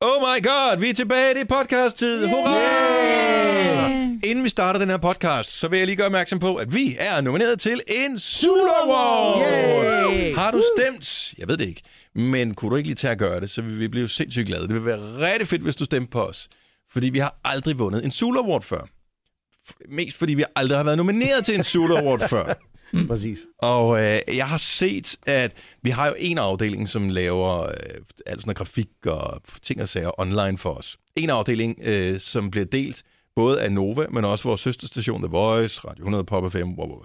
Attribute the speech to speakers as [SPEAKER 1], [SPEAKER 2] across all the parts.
[SPEAKER 1] Oh my god, vi er tilbage, det er podcast-tid. Hurra! Yeah! Inden vi starter den her podcast, så vil jeg lige gøre opmærksom på, at vi er nomineret til en Sula Award!
[SPEAKER 2] Yay!
[SPEAKER 1] Har du stemt? Jeg ved det ikke. Men kunne du ikke lige tage at gøre det, så vil vi blive sindssygt glade. Det vil være rigtig fedt, hvis du stemte på os. Fordi vi har aldrig vundet en Sula Award før. F- mest fordi vi aldrig har været nomineret til en Sula Award før.
[SPEAKER 2] Præcis.
[SPEAKER 1] Og øh, jeg har set, at vi har jo en afdeling, som laver øh, alt sådan noget grafik og ting og sager online for os. En afdeling, øh, som bliver delt både af Nova, men også vores søsterstation The Voice, Radio 100, Pop FM, wow, wow.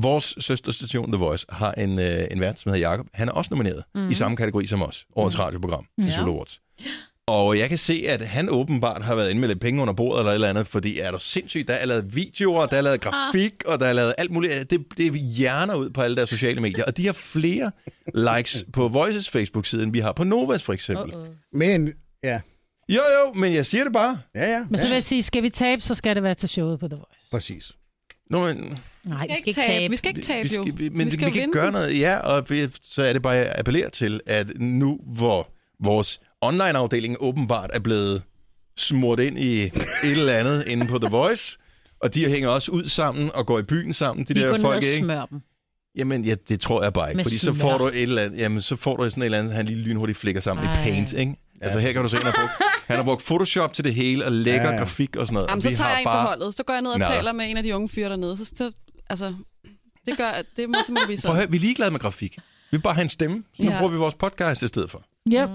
[SPEAKER 1] Vores søsterstation The Voice har en, øh, en vært, som hedder Jakob. Han er også nomineret mm. i samme kategori som os, årets mm. radioprogram til
[SPEAKER 3] Ja.
[SPEAKER 1] ja. Solo Awards. Og jeg kan se, at han åbenbart har været inde med lidt penge under bordet eller et eller andet, fordi er du sindssygt, der er lavet videoer, der er lavet grafik, og der er lavet alt muligt. Det, det hjerner ud på alle deres sociale medier, og de har flere likes på Voices Facebook-side, end vi har på Novas for eksempel.
[SPEAKER 3] Uh-oh.
[SPEAKER 2] Men, ja.
[SPEAKER 1] Jo, jo, men jeg siger det bare.
[SPEAKER 2] Ja, ja.
[SPEAKER 3] Men så vil
[SPEAKER 2] ja.
[SPEAKER 3] jeg sige, skal vi tabe, så skal det være til showet på The Voice.
[SPEAKER 2] Præcis.
[SPEAKER 1] Nå, men,
[SPEAKER 3] Nej, vi
[SPEAKER 4] skal
[SPEAKER 3] skal ikke tabe.
[SPEAKER 4] Vi skal ikke tabe,
[SPEAKER 1] vi,
[SPEAKER 4] jo.
[SPEAKER 1] vi, men vi,
[SPEAKER 4] skal
[SPEAKER 1] vi kan ikke
[SPEAKER 4] vinde.
[SPEAKER 1] gøre noget. Ja, og vi, så er det bare, jeg appellerer til, at nu hvor vores online-afdeling åbenbart er blevet smurt ind i et eller andet inde på The Voice, og de hænger også ud sammen og går i byen sammen, de
[SPEAKER 3] Vi går
[SPEAKER 1] der
[SPEAKER 3] ned og
[SPEAKER 1] folk, ikke?
[SPEAKER 3] smører dem.
[SPEAKER 1] Jamen, ja, det tror jeg bare ikke,
[SPEAKER 3] Med
[SPEAKER 1] fordi så
[SPEAKER 3] smør.
[SPEAKER 1] får du et eller andet, jamen, så får du sådan et eller andet, han lige lynhurtigt flikker sammen Ej.
[SPEAKER 3] Ej.
[SPEAKER 1] i paint, ikke? Altså her kan du se, han har brugt, han har brugt Photoshop til det hele, og lækker
[SPEAKER 2] Ja,
[SPEAKER 1] ja,
[SPEAKER 2] ja.
[SPEAKER 1] grafik og sådan noget.
[SPEAKER 4] Jamen,
[SPEAKER 1] og
[SPEAKER 4] så
[SPEAKER 1] vi
[SPEAKER 4] tager
[SPEAKER 1] har
[SPEAKER 4] jeg en
[SPEAKER 1] bare-
[SPEAKER 4] på holdet, så går jeg ned og
[SPEAKER 1] Nå.
[SPEAKER 4] taler med en af de unge fyre dernede. Så, så altså, det gør, det må simpelthen blive
[SPEAKER 1] Prøv at
[SPEAKER 4] sådan.
[SPEAKER 1] høre, vi er ligeglade med grafik. Vi vil bare have en stemme, så nu
[SPEAKER 4] Ja.
[SPEAKER 1] bruger vi vores podcast i stedet for.
[SPEAKER 3] Ja,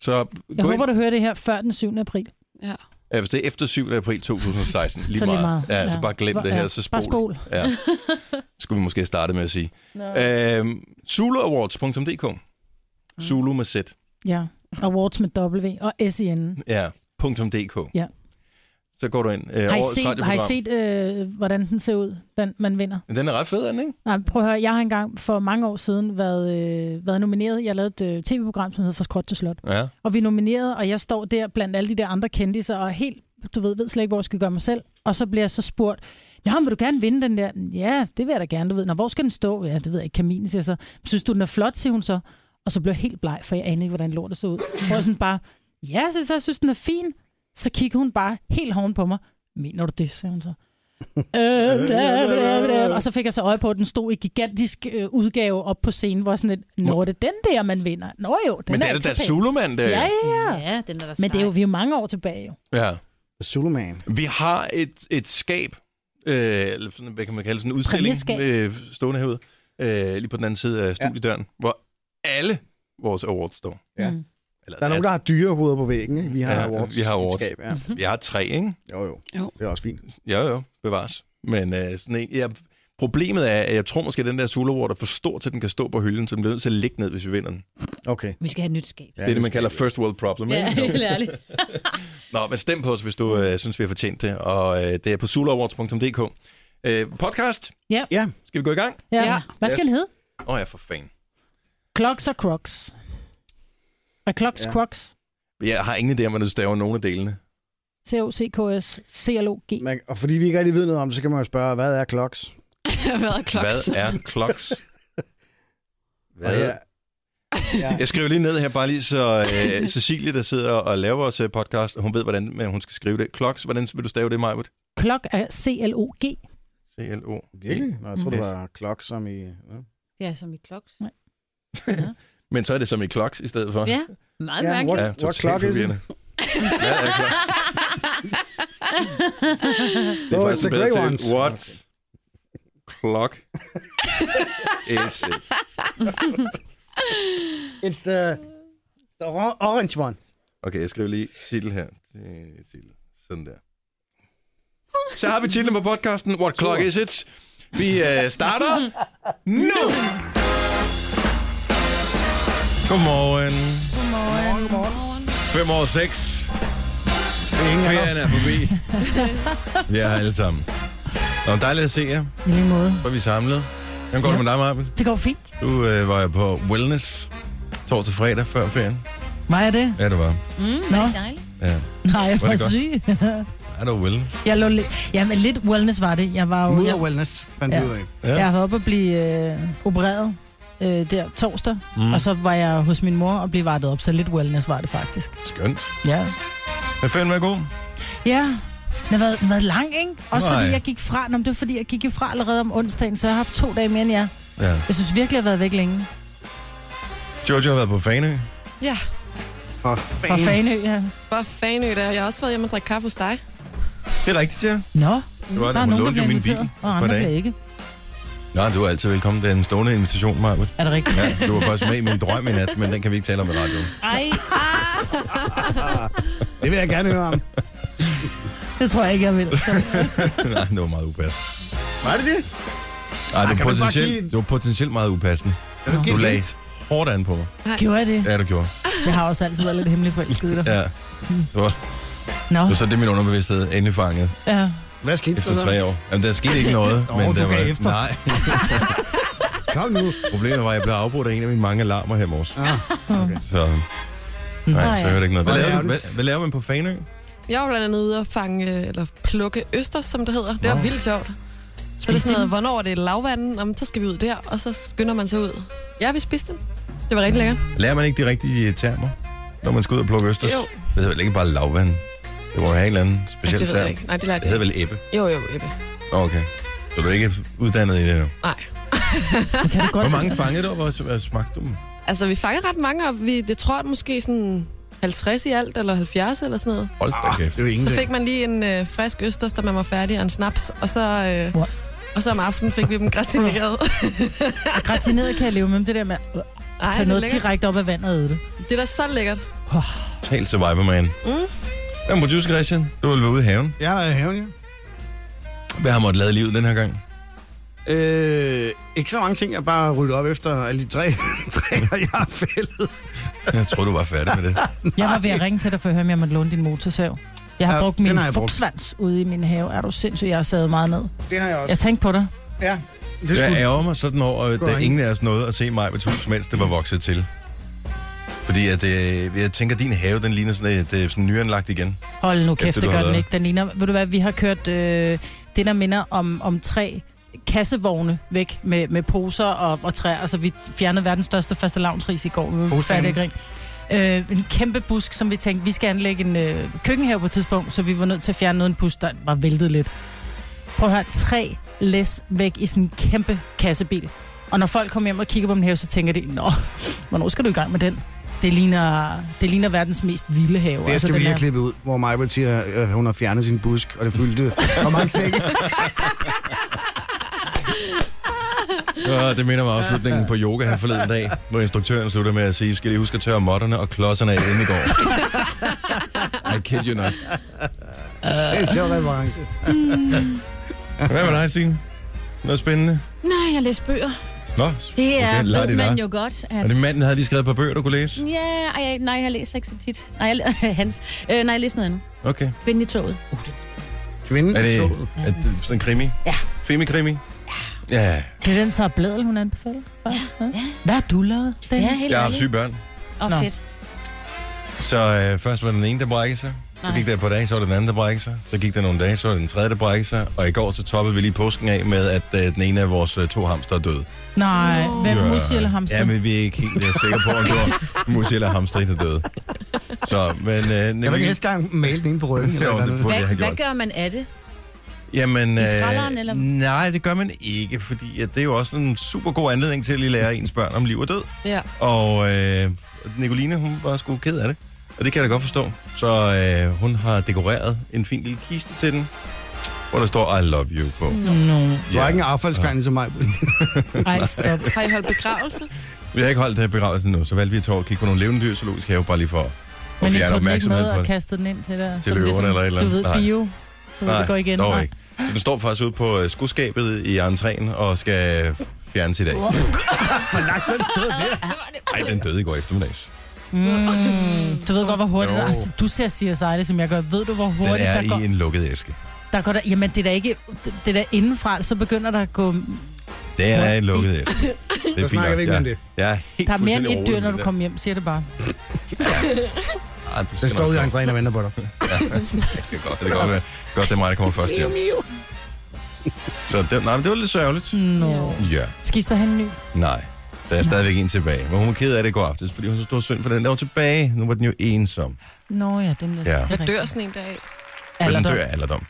[SPEAKER 1] Så
[SPEAKER 3] jeg
[SPEAKER 1] gå ind.
[SPEAKER 3] håber, du hører det her før den 7. april.
[SPEAKER 4] Ja.
[SPEAKER 1] Ja, hvis det er efter 7. april 2016, lige,
[SPEAKER 3] Så lige
[SPEAKER 1] meget.
[SPEAKER 3] meget,
[SPEAKER 1] Ja,
[SPEAKER 3] ja.
[SPEAKER 1] så bare glem det
[SPEAKER 3] Ja,
[SPEAKER 1] her, så spol.
[SPEAKER 3] bare spol.
[SPEAKER 1] Ja. Skulle vi måske have startet med at sige. Øhm, Zuluawards.dk
[SPEAKER 3] Mm.
[SPEAKER 1] Zulu med Z.
[SPEAKER 3] Ja, awards med W og S i enden.
[SPEAKER 1] Ja. .dk.
[SPEAKER 3] Ja.
[SPEAKER 1] Så går du ind. Øh,
[SPEAKER 3] Har I
[SPEAKER 1] årets
[SPEAKER 3] set, har I
[SPEAKER 1] radioprogram.
[SPEAKER 3] set øh, hvordan den ser ud, den man vinder?
[SPEAKER 1] Men Den er ret fed, er den, ikke?
[SPEAKER 3] Nej, men prøv at høre, jeg har engang for mange år siden været, øh, været nomineret. Jeg lavede et øh, tv-program, som hedder Fra Skråt til Slot.
[SPEAKER 1] Ja.
[SPEAKER 3] Og vi er nomineret, og jeg står der blandt alle de der andre kendiser, og er helt, du ved, ved slet ikke, hvor jeg skal gøre mig selv. Og så bliver jeg så spurgt, Nå, men vil du gerne vinde den der? Ja, det vil jeg da gerne, du ved. Nå, hvor skal den stå? Ja, det ved jeg ikke. Kaminen siger så. Synes du, den er flot, siger hun så. Og så blev jeg helt bleg, for jeg anede ikke, hvordan lortet så ud. Og jeg sådan bare, ja, så så jeg synes, den er fin. Så kigger hun bare helt hården på mig. Mener du det, siger hun så. Øh, bla, bla, bla. og så fik jeg så øje på, at den stod i gigantisk øh, udgave op på scenen, hvor sådan et, nå, er det den der, man vinder? Nå jo, den
[SPEAKER 1] Men det
[SPEAKER 3] er
[SPEAKER 1] er det
[SPEAKER 3] ikke
[SPEAKER 1] der
[SPEAKER 3] så pæn."
[SPEAKER 1] Zulu-mand, der.
[SPEAKER 3] Ja, ja, ja.
[SPEAKER 5] Ja, den er da
[SPEAKER 3] Men det er jo,
[SPEAKER 5] sej.
[SPEAKER 3] vi er jo mange år tilbage jo.
[SPEAKER 1] ja.
[SPEAKER 2] Zuluman.
[SPEAKER 1] Vi har et, et skab, øh, eller sådan, hvad kan man kalde sådan en udstilling,
[SPEAKER 3] Præmieskab.
[SPEAKER 1] øh, stående herude, øh, lige på den anden side af studiedøren, ja. hvor alle vores awards står.
[SPEAKER 2] Ja.
[SPEAKER 3] Mm.
[SPEAKER 1] Eller,
[SPEAKER 2] Der er nogen, der har dyre hoveder på væggen. Ikke? Vi har
[SPEAKER 1] Ja,
[SPEAKER 2] awards.
[SPEAKER 1] vi har awards.
[SPEAKER 2] Skab, ja.
[SPEAKER 1] der... Jeg har tre, ikke?
[SPEAKER 2] Jo, jo.
[SPEAKER 4] Jo.
[SPEAKER 2] Det er også fint.
[SPEAKER 1] Jo, jo, bevares. Men øh, sådan en, jeg, problemet er, at jeg tror måske, at den der Sula-award er for stor til, at den kan stå på hylden, så den bliver nødt til at ligge ned, hvis vi vinder den. Ja,
[SPEAKER 2] Okay.
[SPEAKER 5] Vi skal have et nyt skab.
[SPEAKER 2] Ja,
[SPEAKER 1] det er det, man
[SPEAKER 2] skal
[SPEAKER 1] kalder
[SPEAKER 2] vi.
[SPEAKER 1] first world problem.
[SPEAKER 5] Ja,
[SPEAKER 1] Ikke?
[SPEAKER 5] helt ærligt.
[SPEAKER 1] Nå, men stem på os, hvis du øh, synes, vi har fortjent det. Og øh, det er på sulaawards.dk. Øh, podcast,
[SPEAKER 2] Ja,
[SPEAKER 1] skal vi gå i gang?
[SPEAKER 3] Ja.
[SPEAKER 4] Ja.
[SPEAKER 3] Hvad skal
[SPEAKER 1] Yes.
[SPEAKER 3] den hedde?
[SPEAKER 1] Åh, oh, ja, for fanden.
[SPEAKER 3] Clocks og Crocs. Er Clocks
[SPEAKER 2] Ja.
[SPEAKER 3] ja. Crocs?
[SPEAKER 1] Jeg har ingen idé om, hvordan du staver nogle af delene.
[SPEAKER 3] C-O-C-K-S, C-L-O-G.
[SPEAKER 2] man, og fordi vi ikke rigtig ved noget om det, så kan man jo spørge, hvad er kloks?
[SPEAKER 4] Jeg har været kloks.
[SPEAKER 1] Hvad er kloks?
[SPEAKER 2] Og
[SPEAKER 1] Hvad?
[SPEAKER 2] her- Ja.
[SPEAKER 1] Jeg skriver lige ned her, bare lige så øh, Cecilie, der sidder og laver vores øh, podcast, hun ved, hvordan øh, hun skal skrive det. Kloks, hvordan vil du stave det, Majbert?
[SPEAKER 3] Clock er C-L-O-G.
[SPEAKER 1] C-L-O.
[SPEAKER 2] Virkelig? Nå, jeg tror, det
[SPEAKER 1] Mm.
[SPEAKER 2] var klok som i... Ja.
[SPEAKER 5] Ja, som i kloks.
[SPEAKER 1] Men så er det som i kloks i stedet for.
[SPEAKER 5] Ja, meget
[SPEAKER 2] Ja,
[SPEAKER 5] mærkeligt.
[SPEAKER 2] What
[SPEAKER 1] totalt
[SPEAKER 2] clock is it?
[SPEAKER 1] forvirrende. Hvad er klokken? Det er
[SPEAKER 2] Oh,
[SPEAKER 1] faktisk
[SPEAKER 2] it's a
[SPEAKER 1] bedre
[SPEAKER 2] great
[SPEAKER 1] til,
[SPEAKER 2] ones.
[SPEAKER 1] What clock is it?
[SPEAKER 2] It's the, the orange ones.
[SPEAKER 1] Okay, jeg skriver lige titel her. Øh, Titel. Sådan der. Så har vi titlen på podcasten, What Clock Is It? Vi øh, starter nu! Godmorgen.
[SPEAKER 4] Godmorgen. Godmorgen.
[SPEAKER 1] 5 over 6. Ferien er forbi. Vi er her alle sammen. Og dejligt at se jer,
[SPEAKER 3] I lige måde.
[SPEAKER 1] hvor vi er samlet. Hvordan går det med dig, Marvin?
[SPEAKER 3] Det går fint.
[SPEAKER 1] Du øh, var jo på wellness torsdag fredag før ferien.
[SPEAKER 3] Mig er det?
[SPEAKER 1] Ja, det var.
[SPEAKER 5] Mm,
[SPEAKER 3] Nå.
[SPEAKER 5] Nå. Dejligt.
[SPEAKER 1] Ja,
[SPEAKER 3] Nej, jeg
[SPEAKER 1] Var
[SPEAKER 3] var
[SPEAKER 1] det godt?
[SPEAKER 3] syg.
[SPEAKER 1] er du wellness?
[SPEAKER 3] jeg lå lidt... Jamen, lidt wellness var det. Jeg var jo...
[SPEAKER 2] Mood
[SPEAKER 3] Jeg,
[SPEAKER 2] og wellness, fandt
[SPEAKER 3] Oh, Ja.
[SPEAKER 2] vi ud af.
[SPEAKER 3] jeg har været oppe at blive øh, opereret øh, der torsdag,
[SPEAKER 1] Mm.
[SPEAKER 3] mm. og så var jeg hos min mor og blev vartet op, så lidt wellness var det faktisk.
[SPEAKER 1] Skønt.
[SPEAKER 3] Ja.
[SPEAKER 1] Men fanden var god.
[SPEAKER 3] Ja, den har været, den har været lang, ikke? Også
[SPEAKER 1] Nej.
[SPEAKER 3] fordi jeg gik fra, Nå, men det var fordi, jeg gik jo fra allerede om onsdagen, så jeg har haft to dage mere end jer.
[SPEAKER 1] Ja.
[SPEAKER 3] Jeg synes virkelig, jeg har været væk længe.
[SPEAKER 1] Jojo har været på Fanø.
[SPEAKER 4] Ja,
[SPEAKER 2] For
[SPEAKER 3] Fra
[SPEAKER 2] fanden.
[SPEAKER 3] Fanø, ja.
[SPEAKER 4] hvor fanø der. Jeg har også været hjemme og drikke kaffe hos dig.
[SPEAKER 1] Det er rigtigt, ja.
[SPEAKER 3] Nå,
[SPEAKER 1] Det var
[SPEAKER 3] der
[SPEAKER 1] det,
[SPEAKER 3] er
[SPEAKER 1] hun
[SPEAKER 3] nogen, der
[SPEAKER 1] lånte jo
[SPEAKER 3] bliver
[SPEAKER 1] min bil.
[SPEAKER 3] inviteret, og
[SPEAKER 1] et par
[SPEAKER 3] andre
[SPEAKER 1] dage.
[SPEAKER 3] bliver ikke.
[SPEAKER 1] Nej, du er altid velkommen. Det er en stående invitation, Marvitt.
[SPEAKER 3] Er det rigtigt?
[SPEAKER 1] Ja, du var faktisk med i min drøm i nat, men den kan vi ikke tale om i radioen.
[SPEAKER 5] Ej,
[SPEAKER 2] Det vil jeg gerne høre om.
[SPEAKER 3] Det tror jeg ikke, jeg vil.
[SPEAKER 1] Nej, det var meget upassende.
[SPEAKER 2] Var det det?
[SPEAKER 1] Nej,
[SPEAKER 2] Ej,
[SPEAKER 1] det var,
[SPEAKER 2] kan man bare
[SPEAKER 1] potentielt,
[SPEAKER 2] give-
[SPEAKER 1] det var potentielt meget upassende.
[SPEAKER 2] Kan du give
[SPEAKER 1] Du
[SPEAKER 2] et
[SPEAKER 1] lagde
[SPEAKER 2] hint?
[SPEAKER 1] hårdt an på mig.
[SPEAKER 3] Gjorde jeg det?
[SPEAKER 1] Ja, du gjorde.
[SPEAKER 3] Jeg har også altid været lidt hemmelig forelsket i dig.
[SPEAKER 1] Ja. Det var,
[SPEAKER 3] Nå,
[SPEAKER 1] det var så det, min underbevidsthed endelig fanget
[SPEAKER 3] ja.
[SPEAKER 2] Hvad skete der
[SPEAKER 1] efter
[SPEAKER 2] så?
[SPEAKER 1] tre år. Jamen, der skete ikke noget.
[SPEAKER 2] Nå,
[SPEAKER 1] men
[SPEAKER 2] du
[SPEAKER 1] der
[SPEAKER 2] gav
[SPEAKER 1] var,
[SPEAKER 2] efter.
[SPEAKER 1] Nej,
[SPEAKER 2] Kom nu.
[SPEAKER 1] problemet var, at jeg blev afbrudt af en af mine mange alarmer her i morges.
[SPEAKER 2] Ah,
[SPEAKER 1] Så, nej,
[SPEAKER 3] Nej.
[SPEAKER 1] så hørte jeg ikke noget. Hvad
[SPEAKER 2] Hvor
[SPEAKER 1] laver, du-
[SPEAKER 2] ærgerligt.
[SPEAKER 1] hvad, hvad laver man på Fanø?
[SPEAKER 4] Jeg var blandt andet ude og fange, øh, eller plukke øster, som det hedder. Det var
[SPEAKER 1] Nå.
[SPEAKER 4] vildt sjovt. Så er det sådan noget, hvornår er det lavvanden? Jamen, så skal vi ud der, og så skynder man sig ud. Ja, vi spiste den. Det var rigtig lækkert.
[SPEAKER 1] Lærer man ikke de rigtige termer, når man skal ud og plukke østers?
[SPEAKER 4] Jo.
[SPEAKER 1] Det hedder vel ikke bare lavvand? Det må jo have en eller anden
[SPEAKER 4] Ja,
[SPEAKER 1] speciel
[SPEAKER 4] det ved jeg
[SPEAKER 1] term.
[SPEAKER 4] ikke. Nej, det lærte
[SPEAKER 1] Det
[SPEAKER 4] jeg
[SPEAKER 1] hedder
[SPEAKER 4] ikke.
[SPEAKER 1] vel æbbe?
[SPEAKER 4] Jo, jo, Ebbe.
[SPEAKER 1] Okay. Så du er ikke uddannet i det nu?
[SPEAKER 4] Nej.
[SPEAKER 3] Jeg kan det godt.
[SPEAKER 1] Hvor mange fangede du, og hvor hvor smagte du dem?
[SPEAKER 4] Altså, vi fangede ret mange, og vi, det tror jeg måske sådan 50 i alt, eller 70 eller sådan noget.
[SPEAKER 1] Hold da kæft.
[SPEAKER 2] det er jo
[SPEAKER 4] Så
[SPEAKER 2] ingenting.
[SPEAKER 4] fik man lige en øh, frisk østers, da man var færdig, og en snaps, og så... Øh,
[SPEAKER 3] What?
[SPEAKER 4] og så om aftenen fik vi dem gratineret.
[SPEAKER 3] Gratineret kan jeg leve med, men det der med at
[SPEAKER 4] Ej,
[SPEAKER 3] tage
[SPEAKER 4] det, er
[SPEAKER 3] noget
[SPEAKER 4] lækkert.
[SPEAKER 3] direkte op af vandet og æde det.
[SPEAKER 4] det er da så lækkert.
[SPEAKER 1] Total survivor, man.
[SPEAKER 4] Mm.
[SPEAKER 1] Jamen, producer Christian, du vil være ude i haven.
[SPEAKER 2] Jeg er i haven, ja.
[SPEAKER 1] Hvad har måttet lade livet den her gang?
[SPEAKER 2] Øh, ikke så mange ting, jeg bare rydder op efter alle de tre træer, jeg har fældet.
[SPEAKER 1] Jeg tror du var færdig med det.
[SPEAKER 3] Jeg var ved at ringe til dig for at høre, om jeg måtte låne din motorsav. Jeg har
[SPEAKER 2] Ja,
[SPEAKER 3] ja, brugt
[SPEAKER 2] den
[SPEAKER 3] min
[SPEAKER 2] har jeg brugt.
[SPEAKER 3] fugtsvans ude i min have. Er du sindssyg? Jeg har sad meget ned.
[SPEAKER 2] Det har jeg også.
[SPEAKER 3] Jeg tænkte på dig.
[SPEAKER 2] Ja, det skulle...
[SPEAKER 1] Jeg ærger mig sådan over, at
[SPEAKER 2] Skulle
[SPEAKER 1] der
[SPEAKER 2] ringe.
[SPEAKER 1] ingen af os nåede at se mig ved hus, mens det var vokset til. Fordi at, øh, jeg tænker, at din have, den ligner sådan, at det er sådan nyanlagt igen.
[SPEAKER 3] Hold nu
[SPEAKER 1] Efter
[SPEAKER 3] kæft,
[SPEAKER 1] du
[SPEAKER 3] det gør
[SPEAKER 1] har
[SPEAKER 3] den
[SPEAKER 1] været
[SPEAKER 3] ikke. Den ligner, ved du hvad, vi har kørt øh, det, der minder om, om tre kassevogne væk med, med poser og, og træer. Altså, vi fjernede verdens største faste lavnsris i går. Vi var
[SPEAKER 2] Hos
[SPEAKER 3] færdige
[SPEAKER 2] fanden.
[SPEAKER 3] grin. Øh, en kæmpe busk, som vi tænkte, vi skal anlægge en øh, køkkenhave på et tidspunkt, så vi var nødt til at fjerne noget af en busk, der var væltet lidt. Prøv at høre, tre læs væk i sådan en kæmpe kassebil. Og når folk kommer hjem og kigger på min have, så tænker de, nå, hvornår skal du i gang med den? Det ligner, det ligner verdens mest vilde have. altså,
[SPEAKER 2] Det skal
[SPEAKER 3] den
[SPEAKER 2] vi lige
[SPEAKER 3] er-
[SPEAKER 2] have klippet ud, hvor Majbert siger, at hun har fjernet sin busk, og det fyldte og mange sække.
[SPEAKER 1] Ja, det minder mig om afslutningen på yoga her forleden dag, hvor instruktøren slutter med at sige, skal I huske at tørre måtterne og klodserne af inden i går. I kid you not.
[SPEAKER 2] Det er en sjov reference.
[SPEAKER 1] Hvad med dig, Signe? Noget spændende?
[SPEAKER 5] nej, jeg læste bøger.
[SPEAKER 1] Nå,
[SPEAKER 5] Det er,
[SPEAKER 1] la di
[SPEAKER 5] ved
[SPEAKER 1] la.
[SPEAKER 5] man jo godt. At...
[SPEAKER 1] er det manden, der havde lige skrevet et par bøger, du kunne læse?
[SPEAKER 5] Ja, ej, ej, nej, jeg læser ikke så tit. Nej, jeg, læ- hans. Øh, nej, jeg læser noget andet.
[SPEAKER 1] Okay.
[SPEAKER 5] Kvinden i toget. Uh, det
[SPEAKER 2] Kvinden
[SPEAKER 1] Er
[SPEAKER 2] i
[SPEAKER 1] det,
[SPEAKER 2] toget.
[SPEAKER 1] er det sådan en krimi?
[SPEAKER 5] Ja.
[SPEAKER 1] Femi-krimi? Ja.
[SPEAKER 3] Det er den så blædel, hun anbefaler faktisk. Ja. Hvad har du lavet, Dennis?
[SPEAKER 5] Ja, helt
[SPEAKER 1] Jeg har haft
[SPEAKER 5] ærligt.
[SPEAKER 1] syge børn.
[SPEAKER 5] Og
[SPEAKER 3] Nå.
[SPEAKER 5] fedt.
[SPEAKER 1] Så øh, først var den ene, der brækkede sig. Så
[SPEAKER 5] Nej.
[SPEAKER 1] gik der et par dage, så var det den anden, der brækkede sig. Så gik der nogle dage, så var det den tredje, der brækkede sig. Og i går så toppede vi lige påsken af med, at øh, den ene af vores øh, to hamster er døde.
[SPEAKER 3] Nej, hvem
[SPEAKER 1] Ja.
[SPEAKER 3] musi eller hamster?
[SPEAKER 1] Ja, men vi er ikke helt øh, sikre på, om det var mus eller hamster, der døde. Så, men... Øh,
[SPEAKER 2] Jeg vil
[SPEAKER 1] vi-
[SPEAKER 2] næste gang male den inde på ryggen.
[SPEAKER 1] Jo,
[SPEAKER 2] Eller
[SPEAKER 1] det
[SPEAKER 2] noget.
[SPEAKER 1] burde jeg
[SPEAKER 5] Hvad,
[SPEAKER 1] have
[SPEAKER 5] hvad
[SPEAKER 1] gjort.
[SPEAKER 5] gør man af det?
[SPEAKER 1] Jamen, øh,
[SPEAKER 5] I skralderen, eller?
[SPEAKER 1] Nej, det gør man ikke, fordi at det er jo også en super god anledning til at lige lære ens børn om liv og død.
[SPEAKER 4] Ja.
[SPEAKER 1] Og øh, Nicoline, hun var sgu ked af det. Og det kan jeg da godt forstå. Så øh, hun har dekoreret en fin lille kiste til den, hvor der står I love you på. Mm.
[SPEAKER 3] Nå,
[SPEAKER 2] Du har ikke en affaldskrænd som mig.
[SPEAKER 3] ej, stop.
[SPEAKER 4] Har I holdt begravelse?
[SPEAKER 1] Vi har ikke holdt det her begravelse endnu, så valgte vi at tage og kigge på nogle levende dyr i zoologisk have, bare lige for at
[SPEAKER 3] Men I
[SPEAKER 1] fjerne
[SPEAKER 3] tog den ikke
[SPEAKER 1] opmærksomheden
[SPEAKER 3] med
[SPEAKER 1] på
[SPEAKER 3] og
[SPEAKER 1] det.
[SPEAKER 3] kastede den ind til der.
[SPEAKER 1] Til løverne eller et eller andet.
[SPEAKER 3] Du ved,
[SPEAKER 1] Nej.
[SPEAKER 3] bio. Du ved, det går igen.
[SPEAKER 1] dog
[SPEAKER 3] Nej.
[SPEAKER 1] ikke. Så den står faktisk ude på øh, skudskabet i entréen og skal fjernes i dag.
[SPEAKER 2] Hvor langt så er det stået der?
[SPEAKER 1] Nej, den døde i går eftermiddags.
[SPEAKER 3] Mm, du ved godt, hvor hurtigt...
[SPEAKER 1] Jo.
[SPEAKER 3] Altså, du ser CSI, det som jeg gør. Ved du, hvor
[SPEAKER 1] Den
[SPEAKER 3] hurtigt
[SPEAKER 1] er
[SPEAKER 3] der går,
[SPEAKER 1] i en lukket æske.
[SPEAKER 3] der går... Der Jamen, det er da ikke... Det der indenfra, så begynder der at gå...
[SPEAKER 1] Den er i en lukket æske. Det
[SPEAKER 2] Så snakker
[SPEAKER 1] nok.
[SPEAKER 2] vi ikke
[SPEAKER 1] Jeg-
[SPEAKER 2] om det.
[SPEAKER 1] Jeg er helt
[SPEAKER 3] Der er mere end
[SPEAKER 1] fuldstændig rolig
[SPEAKER 3] et dyr,
[SPEAKER 1] med
[SPEAKER 3] når du
[SPEAKER 1] det
[SPEAKER 3] kommer hjem, siger det bare.
[SPEAKER 1] der. Ah, du
[SPEAKER 2] Den
[SPEAKER 1] skal
[SPEAKER 2] står
[SPEAKER 1] nok
[SPEAKER 2] ude i
[SPEAKER 1] komme.
[SPEAKER 2] entréen og venter på dig.
[SPEAKER 1] Det kan godt, det kan godt, være. godt, det er mig, der kommer først hjem. Så det, nej, men det var lidt sørgeligt.
[SPEAKER 3] Mm, Nå.
[SPEAKER 4] Jo.
[SPEAKER 1] Ja,
[SPEAKER 3] Skal I så have en ny?
[SPEAKER 1] nej. Der er stadigvæk en tilbage. Men hun var ked af det i går aftes, fordi hun synes, det var synd for den. Der var tilbage. Nu var den jo ensom.
[SPEAKER 3] Nå ja, den er
[SPEAKER 1] Ja.
[SPEAKER 3] det er
[SPEAKER 4] Jeg
[SPEAKER 3] rigtigt.
[SPEAKER 4] dør sådan en dag.
[SPEAKER 1] Men den
[SPEAKER 3] Alderdom.
[SPEAKER 1] dør af alderdom.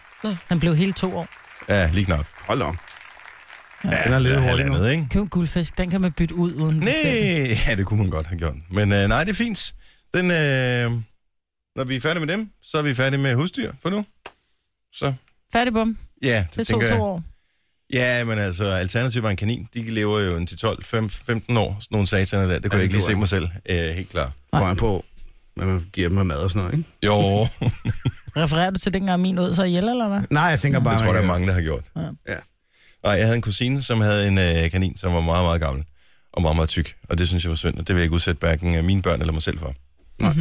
[SPEAKER 3] Han blev hele to år.
[SPEAKER 1] Ja, lige knap.
[SPEAKER 2] Hold om.
[SPEAKER 1] Ja,
[SPEAKER 2] den er lidt
[SPEAKER 1] eller
[SPEAKER 2] hurtig nu.
[SPEAKER 1] halvandet, ikke?
[SPEAKER 3] Køb en guldfisk, den kan man bytte ud uden dessert.
[SPEAKER 1] Nej, ja, det kunne man godt have gjort. Men øh, nej, det er fint. Den, øh, når vi er færdige med dem, så er vi færdige med husdyr for nu. Så,
[SPEAKER 3] Færdig bum.
[SPEAKER 1] ja, det,
[SPEAKER 3] Det tog
[SPEAKER 1] tænker
[SPEAKER 3] to
[SPEAKER 1] jeg.
[SPEAKER 3] år.
[SPEAKER 1] Ja, men altså, alternativet var en kanin. De lever jo en til 12, 5, 15 år, sådan nogle sataner der. Det kunne
[SPEAKER 2] Ja,
[SPEAKER 1] jeg ikke lige
[SPEAKER 2] det
[SPEAKER 1] se
[SPEAKER 2] tror
[SPEAKER 1] mig selv. Øh, helt klar.
[SPEAKER 3] Nej.
[SPEAKER 2] Kommer an på, hvad man giver dem af mad og sådan noget, ikke?
[SPEAKER 1] Jo,
[SPEAKER 3] Refererer du til dengang min ud så ihjel, eller hvad?
[SPEAKER 2] Nej, jeg tænker bare...
[SPEAKER 1] jeg tror, der
[SPEAKER 2] man
[SPEAKER 1] er
[SPEAKER 2] kan-
[SPEAKER 1] mange, der har gjort.
[SPEAKER 2] Ja.
[SPEAKER 1] Nej, jeg havde en kusine, som havde en øh, kanin, som var meget, meget gammel og meget, meget tyk. Og det synes jeg var synd, og det vil jeg ikke udsætte hverken øh, mine børn eller mig selv for.
[SPEAKER 2] Nej.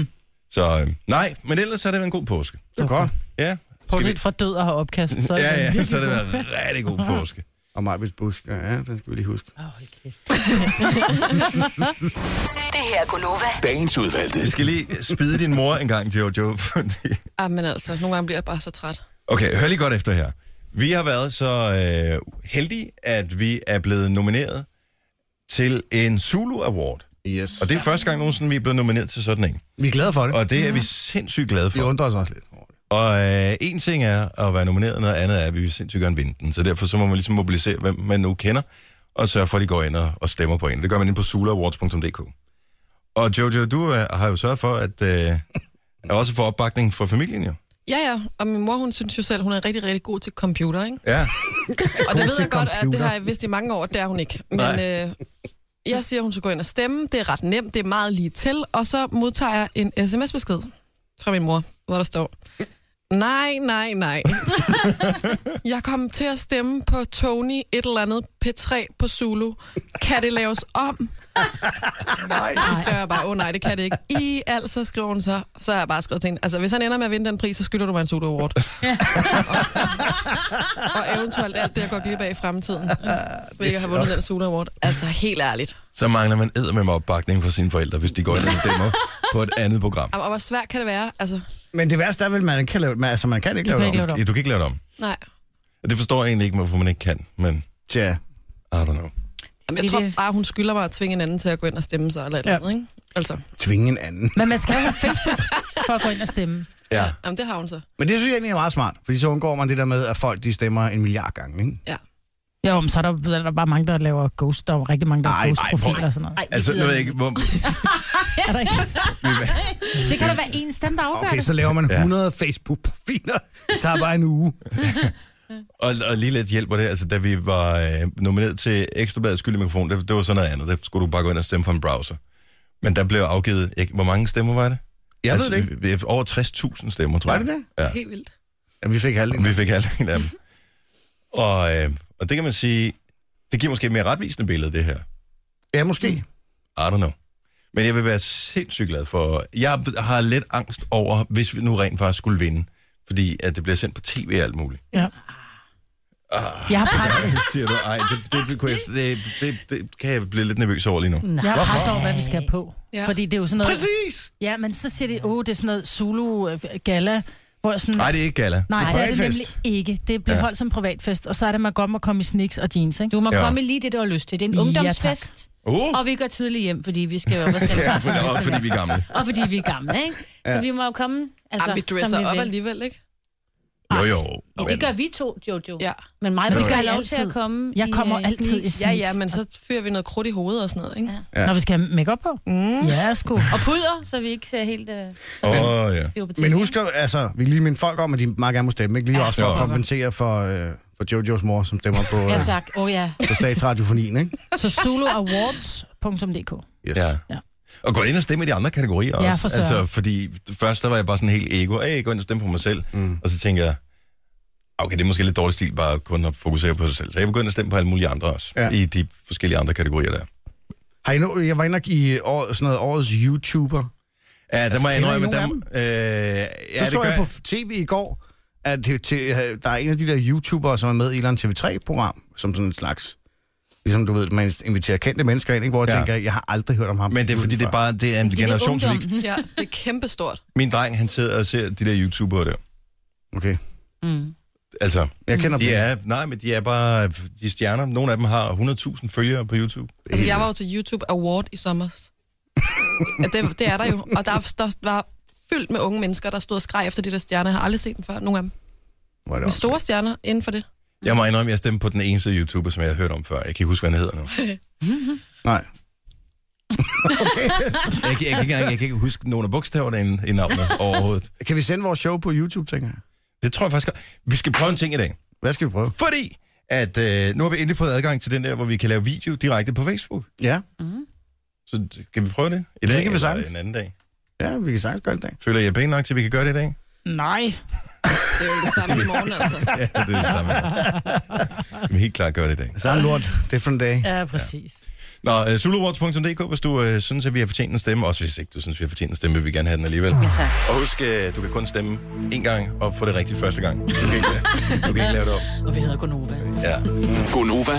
[SPEAKER 1] Så øh, nej, men ellers har det været en god påske.
[SPEAKER 2] Det er godt.
[SPEAKER 1] Ja. Skal vi-
[SPEAKER 3] Bortset fra død og har opkast, så
[SPEAKER 1] Så
[SPEAKER 3] er
[SPEAKER 1] ja,
[SPEAKER 3] den
[SPEAKER 1] ja,
[SPEAKER 3] virkelig
[SPEAKER 1] så har det
[SPEAKER 3] god.
[SPEAKER 1] været en rigtig god påske.
[SPEAKER 2] Og Majbets Busk, ja, den skal vi lige huske.
[SPEAKER 3] Åh, hold kæft.
[SPEAKER 6] Det her er Gunova.
[SPEAKER 7] Dagens udvalgte.
[SPEAKER 1] Vi skal lige spide din mor en gang, Jojo. fordi-
[SPEAKER 4] Ah, men altså, nogle gange bliver jeg bare så træt.
[SPEAKER 1] Okay, hør lige godt efter her. Vi har været så øh, heldige, at vi er blevet nomineret til en Zulu Award.
[SPEAKER 2] Yes.
[SPEAKER 1] Og det er første gang nogensinde, vi er blevet nomineret til sådan en.
[SPEAKER 2] Vi er glade for det.
[SPEAKER 1] Og det er vi sindssygt glade
[SPEAKER 2] Vi
[SPEAKER 1] for.
[SPEAKER 2] undrer os også lidt over det.
[SPEAKER 1] Og øh, en ting er at være nomineret, noget andet er, at vi vil sindssygt gerne vinde den. Så derfor så må man ligesom mobilisere, hvem man nu kender, og sørge for, at de går ind og, og stemmer på en. Det gør man ind på sulaawards.dk. Og Jojo, du øh, har jo sørget for, at øh, at også få opbakning fra familien jo.
[SPEAKER 4] Ja, ja, og min mor, hun synes jo selv, hun er rigtig, rigtig god til computer, ikke?
[SPEAKER 1] Ja,
[SPEAKER 4] Og det
[SPEAKER 2] God
[SPEAKER 4] ved
[SPEAKER 2] til
[SPEAKER 4] jeg godt, at det
[SPEAKER 2] computer.
[SPEAKER 4] har jeg vidst i mange år, at det er hun ikke. Men
[SPEAKER 1] Nej.
[SPEAKER 4] øh, jeg siger, hun skal gå ind og stemme. Det er ret nemt, det er meget lige til. Og så modtager jeg en sms-besked fra min mor, hvor der står, nej, nej, nej. jeg kom til at stemme på Tony et eller andet P3 på Zulu. Kan det laves om? Nej. Så skrev jeg bare, åh oh, nej, det kan det ikke. I altså, skriver hun så. Så har jeg bare skrevet til hende, altså hvis han ender med at vinde den pris, så skylder du mig en Zulu Award. Og eventuelt alt det, jeg går glip af i fremtiden. Ved ikke at have vundet den Sula Award. Altså, helt ærligt.
[SPEAKER 1] så mangler man edder med opbakning fra sine forældre, hvis de går ind og stemmer på et andet program.
[SPEAKER 4] Jamen, Og hvor svært kan det være? Altså,
[SPEAKER 2] Men det værste er vel, man kan lave, man, altså man kan ikke
[SPEAKER 3] Du
[SPEAKER 2] lave
[SPEAKER 3] kan
[SPEAKER 2] det
[SPEAKER 3] ikke
[SPEAKER 2] om.
[SPEAKER 3] lave det
[SPEAKER 1] Ja,
[SPEAKER 3] om.
[SPEAKER 1] du kan ikke lave det om.
[SPEAKER 4] nej.
[SPEAKER 1] Og det forstår jeg egentlig ikke, hvorfor man ikke kan, men
[SPEAKER 2] Tja.
[SPEAKER 1] I don't know.
[SPEAKER 4] Jamen,
[SPEAKER 5] Det
[SPEAKER 4] jeg
[SPEAKER 5] er
[SPEAKER 4] tror
[SPEAKER 5] det.
[SPEAKER 4] bare, hun skylder mig at tvinge en anden til at gå ind og stemme sig, eller et
[SPEAKER 3] Ja.
[SPEAKER 4] eller andet, ikke? Altså,
[SPEAKER 2] Tvinge en anden.
[SPEAKER 3] Men man skal jo have Facebook for at gå ind og stemme.
[SPEAKER 1] Ja,
[SPEAKER 4] jamen, det har hun så.
[SPEAKER 2] Men det synes jeg egentlig er meget smart, fordi så undgår man det der med, at folk de stemmer en milliard gange, ikke?
[SPEAKER 3] Jo, men så er der, er der bare mange, der laver ghost, og rigtig mange, der
[SPEAKER 2] Ej,
[SPEAKER 3] har
[SPEAKER 2] ej,
[SPEAKER 3] ghost-profiler og sådan noget.
[SPEAKER 5] Ej,
[SPEAKER 1] altså nu ved jeg ikke, hvor...
[SPEAKER 3] Er der ikke? Det kan da være en stemme, der afgør
[SPEAKER 2] Okay,
[SPEAKER 3] det.
[SPEAKER 2] så laver man
[SPEAKER 1] Ja.
[SPEAKER 2] 100 Facebook-profiler. Det tager bare en uge.
[SPEAKER 1] Og, og lige lidt hjælper det, altså da vi var øh, nomineret til Ekstrabladets skyldig mikrofon, det, det var sådan noget andet, der skulle du bare gå ind og stemme for en browser. Men der blev afgivet, ikke, hvor mange stemmer var det?
[SPEAKER 2] Jeg
[SPEAKER 1] altså,
[SPEAKER 2] ved det ikke.
[SPEAKER 1] ikke. Over 60.000 stemmer, tror
[SPEAKER 2] Var
[SPEAKER 1] jeg.
[SPEAKER 2] det det?
[SPEAKER 1] Ja.
[SPEAKER 4] Helt vildt.
[SPEAKER 2] Ja, vi fik halvdelen.
[SPEAKER 1] Vi fik halvdelen af dem. Og, øh, og det kan man sige, det giver måske et mere retvisende billede, det her.
[SPEAKER 2] Ja, måske.
[SPEAKER 1] I don't know. Men jeg vil være sindssygt glad for... Jeg har lidt angst over, hvis vi nu rent faktisk skulle vinde. Fordi at det bliver sendt på tv og alt muligt.
[SPEAKER 3] Ja.
[SPEAKER 1] Ah.
[SPEAKER 3] Jeg har presset,
[SPEAKER 1] Siger du, ej, det, det, kunne jeg, det, det, det kan jeg blive lidt nervøs over lige nu.
[SPEAKER 3] jeg har presset over, hvad vi skal have på.
[SPEAKER 4] Ja.
[SPEAKER 3] Fordi det er jo sådan noget...
[SPEAKER 1] Præcis!
[SPEAKER 3] Ja, men så siger de, åh, det er sådan noget Zulu-gala, hvor jeg sådan...
[SPEAKER 1] Nej, det er ikke gala.
[SPEAKER 3] Nej, det er det nemlig
[SPEAKER 2] privatfest.
[SPEAKER 3] ikke. Det bliver
[SPEAKER 1] Ja.
[SPEAKER 3] ja. holdt som privatfest, og så er det, man godt må komme i sneaks og jeans, ikke?
[SPEAKER 5] Du må
[SPEAKER 1] Ja.
[SPEAKER 5] ja. komme lige det, du har lyst til. Det er en
[SPEAKER 3] Ja,
[SPEAKER 5] ungdomsfest, ja,
[SPEAKER 1] Uh,
[SPEAKER 5] og vi går tidligt hjem, fordi vi skal jo op og sætte
[SPEAKER 1] ja, for, og fordi vi er gamle.
[SPEAKER 5] Og fordi vi er gamle, ikke? Så vi må jo komme, altså,
[SPEAKER 4] Altså, jamen, vi dresser
[SPEAKER 5] som vi
[SPEAKER 4] op
[SPEAKER 5] vil.
[SPEAKER 4] alligevel, ikke?
[SPEAKER 1] Jo, jo.
[SPEAKER 5] Ja, det gør vi to, Jojo.
[SPEAKER 4] Ja.
[SPEAKER 5] Men mig, du
[SPEAKER 3] Det
[SPEAKER 5] skal
[SPEAKER 3] gør
[SPEAKER 5] have
[SPEAKER 3] jeg
[SPEAKER 5] lov til
[SPEAKER 3] altid.
[SPEAKER 5] at komme.
[SPEAKER 3] Jeg kommer
[SPEAKER 5] øh,
[SPEAKER 3] altid i
[SPEAKER 5] sneaks.
[SPEAKER 4] Ja, ja, men så fyrer vi noget krudt i hovedet og sådan noget, ikke?
[SPEAKER 3] Når vi skal have makeup på?
[SPEAKER 4] Mm.
[SPEAKER 3] Ja, sgu.
[SPEAKER 5] Og pudder, så vi ikke ser helt... Øh,
[SPEAKER 1] Åh, oh, ja.
[SPEAKER 5] vi er jo på
[SPEAKER 2] Men
[SPEAKER 5] tv.
[SPEAKER 2] husk jo, altså, vi kan lige minde folk om, at de meget gerne må stemme, ikke? Lige også for
[SPEAKER 1] Jo.
[SPEAKER 2] at kompensere for, øh, for Jojos mor, som stemmer på,
[SPEAKER 5] Ja,
[SPEAKER 2] øh,
[SPEAKER 5] tak. Åh, oh, ja.
[SPEAKER 2] på statsradiofonien, ikke?
[SPEAKER 3] Så soloawards.dk.
[SPEAKER 2] Yes.
[SPEAKER 1] Ja.
[SPEAKER 3] Ja.
[SPEAKER 1] Og gå ind og stemme i de andre kategorier også.
[SPEAKER 3] Ja, for søren.
[SPEAKER 1] altså, fordi først der var jeg bare sådan helt ego. Hey, gå ind og stemme på mig selv. Mm. Og så tænker jeg, okay, det er måske lidt dårlig stil bare kun at fokusere på sig selv. Så jeg begyndte at stemme på alle mulige andre også. Ja.
[SPEAKER 2] Ja.
[SPEAKER 1] I de forskellige andre kategorier der.
[SPEAKER 2] Har I nu, jeg var inde og give år, sådan noget årets YouTuber.
[SPEAKER 1] Ja, der
[SPEAKER 2] Altså,
[SPEAKER 1] må jeg
[SPEAKER 2] kender I
[SPEAKER 1] indrømme,
[SPEAKER 2] nogen
[SPEAKER 1] der,
[SPEAKER 2] af
[SPEAKER 1] øh,
[SPEAKER 2] dem?
[SPEAKER 1] ja,
[SPEAKER 2] Ja, så
[SPEAKER 1] det
[SPEAKER 2] så
[SPEAKER 1] gør
[SPEAKER 2] jeg på tv i går, at til, til, øh, der er en af de der YouTubere, som er med i et eller andet TV3-program, som sådan en slags... Ligesom du ved, man inviterer kendte mennesker ind, ikke? hvor jeg
[SPEAKER 1] Ja.
[SPEAKER 2] ja. tænker, jeg har aldrig hørt om ham.
[SPEAKER 1] Men det er fordi, det er
[SPEAKER 2] udenfor.
[SPEAKER 1] bare det er en
[SPEAKER 5] Det er
[SPEAKER 1] generationsvig.
[SPEAKER 5] ungdom.
[SPEAKER 4] Ja, det er kæmpestort.
[SPEAKER 1] Min dreng, han sidder og ser de der YouTubere der.
[SPEAKER 2] Okay.
[SPEAKER 5] Mm.
[SPEAKER 1] altså,
[SPEAKER 2] Jeg kender dem.
[SPEAKER 1] de er, nej, men de er bare, de er stjerner. Nogle af dem har 100.000 følgere på YouTube.
[SPEAKER 4] Altså, jeg var jo til YouTube Award i sommer. Ja, det, det er der jo. Og der, der var fyldt med unge mennesker, der stod og skreg efter de der stjerner. Jeg har aldrig set dem før, nogen af dem.
[SPEAKER 2] Hvor er det
[SPEAKER 4] Med
[SPEAKER 2] også-
[SPEAKER 4] store stjerner inden for det.
[SPEAKER 1] Jeg må indrømme, at jeg stemte på den eneste YouTuber, som jeg har hørt om før. Jeg kan ikke huske, hvad han hedder nu.
[SPEAKER 2] Nej.
[SPEAKER 1] Jeg, kan- jeg, kan, ikke engang- jeg kan ikke huske nogen af bogstaverne i- i navnet overhovedet.
[SPEAKER 2] Kan vi sende vores show på YouTube, tænker jeg?
[SPEAKER 1] Det tror jeg faktisk godt. Vi skal prøve en ting i dag.
[SPEAKER 2] Hvad skal vi prøve?
[SPEAKER 1] Fordi at øh, nu har vi endelig fået adgang til den der, hvor vi kan lave video direkte på Facebook.
[SPEAKER 2] Ja,
[SPEAKER 1] Så d- kan vi prøve det i
[SPEAKER 2] Det
[SPEAKER 1] dag
[SPEAKER 2] kan vi
[SPEAKER 1] eller
[SPEAKER 2] sagtens.
[SPEAKER 1] en anden dag?
[SPEAKER 2] ja vi kan sagtens gøre det i dag.
[SPEAKER 1] Føler jeg pænt nok til, at vi kan gøre det i dag?
[SPEAKER 3] Nej.
[SPEAKER 4] Det er jo det samme i morgen, altså.
[SPEAKER 1] Ja, det er det samme. Vi kan helt klart gøre det i dag.
[SPEAKER 2] Samme lort. Different day.
[SPEAKER 3] Ja, præcis.
[SPEAKER 1] Nå, uh, zuluawards.dk, hvis du uh, synes, at vi har fortjent en stemme. Også hvis ikke du synes, vi har fortjent en stemme, vil vi gerne have den alligevel.
[SPEAKER 5] Ja, tak.
[SPEAKER 1] Og husk, uh, du kan kun stemme én gang og få det rigtigt første gang. Du kan ikke, øh, du kan ikke lave det om.
[SPEAKER 3] Og vi hedder Gonova.
[SPEAKER 1] Ja.
[SPEAKER 6] Gonova,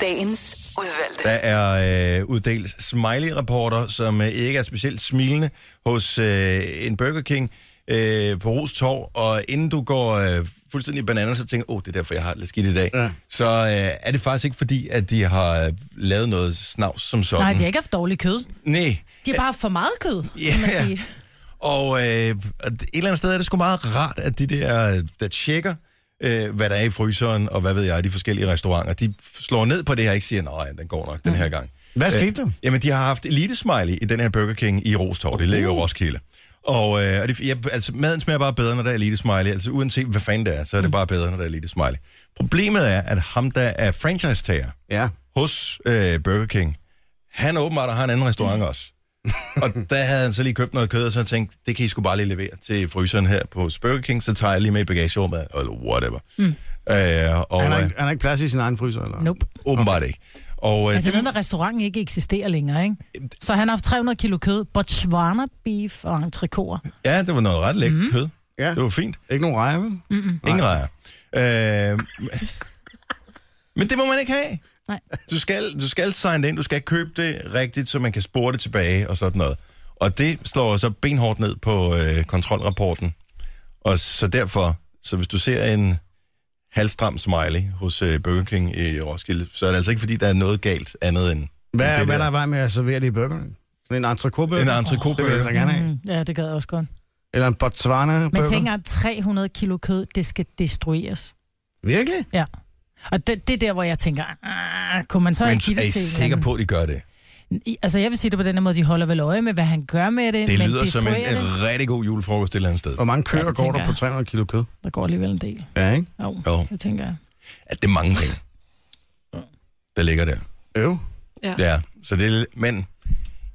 [SPEAKER 7] Dagens udvalgte.
[SPEAKER 1] Der er øh, uddelt smiley-rapporter, som øh, ikke er specielt smilende hos øh, en Burger King øh, på Ros Torv, og inden du går øh, fuldstændig bananer, så tænker åh, oh, det er derfor, jeg har det lidt skidt i dag. Ja. Så øh, er det faktisk ikke fordi, at de har øh, lavet noget snavs som sådan.
[SPEAKER 3] Nej, de har ikke haft dårligt kød.
[SPEAKER 1] Nej.
[SPEAKER 3] De har bare haft for meget kød,
[SPEAKER 1] Ja.
[SPEAKER 3] kan man sige.
[SPEAKER 1] Og øh, og et eller andet sted er det sgu meget rart, at de der, der tjekker, øh, hvad der er i fryseren, og hvad ved jeg, de forskellige restauranter, de slår ned på det her, og ikke siger, nej, den går nok den
[SPEAKER 3] Mhm.
[SPEAKER 1] her gang. Øh,
[SPEAKER 2] Hvad skete der?
[SPEAKER 1] Jamen, de har haft Elite Smiley i den her Burger King i Rostov. Det ligger i
[SPEAKER 3] Uhuh.
[SPEAKER 1] Roskilde. Og, øh, og det, ja, altså, maden smager bare bedre, når der er Elite Smiley. Altså, uanset hvad fanden det er, så er
[SPEAKER 3] Mm.
[SPEAKER 1] det bare bedre, når der er Elite Smiley. Problemet er, at ham, der er franchise-tager
[SPEAKER 2] Ja.
[SPEAKER 1] hos øh, Burger King, han er åbenbart og har en anden restaurant også. og der havde han så lige købt noget kød, og så tænkte, det kan I sgu bare lige levere til fryseren her på Burger King, så tager jeg lige med i bagagerummet, eller whatever. Mm. Øh, og,
[SPEAKER 2] Han har,
[SPEAKER 1] øh,
[SPEAKER 2] ikke, han har ikke plads i sin egen fryser, eller?
[SPEAKER 3] Nope.
[SPEAKER 1] åbenbart ikke. Og, øh,
[SPEAKER 3] Altså noget med, at restauranten ikke eksisterer længere, ikke? Så han har haft 300 kilo kød, Botswana beef og entrecôter.
[SPEAKER 1] Ja, det var noget ret lækkert mm. kød.
[SPEAKER 2] Ja.
[SPEAKER 1] Det var fint.
[SPEAKER 2] Ikke nogen rejer, vel?
[SPEAKER 1] Ingen rejer. Øh, men det må man ikke have.
[SPEAKER 3] Nej.
[SPEAKER 1] Du skal, du skal signe det ind, du skal købe det rigtigt, så man kan spore det tilbage og sådan noget. Og det slår så benhårdt ned på øh, kontrolrapporten. Og så derfor, så hvis du ser en halvstram smiley hos øh, Burger King i Roskilde, så er det altså ikke, fordi der er noget galt andet end
[SPEAKER 2] Hvad,
[SPEAKER 1] det
[SPEAKER 2] det hvad
[SPEAKER 1] der.
[SPEAKER 2] der er i vej med at servere det i burgerne? Sådan en entrecôte-burger?
[SPEAKER 1] en
[SPEAKER 2] Det vil jeg
[SPEAKER 1] entrecôte.
[SPEAKER 2] da gerne have.
[SPEAKER 3] Mm, ja, det gad jeg også godt.
[SPEAKER 2] Eller en
[SPEAKER 3] Men
[SPEAKER 2] Botswana-burger?
[SPEAKER 3] tænk at 300 kilo kød, det skal destrueres.
[SPEAKER 2] Virkelig?
[SPEAKER 3] Ja. Og det, det er der, hvor jeg tænker, ah, kunne man så
[SPEAKER 1] Men
[SPEAKER 3] ikke give
[SPEAKER 1] er
[SPEAKER 3] det
[SPEAKER 1] I
[SPEAKER 3] til en
[SPEAKER 1] sikre
[SPEAKER 3] anden?
[SPEAKER 1] på, at de gør det?
[SPEAKER 3] I- Altså, jeg vil sige det på den her måde, de holder vel øje med, hvad han gør med det,
[SPEAKER 1] Det
[SPEAKER 3] men
[SPEAKER 1] lyder som en,
[SPEAKER 3] destruerer
[SPEAKER 1] en
[SPEAKER 3] det.
[SPEAKER 1] rigtig god julefrokost et eller andet sted.
[SPEAKER 2] Hvor mange køer
[SPEAKER 3] Ja, det
[SPEAKER 2] går der
[SPEAKER 3] tænker
[SPEAKER 2] på
[SPEAKER 3] jeg.
[SPEAKER 2] 300 kilo kød?
[SPEAKER 3] Der går alligevel en del.
[SPEAKER 2] Ja, ikke?
[SPEAKER 3] Jo,
[SPEAKER 1] Jo.
[SPEAKER 3] det tænker jeg.
[SPEAKER 1] at det er mange penge, der ligger der.
[SPEAKER 2] Øv.
[SPEAKER 4] Ja.
[SPEAKER 1] Ja, så det er, men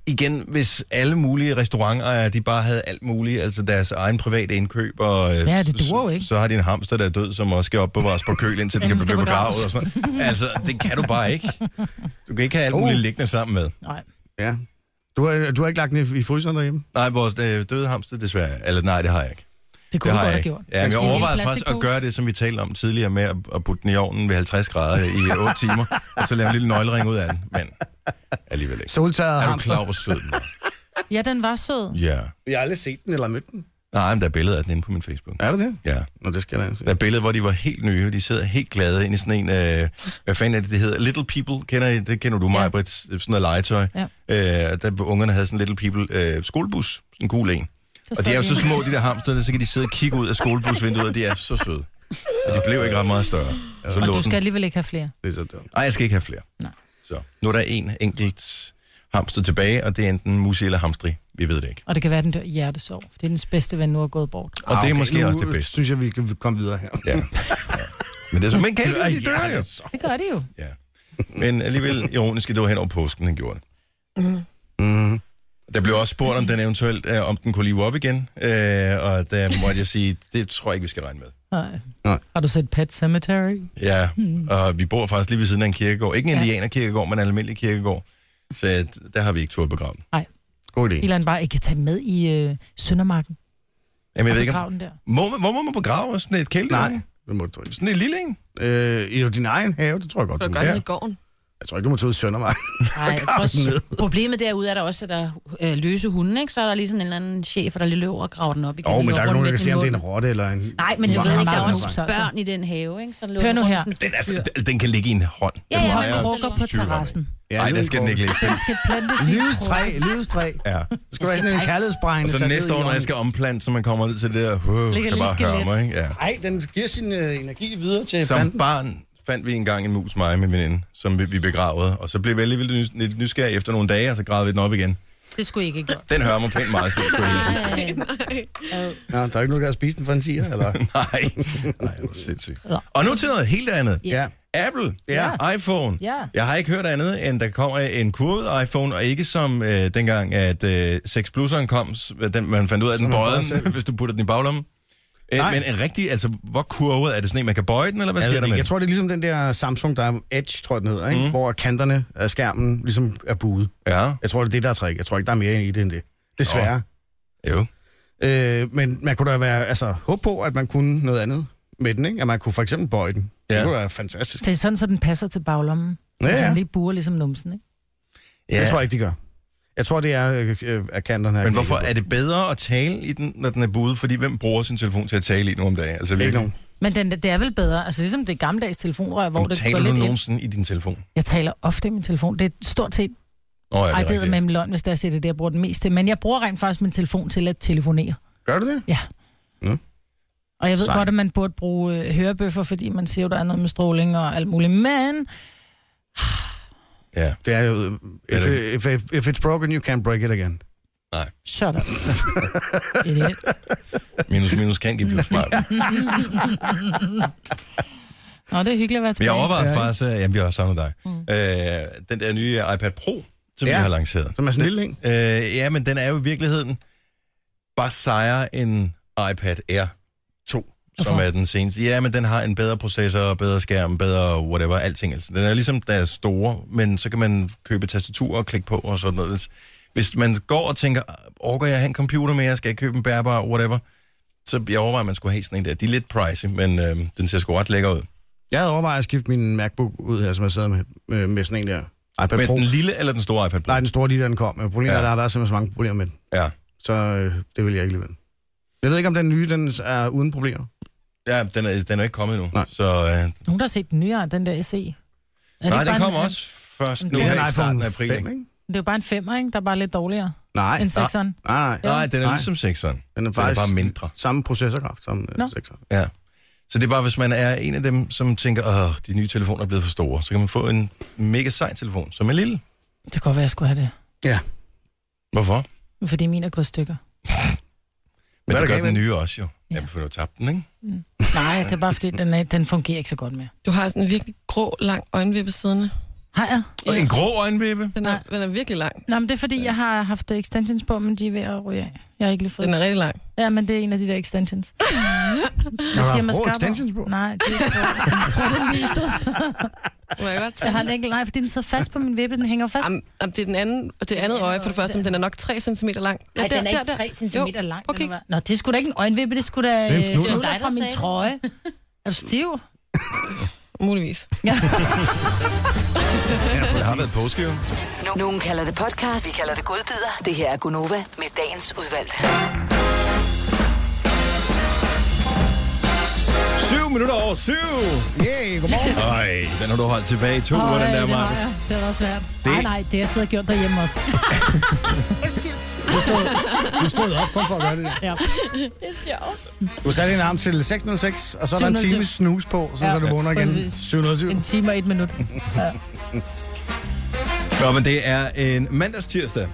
[SPEAKER 1] igen, hvis alle mulige restauranter, de bare havde alt muligt, altså deres egen private indkøb, og øh,
[SPEAKER 3] Ja, det duer jo
[SPEAKER 1] så,
[SPEAKER 3] ikke.
[SPEAKER 1] så har de en hamster, der er død, som også skal opbevares på køl, indtil den kan
[SPEAKER 3] Inden
[SPEAKER 1] blive
[SPEAKER 3] den skal
[SPEAKER 1] begravet og
[SPEAKER 3] begraves.
[SPEAKER 1] sådan noget. Altså, det kan du bare ikke. Du kan ikke have alt
[SPEAKER 2] Oh.
[SPEAKER 1] muligt liggende sammen med.
[SPEAKER 3] Nej.
[SPEAKER 2] Ja. Du har, du har ikke lagt den i, i fryseren derhjemme?
[SPEAKER 1] Nej, vores øh, døde hamster, desværre. Eller nej, det har jeg ikke.
[SPEAKER 3] Det kunne det
[SPEAKER 1] har
[SPEAKER 3] du
[SPEAKER 1] jeg
[SPEAKER 3] godt have
[SPEAKER 1] ikke.
[SPEAKER 3] gjort.
[SPEAKER 1] Ja, men jeg
[SPEAKER 3] I en
[SPEAKER 1] overvejede
[SPEAKER 3] lille
[SPEAKER 1] faktisk at
[SPEAKER 3] plastikpose.
[SPEAKER 1] gøre det, som vi talte om tidligere med at, at putte den i ovnen ved 50 grader i 8 timer, og så lave en lille nøglering ud af den, men alligevel ikke.
[SPEAKER 2] Soltaget
[SPEAKER 1] Er du
[SPEAKER 2] hamster.
[SPEAKER 1] klar, over, hvor sød den var?
[SPEAKER 3] Ja, den var sød.
[SPEAKER 1] Ja.
[SPEAKER 2] Jeg har aldrig set den eller mødt den.
[SPEAKER 1] Nej, men der er billeder af den inde på min Facebook.
[SPEAKER 2] Er det det?
[SPEAKER 1] Ja.
[SPEAKER 2] Nå, det skal altså. jeg da se.
[SPEAKER 1] Der er billeder, hvor de var helt nye, og de sidder helt glade ind i sådan en, øh, hvad fanden er det, det hedder? Little People, kender I, det kender du mig, ja.
[SPEAKER 3] Ja.
[SPEAKER 1] Britt, sådan noget legetøj.
[SPEAKER 3] Ja.
[SPEAKER 1] Øh, der ungerne havde sådan en Little People øh, skolebus, sådan en gul en.
[SPEAKER 3] Så
[SPEAKER 1] Og de
[SPEAKER 3] sad
[SPEAKER 1] er jo
[SPEAKER 3] de
[SPEAKER 1] så
[SPEAKER 3] inde.
[SPEAKER 1] små, de der hamster, så kan de sidde og kigge ud af skolebusvinduet, og de er så søde. Og de blev ikke ret meget større. Og så
[SPEAKER 3] Og
[SPEAKER 1] lå
[SPEAKER 3] du
[SPEAKER 1] den.
[SPEAKER 3] skal alligevel ikke have flere.
[SPEAKER 2] Det er så dumt.
[SPEAKER 1] Nej, jeg skal ikke have flere.
[SPEAKER 3] Nej.
[SPEAKER 1] Så nu er der en enkelt hamster tilbage, og det er enten Musi eller Hamstri. Vi ved det ikke.
[SPEAKER 3] Og det kan være, den dør i hjertesorg. Det er dens bedste ven, nu er gået bort.
[SPEAKER 1] Og ah, det er okay. måske
[SPEAKER 2] nu
[SPEAKER 1] også det bedste.
[SPEAKER 2] synes jeg, vi kan komme videre her.
[SPEAKER 1] Ja. ja. Men det er som, man kan ikke, de dør jo.
[SPEAKER 3] Det gør det jo.
[SPEAKER 1] Ja. Men alligevel ironisk, at det var hen over påsken, han gjorde det.
[SPEAKER 2] Mm.
[SPEAKER 1] Der blev også spurgt, om den eventuelt, øh, om den kunne live op igen, øh, og der måtte jeg sige, det tror jeg ikke, vi skal regne med.
[SPEAKER 3] Nej.
[SPEAKER 2] Nej.
[SPEAKER 3] Har du set Pet Cemetery?
[SPEAKER 1] Ja, og vi bor faktisk lige ved siden af en kirkegård. Ikke en
[SPEAKER 3] Hmm. Ja.
[SPEAKER 1] indianerkirkegård, men en almindelig kirkegård. Så øh, der har vi ikke turde begravet. den.
[SPEAKER 2] God idé.
[SPEAKER 3] Eller bare ikke kan tage den med i øh, Søndermarken
[SPEAKER 1] Jamen, jeg
[SPEAKER 3] og
[SPEAKER 1] ved ikke,
[SPEAKER 3] begrave
[SPEAKER 1] om-
[SPEAKER 3] den der.
[SPEAKER 1] må man, hvor må man begrave sådan et kæledyr?
[SPEAKER 2] Nej, det må du ikke.
[SPEAKER 1] Sådan en lille en?
[SPEAKER 2] Øh, I jo din egen have, det tror jeg godt,
[SPEAKER 4] Det
[SPEAKER 2] du
[SPEAKER 4] var
[SPEAKER 2] må.
[SPEAKER 4] godt
[SPEAKER 1] Ja.
[SPEAKER 4] nede i gården.
[SPEAKER 2] Jeg tror ikke, du må tage ud i Søndermark.
[SPEAKER 5] Nej, jeg tror også, problemet derude er der også, at der er øh, løse hunde, ikke? Så er der lige sådan en eller anden chef, der lige løber og graver den op igen.
[SPEAKER 2] Jo, oh, men
[SPEAKER 5] løber
[SPEAKER 2] der er ikke
[SPEAKER 5] rundt
[SPEAKER 2] nogen, der
[SPEAKER 5] med
[SPEAKER 2] kan
[SPEAKER 5] den
[SPEAKER 2] se, om det er
[SPEAKER 5] mund.
[SPEAKER 2] en rotte eller en...
[SPEAKER 5] Nej, men jeg ved ikke, der er
[SPEAKER 3] Varmavogn.
[SPEAKER 5] også børn i den have, ikke? Så
[SPEAKER 3] Hør nu her.
[SPEAKER 1] Den, er, altså, den- den kan ligge i en hånd.
[SPEAKER 5] Ja,
[SPEAKER 1] Den
[SPEAKER 3] Du
[SPEAKER 5] ja,
[SPEAKER 3] har
[SPEAKER 5] men
[SPEAKER 1] vejer
[SPEAKER 5] krukker
[SPEAKER 3] krukker på
[SPEAKER 1] 20 gram.
[SPEAKER 3] terrassen.
[SPEAKER 2] Ja,
[SPEAKER 1] Nej, der skal den ikke ligge.
[SPEAKER 3] Den skal plantes i
[SPEAKER 2] Livets
[SPEAKER 3] krukker.
[SPEAKER 2] træ, livets træ.
[SPEAKER 1] Ja.
[SPEAKER 2] Det skal være sådan en kærlighedsbrænd.
[SPEAKER 1] Og så næste år, når jeg skal omplante, så man kommer ud til det der, uh,
[SPEAKER 3] Ligger
[SPEAKER 1] skal
[SPEAKER 3] lige
[SPEAKER 1] bare høre
[SPEAKER 3] skelet.
[SPEAKER 1] mig, ikke? Ja.
[SPEAKER 2] Nej, den giver sin øh, energi videre til
[SPEAKER 1] Som
[SPEAKER 2] planten.
[SPEAKER 1] barn fandt vi engang en mus, mig og min veninde, som vi, vi begravede, og så blev vi alligevel nys- lidt nysgerrige efter nogle dage, og så gravede vi den op igen.
[SPEAKER 5] Det skulle I ikke gøre.
[SPEAKER 1] Den hører mig pænt meget, så det skulle jeg hilse.
[SPEAKER 2] Nå, der er ikke nogen, der har spist den for en tiger, eller?
[SPEAKER 1] Nej, nej, hvor sindssygt. Og nu til noget helt andet.
[SPEAKER 2] ja.
[SPEAKER 1] Apple,
[SPEAKER 2] Ja.
[SPEAKER 1] iPhone.
[SPEAKER 3] Ja.
[SPEAKER 1] Jeg har ikke hørt andet, end der kommer en kurvet iPhone, og ikke som øh, dengang, at øh, 6 Plus'eren kom, s- den, man fandt ud af, at den
[SPEAKER 2] man bøjede
[SPEAKER 1] bøjede, hvis du putter den i baglommen. Øh,
[SPEAKER 2] Nej.
[SPEAKER 1] men en rigtig, altså, hvor kurvet er det sådan en, man kan bøje den, eller hvad sker
[SPEAKER 2] Jeg,
[SPEAKER 1] der
[SPEAKER 2] ved,
[SPEAKER 1] med Mhm.
[SPEAKER 2] ikke. jeg
[SPEAKER 1] den?
[SPEAKER 2] tror, det er ligesom den der Samsung, der er Edge, tror jeg, den hedder, ikke? Mm. hvor kanterne af skærmen ligesom er buet.
[SPEAKER 1] Ja,
[SPEAKER 2] Jeg tror, det er det, der er trick. Jeg tror ikke, der er mere i det end det. Desværre.
[SPEAKER 1] jo.
[SPEAKER 2] Øh, men man kunne da være, altså, håbe på, at man kunne noget andet med den, ikke? At man kunne for eksempel bøje den. Ja.
[SPEAKER 1] Ja.
[SPEAKER 2] Det kunne da være fantastisk.
[SPEAKER 3] Det er sådan, så den passer til baglommen.
[SPEAKER 2] Ja,
[SPEAKER 3] Ja,
[SPEAKER 2] ja.
[SPEAKER 3] ja. Den lige buer ligesom numsen, ikke?
[SPEAKER 2] Ja. Det tror jeg ikke, de gør. Jeg tror, det er øh, øh, at kanterne
[SPEAKER 1] Men hvorfor er det bedre at tale i den, når den er budet? Fordi hvem bruger sin telefon til at tale i nu om dagen? Altså,
[SPEAKER 2] det ikke
[SPEAKER 1] virkelig.
[SPEAKER 2] nogen?
[SPEAKER 3] Men den, det er vel bedre. Altså ligesom det gammeldags telefonrør, hvor
[SPEAKER 1] Jamen,
[SPEAKER 3] det går
[SPEAKER 1] taler du
[SPEAKER 3] lidt ind.
[SPEAKER 1] nogensinde i din telefon?
[SPEAKER 3] Jeg taler ofte i min telefon. Det er stort set
[SPEAKER 1] Nå, ja,
[SPEAKER 3] Ej,
[SPEAKER 1] det er
[SPEAKER 3] det er
[SPEAKER 1] rigtigt.
[SPEAKER 3] med løgn, hvis der siger det, er det jeg bruger den mest til. Men jeg bruger rent faktisk min telefon til at telefonere.
[SPEAKER 2] Gør du det?
[SPEAKER 3] Og jeg ved
[SPEAKER 2] Sejt.
[SPEAKER 3] Sej. godt, at man burde bruge øh, hørebøffer, fordi man siger, jo, der er noget med stråling og alt muligt. Men
[SPEAKER 1] Ja,
[SPEAKER 2] Det er jo... øh,
[SPEAKER 1] Ja,
[SPEAKER 2] If,
[SPEAKER 1] det-
[SPEAKER 2] if, if, if it's broken, you can't break it again.
[SPEAKER 3] shut up. Idiot.
[SPEAKER 1] minus minus kan give plus smart.
[SPEAKER 3] Nå, det er hyggeligt at være
[SPEAKER 1] Men
[SPEAKER 3] tilbage.
[SPEAKER 1] jeg overvejede
[SPEAKER 2] Ja,
[SPEAKER 1] faktisk, at jamen, vi har savnet dig. Mm. Øh, den der nye iPad Pro, som ja.
[SPEAKER 2] Ja.
[SPEAKER 1] vi har lanceret.
[SPEAKER 2] Som er sådan en lille, ikke?
[SPEAKER 1] Øh, ja, men den er jo i virkeligheden bare sejere end iPad Air 2, som
[SPEAKER 3] Hvorfor?
[SPEAKER 1] er den seneste. Ja, men den har en bedre processor, bedre skærm, bedre whatever, alting. Altså, den er ligesom, der er store, men så kan man købe tastatur og klikke på og sådan noget. Hvis man går og tænker, orker jeg have en computer mere, skal jeg købe en bærbar, whatever, så jeg overvejer, at man skulle have sådan en der. De er lidt pricey, men øh, den ser sgu ret lækker ud.
[SPEAKER 2] Jeg havde overvejet at skifte min MacBook ud her, som jeg sad med, med, med sådan en der iPad
[SPEAKER 1] Men
[SPEAKER 2] Pro.
[SPEAKER 1] den lille eller den store iPad Pro?
[SPEAKER 2] Nej, den store lige da den kom. Men Problemet ja. er,
[SPEAKER 1] Ja.
[SPEAKER 2] der har været simpelthen så mange problemer med den.
[SPEAKER 1] Ja.
[SPEAKER 2] Så øh, det vil jeg ikke alligevel. Jeg ved ikke, om den nye den er uden problemer.
[SPEAKER 1] ja, den er, den er ikke kommet endnu.
[SPEAKER 2] Nej.
[SPEAKER 1] Så, øh,
[SPEAKER 3] Nogen, der har set den nyere, den der SE. Er det
[SPEAKER 1] nej,
[SPEAKER 3] ikke
[SPEAKER 1] den
[SPEAKER 3] bare
[SPEAKER 1] kommer
[SPEAKER 3] en,
[SPEAKER 1] også først
[SPEAKER 3] Det
[SPEAKER 1] nu
[SPEAKER 3] er
[SPEAKER 2] en
[SPEAKER 1] her i
[SPEAKER 2] iPhone
[SPEAKER 1] starten af april.
[SPEAKER 2] 5,
[SPEAKER 1] ikke?
[SPEAKER 2] ikke?
[SPEAKER 3] Det er jo bare en femmer, ikke? Der er bare lidt dårligere
[SPEAKER 2] Nej,
[SPEAKER 3] end sekseren.
[SPEAKER 2] nej, nej.
[SPEAKER 1] Nej, den er
[SPEAKER 2] Nej.
[SPEAKER 1] ligesom 6'eren.
[SPEAKER 2] Den er
[SPEAKER 1] Den er
[SPEAKER 2] faktisk
[SPEAKER 1] bare mindre.
[SPEAKER 2] samme processorkraft som øh,
[SPEAKER 3] Nå.
[SPEAKER 2] no. 6.
[SPEAKER 1] Ja. Så det er bare, hvis man er en af dem, som tænker, åh, de nye telefoner er blevet for store, så kan man få en mega sej telefon, som er lille.
[SPEAKER 3] Det kan godt være, jeg skulle have
[SPEAKER 2] Ja.
[SPEAKER 1] Hvorfor?
[SPEAKER 3] det. Fordi min er gået i stykker.
[SPEAKER 1] Men
[SPEAKER 2] er
[SPEAKER 1] det
[SPEAKER 2] der
[SPEAKER 1] gør
[SPEAKER 2] galt med
[SPEAKER 1] den nye også jo.
[SPEAKER 3] Ja.
[SPEAKER 1] Jamen, for du har tabt den, ikke?
[SPEAKER 3] Nej, det er bare fordi, den, er, den fungerer ikke så godt mere.
[SPEAKER 4] Du har sådan en virkelig grå, lang øjenvippe siddende.
[SPEAKER 3] Har jeg?
[SPEAKER 1] Og en grå øjenvippe.
[SPEAKER 4] Den er,
[SPEAKER 3] Nej.
[SPEAKER 4] den er virkelig lang.
[SPEAKER 3] Nå, men det er fordi, jeg har haft extensions på, men de er ved at ryge af. Jeg har ikke lige fået
[SPEAKER 4] Den er rigtig lang.
[SPEAKER 3] Ja, men det er en af de der extensions.
[SPEAKER 2] Har du
[SPEAKER 3] siger
[SPEAKER 2] haft
[SPEAKER 3] man
[SPEAKER 2] grå
[SPEAKER 3] skarper.
[SPEAKER 2] extensions på?
[SPEAKER 3] Nej, det er ikke det. Jeg tror, den viser.
[SPEAKER 4] Må jeg godt tage
[SPEAKER 3] Jeg har
[SPEAKER 4] den?
[SPEAKER 3] en enkelt. Nej, fordi den sidder fast på min vippe. Den hænger fast.
[SPEAKER 4] Am, am, det er den anden, og det andet øje for det første, men den er nok 3 cm lang. Ja,
[SPEAKER 5] Ej, den er ikke 3 cm
[SPEAKER 4] Jo,
[SPEAKER 5] lang.
[SPEAKER 4] okay.
[SPEAKER 5] Okay.
[SPEAKER 3] Nå, det er sgu da ikke en øjenvippe. Det er sgu da
[SPEAKER 2] er en
[SPEAKER 3] øh,
[SPEAKER 2] fnuller.
[SPEAKER 3] fnuller fra
[SPEAKER 5] Dig, der
[SPEAKER 3] min
[SPEAKER 5] sagde
[SPEAKER 3] trøje. Er du stiv?
[SPEAKER 4] Muligvis.
[SPEAKER 3] Ja.
[SPEAKER 1] Det har været påske jo.
[SPEAKER 7] No- Nogen kalder det podcast, vi kalder det godbider. Det her er Gunova med dagens udvalgte.
[SPEAKER 1] 7 minutter over 7!
[SPEAKER 2] Yeah, godmorgen.
[SPEAKER 1] Ej, den har du holdt tilbage i to uger, den
[SPEAKER 3] Øj,
[SPEAKER 1] der,
[SPEAKER 3] det har
[SPEAKER 1] Martin.
[SPEAKER 3] jeg. Det var svært.
[SPEAKER 1] Det-
[SPEAKER 3] Nej, nej, det har jeg siddet og gjort derhjemme også.
[SPEAKER 2] Du stod, du stod op kun for at gøre det. der.
[SPEAKER 3] Ja.
[SPEAKER 2] Du satte din arm til 606, og så er der en
[SPEAKER 3] 707.
[SPEAKER 2] time snus på, så,
[SPEAKER 3] Ja,
[SPEAKER 2] så du vågner igen.
[SPEAKER 3] præcis.
[SPEAKER 2] 707.
[SPEAKER 3] En time og et minut. Ja,
[SPEAKER 1] Nå, men det er en mandagstirsdag.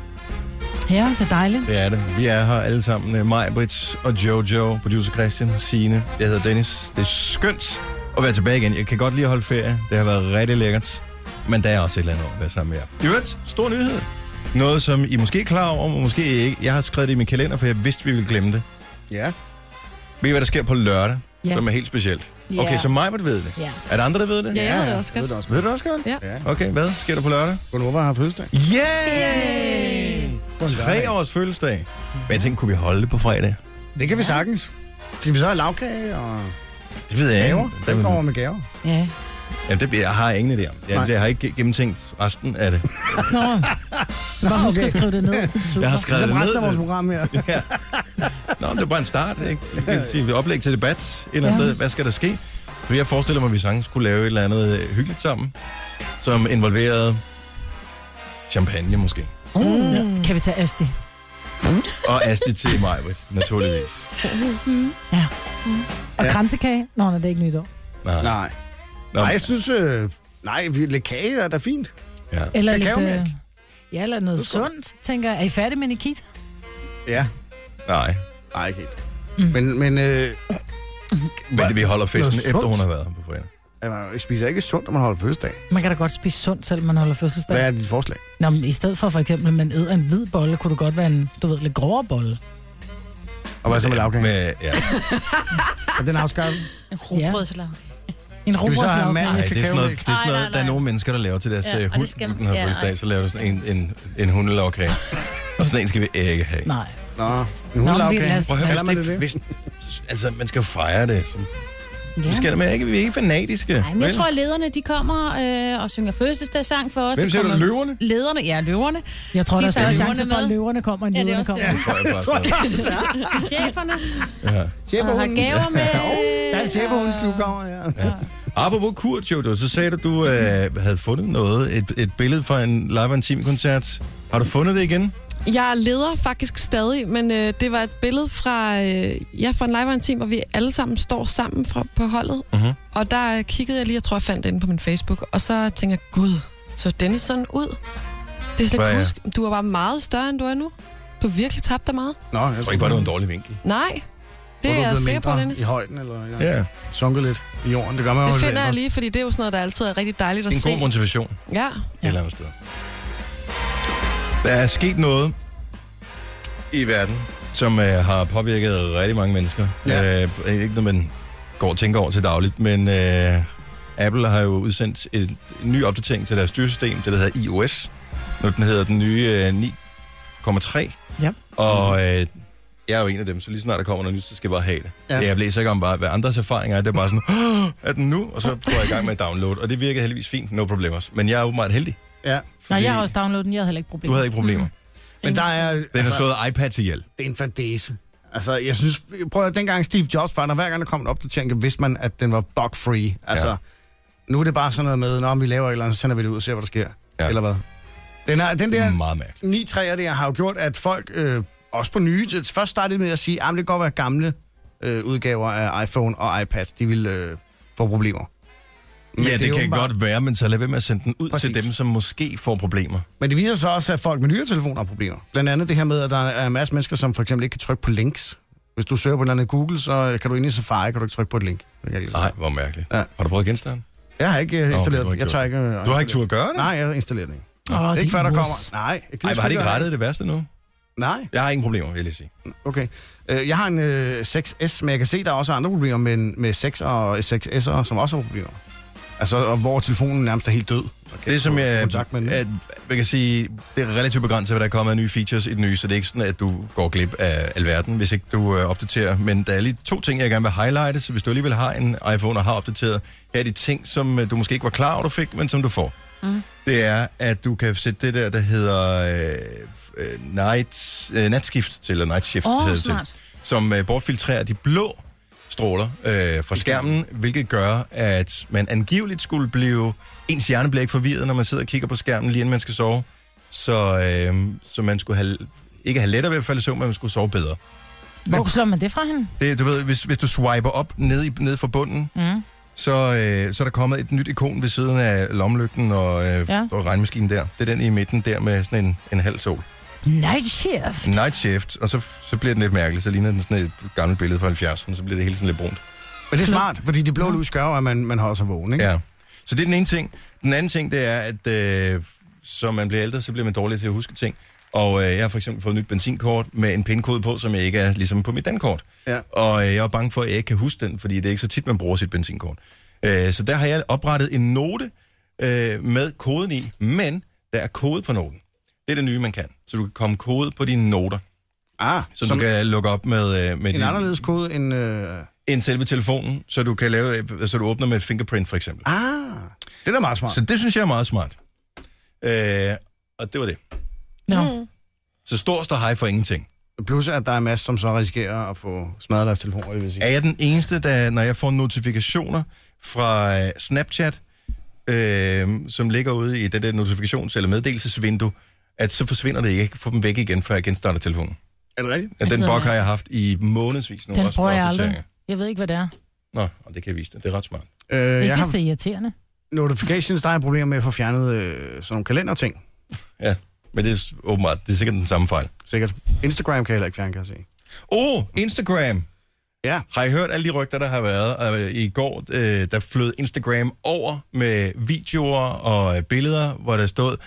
[SPEAKER 3] ja det er dejligt.
[SPEAKER 1] Det er det. Vi er her alle sammen. Mig, Brits og Jojo, producer Christian, Sine. Jeg hedder Dennis. Det er skønt at være tilbage igen. Jeg kan godt lide at holde ferie. Det har været rigtig lækkert. Men der er også et eller andet over at være sammen med jer. I øvrigt, stor nyhed. Noget, som I måske er klar over, men måske ikke. Jeg har skrevet det i min kalender, for jeg vidste, vi ville glemme det.
[SPEAKER 2] Ja.
[SPEAKER 1] Ved I, hvad der sker på lørdag?
[SPEAKER 3] Ja.
[SPEAKER 1] Som er helt specielt.
[SPEAKER 3] Ja.
[SPEAKER 1] Okay, så mig ved det.
[SPEAKER 3] Ja.
[SPEAKER 1] Er der andre, der ved det?
[SPEAKER 4] Ja, jeg ved det også godt.
[SPEAKER 2] Ved det også.
[SPEAKER 1] Ved du det også godt?
[SPEAKER 4] Ja.
[SPEAKER 2] Ja.
[SPEAKER 1] Okay, hvad sker der på lørdag?
[SPEAKER 2] Gunova har fødselsdag.
[SPEAKER 1] Yay!
[SPEAKER 2] På en lørdag.
[SPEAKER 1] Tre års fødselsdag. Men jeg tænkte, kunne vi holde det på fredag?
[SPEAKER 2] Det kan vi sagtens. Skal vi så have lavkage og
[SPEAKER 1] Det ved jeg
[SPEAKER 2] gaver?
[SPEAKER 1] ikke.
[SPEAKER 2] Hvem kommer med gaver?
[SPEAKER 5] Ja.
[SPEAKER 1] Jamen, det, jeg har ingen idé om. Jeg, jeg har ikke gennemtænkt resten af det.
[SPEAKER 3] Nå, bare husk
[SPEAKER 2] okay.
[SPEAKER 3] at skrive det ned. Super.
[SPEAKER 1] Jeg har
[SPEAKER 2] Så
[SPEAKER 1] skrevet det
[SPEAKER 2] Ligesom resten af vores
[SPEAKER 1] ned.
[SPEAKER 2] program her.
[SPEAKER 1] Nå, men det er bare en start, ikke? Jeg kan sige, vi oplæg til debat et eller andet
[SPEAKER 3] Ja.
[SPEAKER 1] sted. Hvad skal der ske? For jeg forestiller mig, at vi sagtens skulle lave et eller andet øh, hyggeligt sammen, som involverede champagne måske.
[SPEAKER 3] Mm. Kan vi tage Asti?
[SPEAKER 1] Og Astrid til Majbrit, naturligvis.
[SPEAKER 3] Og
[SPEAKER 2] Ja.
[SPEAKER 3] ja. kransekage? Nå, nej, det er ikke nytår.
[SPEAKER 1] Nej.
[SPEAKER 2] Nej.
[SPEAKER 1] Nå,
[SPEAKER 2] Nej, jeg synes... Øh, nej, vi- lidt kage er da fint.
[SPEAKER 1] ja.
[SPEAKER 3] Eller lidt...
[SPEAKER 2] Kakaomælk.
[SPEAKER 3] Øh, ja, eller noget sundt, tænker jeg. Er I færdige med Nikita?
[SPEAKER 2] Ja.
[SPEAKER 1] Nej.
[SPEAKER 2] Nej, ikke helt. Mm. Men, men øh,
[SPEAKER 1] Men det, vi holder festen,
[SPEAKER 2] Noget
[SPEAKER 1] efter hun
[SPEAKER 2] sundt.
[SPEAKER 1] har været her på fredag.
[SPEAKER 2] man spiser ikke sundt, når man holder fødselsdag.
[SPEAKER 3] Man kan da godt spise sundt, selvom man holder fødselsdag.
[SPEAKER 2] Hvad er dit forslag?
[SPEAKER 3] Nå, men i stedet for for eksempel, at man æder en hvid bolle, kunne det godt være en, du ved, lidt grovere bolle.
[SPEAKER 2] Og hvad så med lavkagen?
[SPEAKER 1] Med, ja.
[SPEAKER 2] Er den afskaffet?
[SPEAKER 5] Rugbrødslag.
[SPEAKER 3] En
[SPEAKER 2] vi så have
[SPEAKER 3] robrødslagkage.
[SPEAKER 2] mand?
[SPEAKER 1] Nej, det er sådan noget, det er sådan
[SPEAKER 5] Nej, nej,
[SPEAKER 1] noget der er
[SPEAKER 5] nej.
[SPEAKER 1] nogle mennesker, der laver til deres
[SPEAKER 5] Ja,
[SPEAKER 1] ja,
[SPEAKER 5] og
[SPEAKER 1] hund,
[SPEAKER 5] det skal-
[SPEAKER 1] den har
[SPEAKER 5] ja,
[SPEAKER 1] fødselsdag,
[SPEAKER 5] ej.
[SPEAKER 1] så laver du sådan en, en, en hundelagkage. og sådan en skal vi ikke have.
[SPEAKER 3] Nej.
[SPEAKER 2] Nå, en
[SPEAKER 3] Nå, men vi
[SPEAKER 2] hundelagkage.
[SPEAKER 3] lader os...
[SPEAKER 1] Prøv at høre,
[SPEAKER 2] Kalder man
[SPEAKER 1] hvis det,
[SPEAKER 2] det
[SPEAKER 1] hvis, altså, man skal jo fejre det. Så.
[SPEAKER 5] Ja.
[SPEAKER 1] Vi, skal, men ikke, vi er ikke fanatiske.
[SPEAKER 5] Nej, men jeg tror, at lederne de kommer øh, og synger fødselsdagssang for os.
[SPEAKER 1] Hvem
[SPEAKER 5] Så
[SPEAKER 1] siger du,
[SPEAKER 5] kommer-
[SPEAKER 1] løverne?
[SPEAKER 5] Lederne, ja, løverne.
[SPEAKER 3] Jeg tror,
[SPEAKER 5] De
[SPEAKER 3] der er større
[SPEAKER 5] tager
[SPEAKER 3] chance
[SPEAKER 5] løverne
[SPEAKER 3] for, at
[SPEAKER 5] med.
[SPEAKER 3] løverne kommer, end
[SPEAKER 5] Ja, det er
[SPEAKER 3] løverne
[SPEAKER 5] også
[SPEAKER 3] kommer.
[SPEAKER 5] det.
[SPEAKER 1] Det tror jeg faktisk.
[SPEAKER 5] Cheferne
[SPEAKER 1] Ja.
[SPEAKER 5] og har
[SPEAKER 2] Chefhunden.
[SPEAKER 5] gaver med.
[SPEAKER 2] Der er chefhunden slugård, ja.
[SPEAKER 1] Apropos Kurt, Jojo, så sagde du, at du øh, havde fundet noget, et, et billede fra en live Team koncert. Har du fundet det igen?
[SPEAKER 4] Jeg leder faktisk stadig, men øh, det var et billede fra, øh, ja, fra en live team, hvor vi alle sammen står sammen fra, på holdet.
[SPEAKER 1] Mhm.
[SPEAKER 4] Og der øh, kiggede jeg lige, jeg tror, jeg fandt det inde på min Facebook, og så tænkte jeg, gud, så denne sådan ud. Det er slet
[SPEAKER 1] Hvad
[SPEAKER 4] ikke
[SPEAKER 1] er-
[SPEAKER 4] huske. Du er bare meget større, end du er nu. Du har virkelig tabt dig meget.
[SPEAKER 2] Nå, jeg
[SPEAKER 1] Jeg tror ikke bare, det var en dårlig vinkel.
[SPEAKER 4] Nej,
[SPEAKER 2] Tror,
[SPEAKER 4] det
[SPEAKER 2] du
[SPEAKER 4] er jeg
[SPEAKER 2] blevet
[SPEAKER 4] sikker på,
[SPEAKER 2] mindre
[SPEAKER 4] Dennis.
[SPEAKER 2] i højden, eller ja.
[SPEAKER 1] Ja,
[SPEAKER 2] sunket lidt i jorden. Det gør man jo.
[SPEAKER 4] Det
[SPEAKER 2] lidt
[SPEAKER 4] finder jeg
[SPEAKER 2] ældre.
[SPEAKER 4] lige, fordi det er jo sådan noget, der altid er rigtig dejligt
[SPEAKER 1] det
[SPEAKER 4] at
[SPEAKER 1] er
[SPEAKER 4] se.
[SPEAKER 1] en god motivation
[SPEAKER 4] Ja,
[SPEAKER 1] et eller andet sted. Der er sket noget i verden, som øh, har påvirket rigtig mange mennesker.
[SPEAKER 2] Ja.
[SPEAKER 1] Øh, ikke noget, man går og tænker over til dagligt, men øh, Apple har jo udsendt et, en ny opdatering til deres styresystem, det der hedder iOS. Nu den hedder den nye øh, 9,3.
[SPEAKER 3] Ja.
[SPEAKER 1] Og øh, jeg er jo en af dem, så lige snart der kommer noget nyt, så skal jeg bare have det.
[SPEAKER 2] Ja.
[SPEAKER 1] Ja. Jeg læser ikke om, bare, hvad andres erfaringer er. Det er bare sådan, "Åh, er den nu? Og så går jeg i gang med at downloade. Og det virkede heldigvis fint, no problemer. Men jeg er åbenbart heldig.
[SPEAKER 2] Ja,
[SPEAKER 3] Nej, jeg har også downloadet den, jeg havde heller ikke
[SPEAKER 1] Du
[SPEAKER 3] problemer.
[SPEAKER 1] havde ikke problemer.
[SPEAKER 2] men der er... Den
[SPEAKER 1] Den har
[SPEAKER 2] altså,
[SPEAKER 1] slået iPads ihjel.
[SPEAKER 2] Det er en fandese. Altså, jeg synes... Prøv at dengang Steve Jobs var der, hver gang der kom en opdatering, vidste man, at den var bug-free. Altså,
[SPEAKER 1] Ja.
[SPEAKER 2] ja. nu er det bare sådan noget med, når vi laver et eller andet, så sender vi det ud og ser, hvad der sker.
[SPEAKER 1] Ja. Mm.
[SPEAKER 2] Ja. Eller hvad? Den, er, den
[SPEAKER 1] Det
[SPEAKER 2] der
[SPEAKER 1] er meget mærkeligt.
[SPEAKER 2] 9 3'er der har jo gjort, at folk øh, også på nye... Først startede med at sige, at det kan godt være gamle øh, udgaver af iPhone og iPad, de ville øh, få problemer. Men
[SPEAKER 1] ja, det,
[SPEAKER 2] er
[SPEAKER 1] kan
[SPEAKER 2] åbenbart-
[SPEAKER 1] godt være, men så lad være med at sende den ud Præcis.
[SPEAKER 2] Præcis.
[SPEAKER 1] til dem, som måske får problemer.
[SPEAKER 2] Men det viser sig også, at folk med nyere telefoner har problemer. Blandt andet det her med, at der er en masse mennesker, som for eksempel ikke kan trykke på links. Hvis du søger på et eller andet Google, så øh, kan du ind i Safari, kan du ikke trykke på et link. Det kan jeg ikke lide.
[SPEAKER 1] Nej, hvor mærkeligt.
[SPEAKER 2] Ja.
[SPEAKER 1] Har du prøvet genstanden?
[SPEAKER 2] Jeg har ikke øh, installeret
[SPEAKER 1] du har
[SPEAKER 2] den.
[SPEAKER 1] ikke
[SPEAKER 2] Jeg tør ikke...
[SPEAKER 1] Du har ikke turde gøre det?
[SPEAKER 2] Nej, jeg har installeret den. ikke.
[SPEAKER 3] Åh,
[SPEAKER 2] ikke
[SPEAKER 3] din
[SPEAKER 2] før der
[SPEAKER 3] mus.
[SPEAKER 2] kommer... Nej, jeg
[SPEAKER 1] Ej,
[SPEAKER 2] gider
[SPEAKER 1] var det
[SPEAKER 2] sgu
[SPEAKER 1] ikke
[SPEAKER 2] gøre
[SPEAKER 1] rettet det værste nu?
[SPEAKER 2] Nej,
[SPEAKER 1] Jeg har ingen problemer, vil jeg lige sige.
[SPEAKER 2] okay. Øh, Jeg har en øh, 6S, men jeg kan se, der er også andre problemer med, med 6 og 6S'er, som også har problemer. Altså, og hvor telefonen nærmest er helt død.
[SPEAKER 1] Okay, det som øh,
[SPEAKER 2] få
[SPEAKER 1] jeg,
[SPEAKER 2] kontakt med den.
[SPEAKER 1] at, man kan sige, det er relativt begrænset, hvad der er kommet af nye features i den nye, så det er ikke sådan, at du går glip af alverden, hvis ikke du øh, opdaterer. Men der er lige to ting, jeg gerne vil highlighte, så hvis du alligevel har en iPhone og har opdateret, her er de ting, som øh, du måske ikke var klar over, du fik, men som du får. Mm. Det er, at du kan sætte det der, der hedder øh, øh, night, øh, natskift til, eller night shift,
[SPEAKER 5] Åh,
[SPEAKER 1] hedder det
[SPEAKER 5] smart.
[SPEAKER 1] til, som øh, bortfiltrerer de blå stråler øh, fra skærmen, hvilket gør, at man angiveligt skulle blive... Ens hjerne bliver ikke forvirret, når man sidder og kigger på skærmen, lige inden man skal sove. Så, øh, så man skulle have, ikke have lettere ved at falde i søvn, men man skulle sove bedre.
[SPEAKER 3] Hvor slår man det fra hende?
[SPEAKER 1] Det, du ved, hvis, hvis du swiper op ned, i, ned fra bunden,
[SPEAKER 3] Mm.
[SPEAKER 1] så, øh, så er der kommet et nyt ikon ved siden af lommelygten og, øh, ja.
[SPEAKER 3] Ja.
[SPEAKER 1] og regnmaskinen der. Det er den i midten der med sådan en, en halv sol.
[SPEAKER 3] Night shift.
[SPEAKER 1] Night shift, og så, så bliver den lidt mærkelig. Så ligner den sådan et gammelt billede fra 70'erne, så bliver det hele sådan lidt brunt.
[SPEAKER 2] Men det er smart, fordi det blå lys gør jo, at man, man holder sig vågen, ikke?
[SPEAKER 1] Ja. Så det er den ene ting. Den anden ting, det er, at øh, som man bliver ældre, så bliver man dårlig til at huske ting. Og øh, jeg har for eksempel fået et nyt benzinkort med en pindkode på, som jeg ikke er ligesom på mit dankort.
[SPEAKER 2] Ja.
[SPEAKER 1] Og øh, jeg er bange for, at jeg ikke kan huske den, fordi det er ikke så tit, man bruger sit benzinkort. Øh, så der har jeg oprettet en note øh, med koden i, men der er kode på noten. Det er det nye, man kan. Så du kan komme kode på dine noter,
[SPEAKER 2] Ah,
[SPEAKER 1] så
[SPEAKER 2] så
[SPEAKER 1] som
[SPEAKER 2] som
[SPEAKER 1] du kan lukke op med, øh, med
[SPEAKER 2] en
[SPEAKER 1] din,
[SPEAKER 2] anderledes kode end... Øh...
[SPEAKER 1] øh, end selve telefonen, så du kan lave, så du åbner med et fingerprint for eksempel.
[SPEAKER 2] Ah, Det er da meget smart.
[SPEAKER 1] Så det synes jeg er meget smart. Øh, og det var det.
[SPEAKER 5] Mm.
[SPEAKER 3] Nå.
[SPEAKER 1] Så stor står hej for ingenting.
[SPEAKER 2] Plus at der er masser, som så risikerer at få smadret deres telefoner, det vil sige.
[SPEAKER 1] Er jeg den eneste, der, når jeg får notifikationer fra øh, Snapchat, øh, som ligger ude i det der notifikations- eller meddelelsesvindue, at så forsvinder det ikke. Jeg kan få dem væk igen, før jeg genstarter telefonen.
[SPEAKER 2] Er det rigtigt?
[SPEAKER 1] Ja, den
[SPEAKER 5] ved
[SPEAKER 1] bug
[SPEAKER 5] jeg.
[SPEAKER 1] har jeg haft i månedsvis nu.
[SPEAKER 3] Den
[SPEAKER 1] også med
[SPEAKER 3] bruger jeg
[SPEAKER 1] opdateringer.
[SPEAKER 3] aldrig. Jeg ved ikke, hvad det er.
[SPEAKER 1] Nå, og det kan jeg vise dig. Det er ret smart.
[SPEAKER 2] Øh,
[SPEAKER 3] Det
[SPEAKER 2] jeg
[SPEAKER 3] er
[SPEAKER 2] har
[SPEAKER 3] det er irriterende.
[SPEAKER 2] notifications, der er problemer med at få fjernet øh, sådan nogle kalenderting,
[SPEAKER 1] Ja, men det er s- åbenbart, det er sikkert den samme fejl.
[SPEAKER 2] sikkert. Instagram kan jeg heller ikke fjerne, kan jeg se.
[SPEAKER 1] Oh, Instagram!
[SPEAKER 2] Ja,
[SPEAKER 1] Har I hørt alle de rygter, der har været? Og, øh, I går, øh, der flød Instagram over med videoer og øh, billeder, hvor der stod,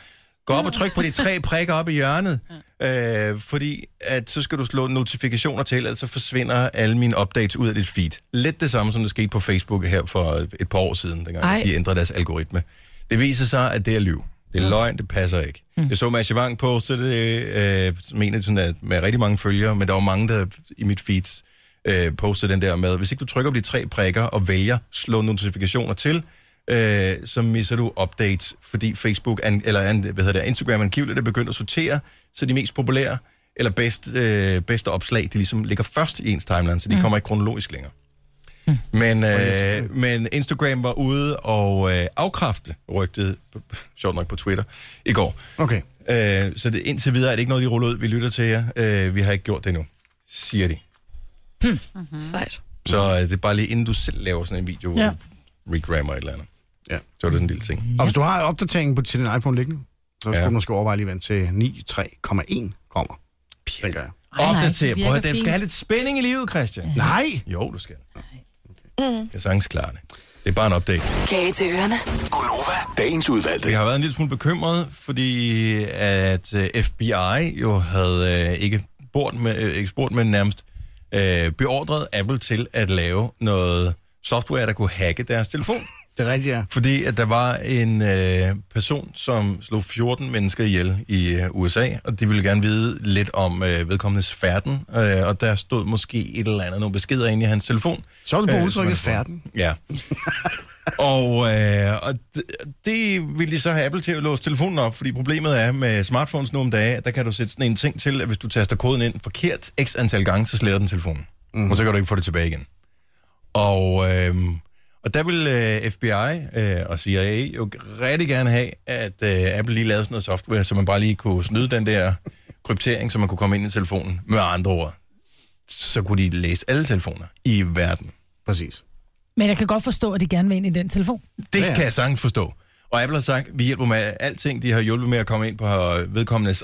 [SPEAKER 1] gå op og tryk på de tre prikker op i hjørnet, øh, fordi at så skal du slå notifikationer til, ellers så forsvinder alle mine updates ud af dit feed. Lidt det samme, som det skete på Facebook her for øh, et par år siden, dengang Ej.
[SPEAKER 4] Ej.
[SPEAKER 1] de ændrede deres algoritme. Det viser sig, at det er lyv. Det er løgn, det passer ikke. Mm. Jeg så Mads Javang postede det, øh, som en af sådan, at med rigtig mange følgere, men der var mange, der i mit feed øh, postede den der med, hvis ikke du trykker på de tre prikker og vælger slå notifikationer til, øh, så misser du updates, fordi Facebook, an, eller an, hvad hedder det, Instagram angiveligt er begyndt at sortere, så de mest populære eller bedst, øh, bedste opslag, de ligesom ligger først i ens timeline, så de mm. kommer ikke kronologisk længere. Men, øh, men Instagram var ude og øh, afkræfte rygtet, sjovt nok på Twitter, i går.
[SPEAKER 2] okay.
[SPEAKER 1] Øh, så det, indtil videre er det ikke noget, de ruller ud. Vi lytter til jer. Øh, vi har ikke gjort det endnu, siger de.
[SPEAKER 3] Mhm.
[SPEAKER 4] Sejt.
[SPEAKER 1] Så øh, det er bare lige inden du selv laver sådan en video, ja.
[SPEAKER 3] Ja.
[SPEAKER 1] hvor du regrammer et eller andet.
[SPEAKER 2] Ja.
[SPEAKER 1] Så var det sådan en lille ting.
[SPEAKER 2] Og hvis Altså, du har opdateringen på, til din iPhone liggende, så
[SPEAKER 1] Ja.
[SPEAKER 2] skulle du måske overveje lige at vente til 9.3,1 kommer. Tænker jeg.
[SPEAKER 5] Ej, nej,
[SPEAKER 1] Opdater.
[SPEAKER 5] det virker
[SPEAKER 1] Prøv at du
[SPEAKER 5] fint.
[SPEAKER 1] skal have lidt spænding i livet, Christian. Mm.
[SPEAKER 2] Nej!
[SPEAKER 1] Jo, du skal. Okay. Jeg kan sagtens klare det. Det er bare en update.
[SPEAKER 7] Kage til ørerne.
[SPEAKER 6] Gunova, dagens udvalgte.
[SPEAKER 1] Jeg har været en lille smule bekymret, fordi at øh, FBI jo havde øh, ikke spurgt, med, øh, ikke spurgt, men nærmest øh, beordret Apple til at lave noget software, der kunne hacke deres telefon.
[SPEAKER 2] Det er rigtigt, ja.
[SPEAKER 1] Fordi at der var en øh, person, som slog 14 mennesker ihjel i øh, USA, og de ville gerne vide lidt om øh, vedkommendes færden, øh, og der stod måske et eller andet, nogle beskeder inde i hans telefon.
[SPEAKER 2] Så er du på
[SPEAKER 1] Øh, som
[SPEAKER 2] udtrykket
[SPEAKER 1] man får.
[SPEAKER 2] færden.
[SPEAKER 1] Ja. og øh, og d- det vil de så have Apple til at låse telefonen op, fordi problemet er med smartphones nu om dage, at der kan du sætte sådan en ting til, at hvis du taster koden ind forkert x antal gange, så sletter den telefonen. Mm. Og så kan du ikke få det tilbage igen. Og, øh, og der vil øh, FBI øh, og CIA jo rigtig gerne have, at øh, Apple lige lavede sådan noget software, så man bare lige kunne snyde den der kryptering, så man kunne komme ind i telefonen. Med andre ord, så kunne de læse alle telefoner i verden.
[SPEAKER 2] Præcis.
[SPEAKER 3] Men jeg kan godt forstå, at de gerne vil ind i den telefon.
[SPEAKER 1] Det
[SPEAKER 2] Ja, ja.
[SPEAKER 1] kan jeg sagtens forstå. Og Apple har sagt, vi hjælper med alting. De har hjulpet med at komme ind på øh, vedkommendes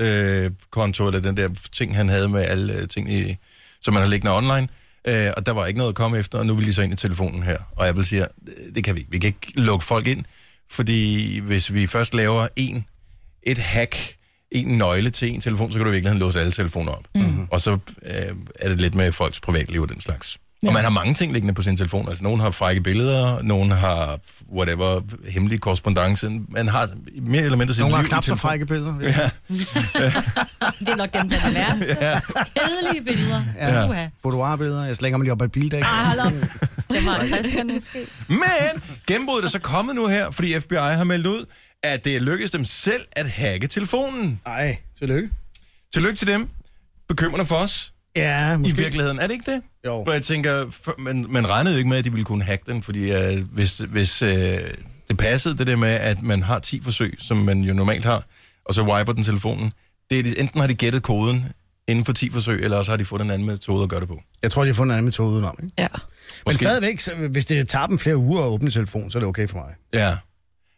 [SPEAKER 1] iCloud-konto, eller den der ting, han havde med alle øh, ting, i, som man har liggende online. Øh, og der var ikke noget at komme efter, og nu vil de så ind i telefonen her. Og Apple siger, "Øh, det kan vi ikke. Vi kan ikke lukke folk ind, fordi hvis vi først laver en, et hack, en nøgle til en telefon, så kan du i virkeligheden låse alle telefoner op. Mm-hmm. Og så øh, er det lidt med folks privatliv og den slags. Ja. Og man har mange ting liggende på sin telefon. Altså, nogen har frække billeder, nogen har whatever, hemmelig korrespondence. Man har mere eller mindre sit
[SPEAKER 2] Nogle
[SPEAKER 1] liv
[SPEAKER 2] har
[SPEAKER 1] i
[SPEAKER 2] knap så
[SPEAKER 1] telefonen.
[SPEAKER 2] frække billeder. Ja.
[SPEAKER 5] Det er nok dem, der er værst. Kedelige billeder. Ja. Uha.
[SPEAKER 2] Boudoir-billeder. Jeg slænger mig lige op ad et bildæk.
[SPEAKER 5] Ej,
[SPEAKER 3] Ah.
[SPEAKER 5] hold op. Det var Christian måske.
[SPEAKER 1] Men gennembruddet er så kommet nu her, fordi FBI har meldt ud, at det er lykkedes dem selv at hacke telefonen.
[SPEAKER 2] Ej, tillykke.
[SPEAKER 1] Tillykke til dem. Bekymrende for os.
[SPEAKER 2] Ja,
[SPEAKER 1] I virkeligheden, er det ikke det?
[SPEAKER 2] Jo.
[SPEAKER 1] Hvor jeg tænker, for- man, man regnede jo ikke med, at de ville kunne hacke den, fordi øh, hvis, hvis øh, det passede det der med, at man har 10 forsøg, som man jo normalt har, og så wiper den telefonen, det er, det- enten har de gættet koden inden for 10 forsøg, eller også har de fundet en anden metode at gøre det på.
[SPEAKER 2] Jeg tror, de har fundet en anden metode udenom. Ikke?
[SPEAKER 4] Ja.
[SPEAKER 2] Men
[SPEAKER 1] Måske.
[SPEAKER 2] stadigvæk, så, hvis det tager dem flere uger at åbne telefonen, så er det okay for mig.
[SPEAKER 1] Ja.